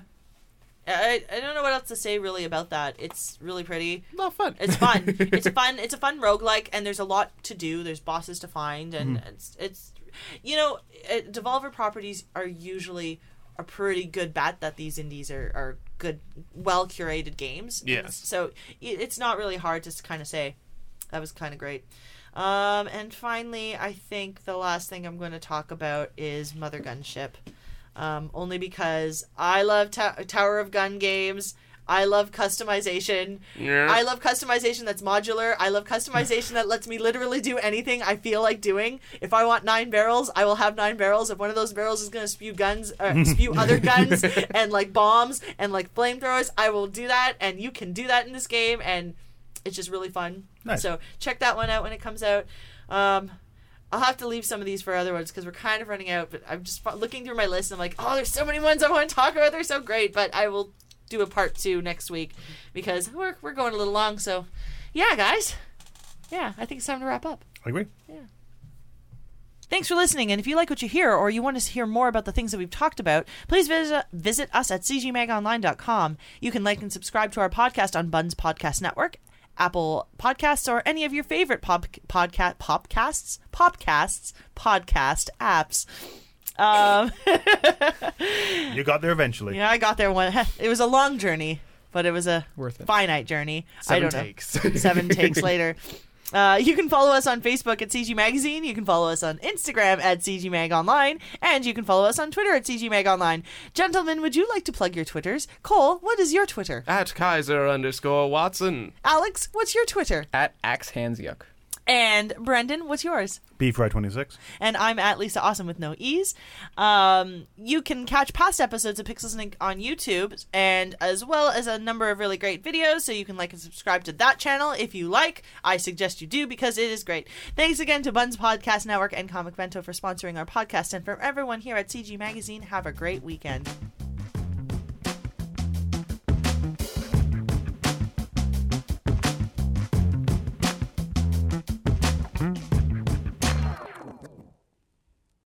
Speaker 1: I, I don't know what else to say really about that. It's really pretty.
Speaker 4: A lot of fun.
Speaker 1: It's fun. it's fun. It's a fun roguelike and there's a lot to do. There's bosses to find and it's it's you know, uh, Devolver properties are usually a pretty good bet that these indies are, are good, well curated games. And
Speaker 2: Yes.
Speaker 1: So it, it's not really hard to s- kind of say that was kind of great. Um, and finally, I think the last thing I'm going to talk about is Mother Gunship. Um, only because I love ta- Tower of Gun games. I love customization.
Speaker 2: Yeah.
Speaker 1: I love customization that's modular. I love customization that lets me literally do anything I feel like doing. If I want nine barrels, I will have nine barrels. If one of those barrels is going to spew guns, uh, spew other guns and like bombs and like flamethrowers, I will do that. And you can do that in this game. And it's just really fun.
Speaker 3: Nice.
Speaker 1: So check that one out when it comes out. Um, I'll have to leave some of these for other ones because we're kind of running out. But I'm just fu- looking through my list and I'm like, oh, there's so many ones I want to talk about. They're so great. But I will do a part two next week because we're, we're going a little long. So, yeah, guys. Yeah, I think it's time to wrap up.
Speaker 3: I agree.
Speaker 1: Thanks for listening, and if you like what you hear or you want to hear more about the things that we've talked about, please visit, visit us at cgmagonline.com. You can like and subscribe to our podcast on Buns Podcast Network, Apple Podcasts, or any of your favorite pop, podcast popcasts, popcasts, podcast apps. Um, <laughs>
Speaker 3: You got there eventually.
Speaker 1: yeah, I got there one. <laughs> It was a long journey, but it was a
Speaker 4: Worth it.
Speaker 1: finite journey. I
Speaker 2: Seven
Speaker 1: don't know.
Speaker 2: takes. <laughs>
Speaker 1: seven takes later. Uh, you can follow us on Facebook at CG Magazine. You can follow us on Instagram at CG Mag Online. And you can follow us on Twitter at CG Mag Online. Gentlemen, would you like to plug your Twitters? Cole, what is your Twitter?
Speaker 2: At Kaiser underscore Watson.
Speaker 1: Alex, what's your Twitter?
Speaker 4: <laughs> At Axe Hansyuk.
Speaker 1: And Brendan, what's yours?
Speaker 3: B Fry 26.
Speaker 1: and I'm at Lisa Awesome with no E's. Um, you can catch past episodes of Pixels and Ink on YouTube, and as well as a number of really great videos. So you can like and subscribe to that channel if you like. I suggest you do because it is great. Thanks again to Buns Podcast Network and Comic Bento for sponsoring our podcast, and from everyone here at CG Magazine, have a great weekend.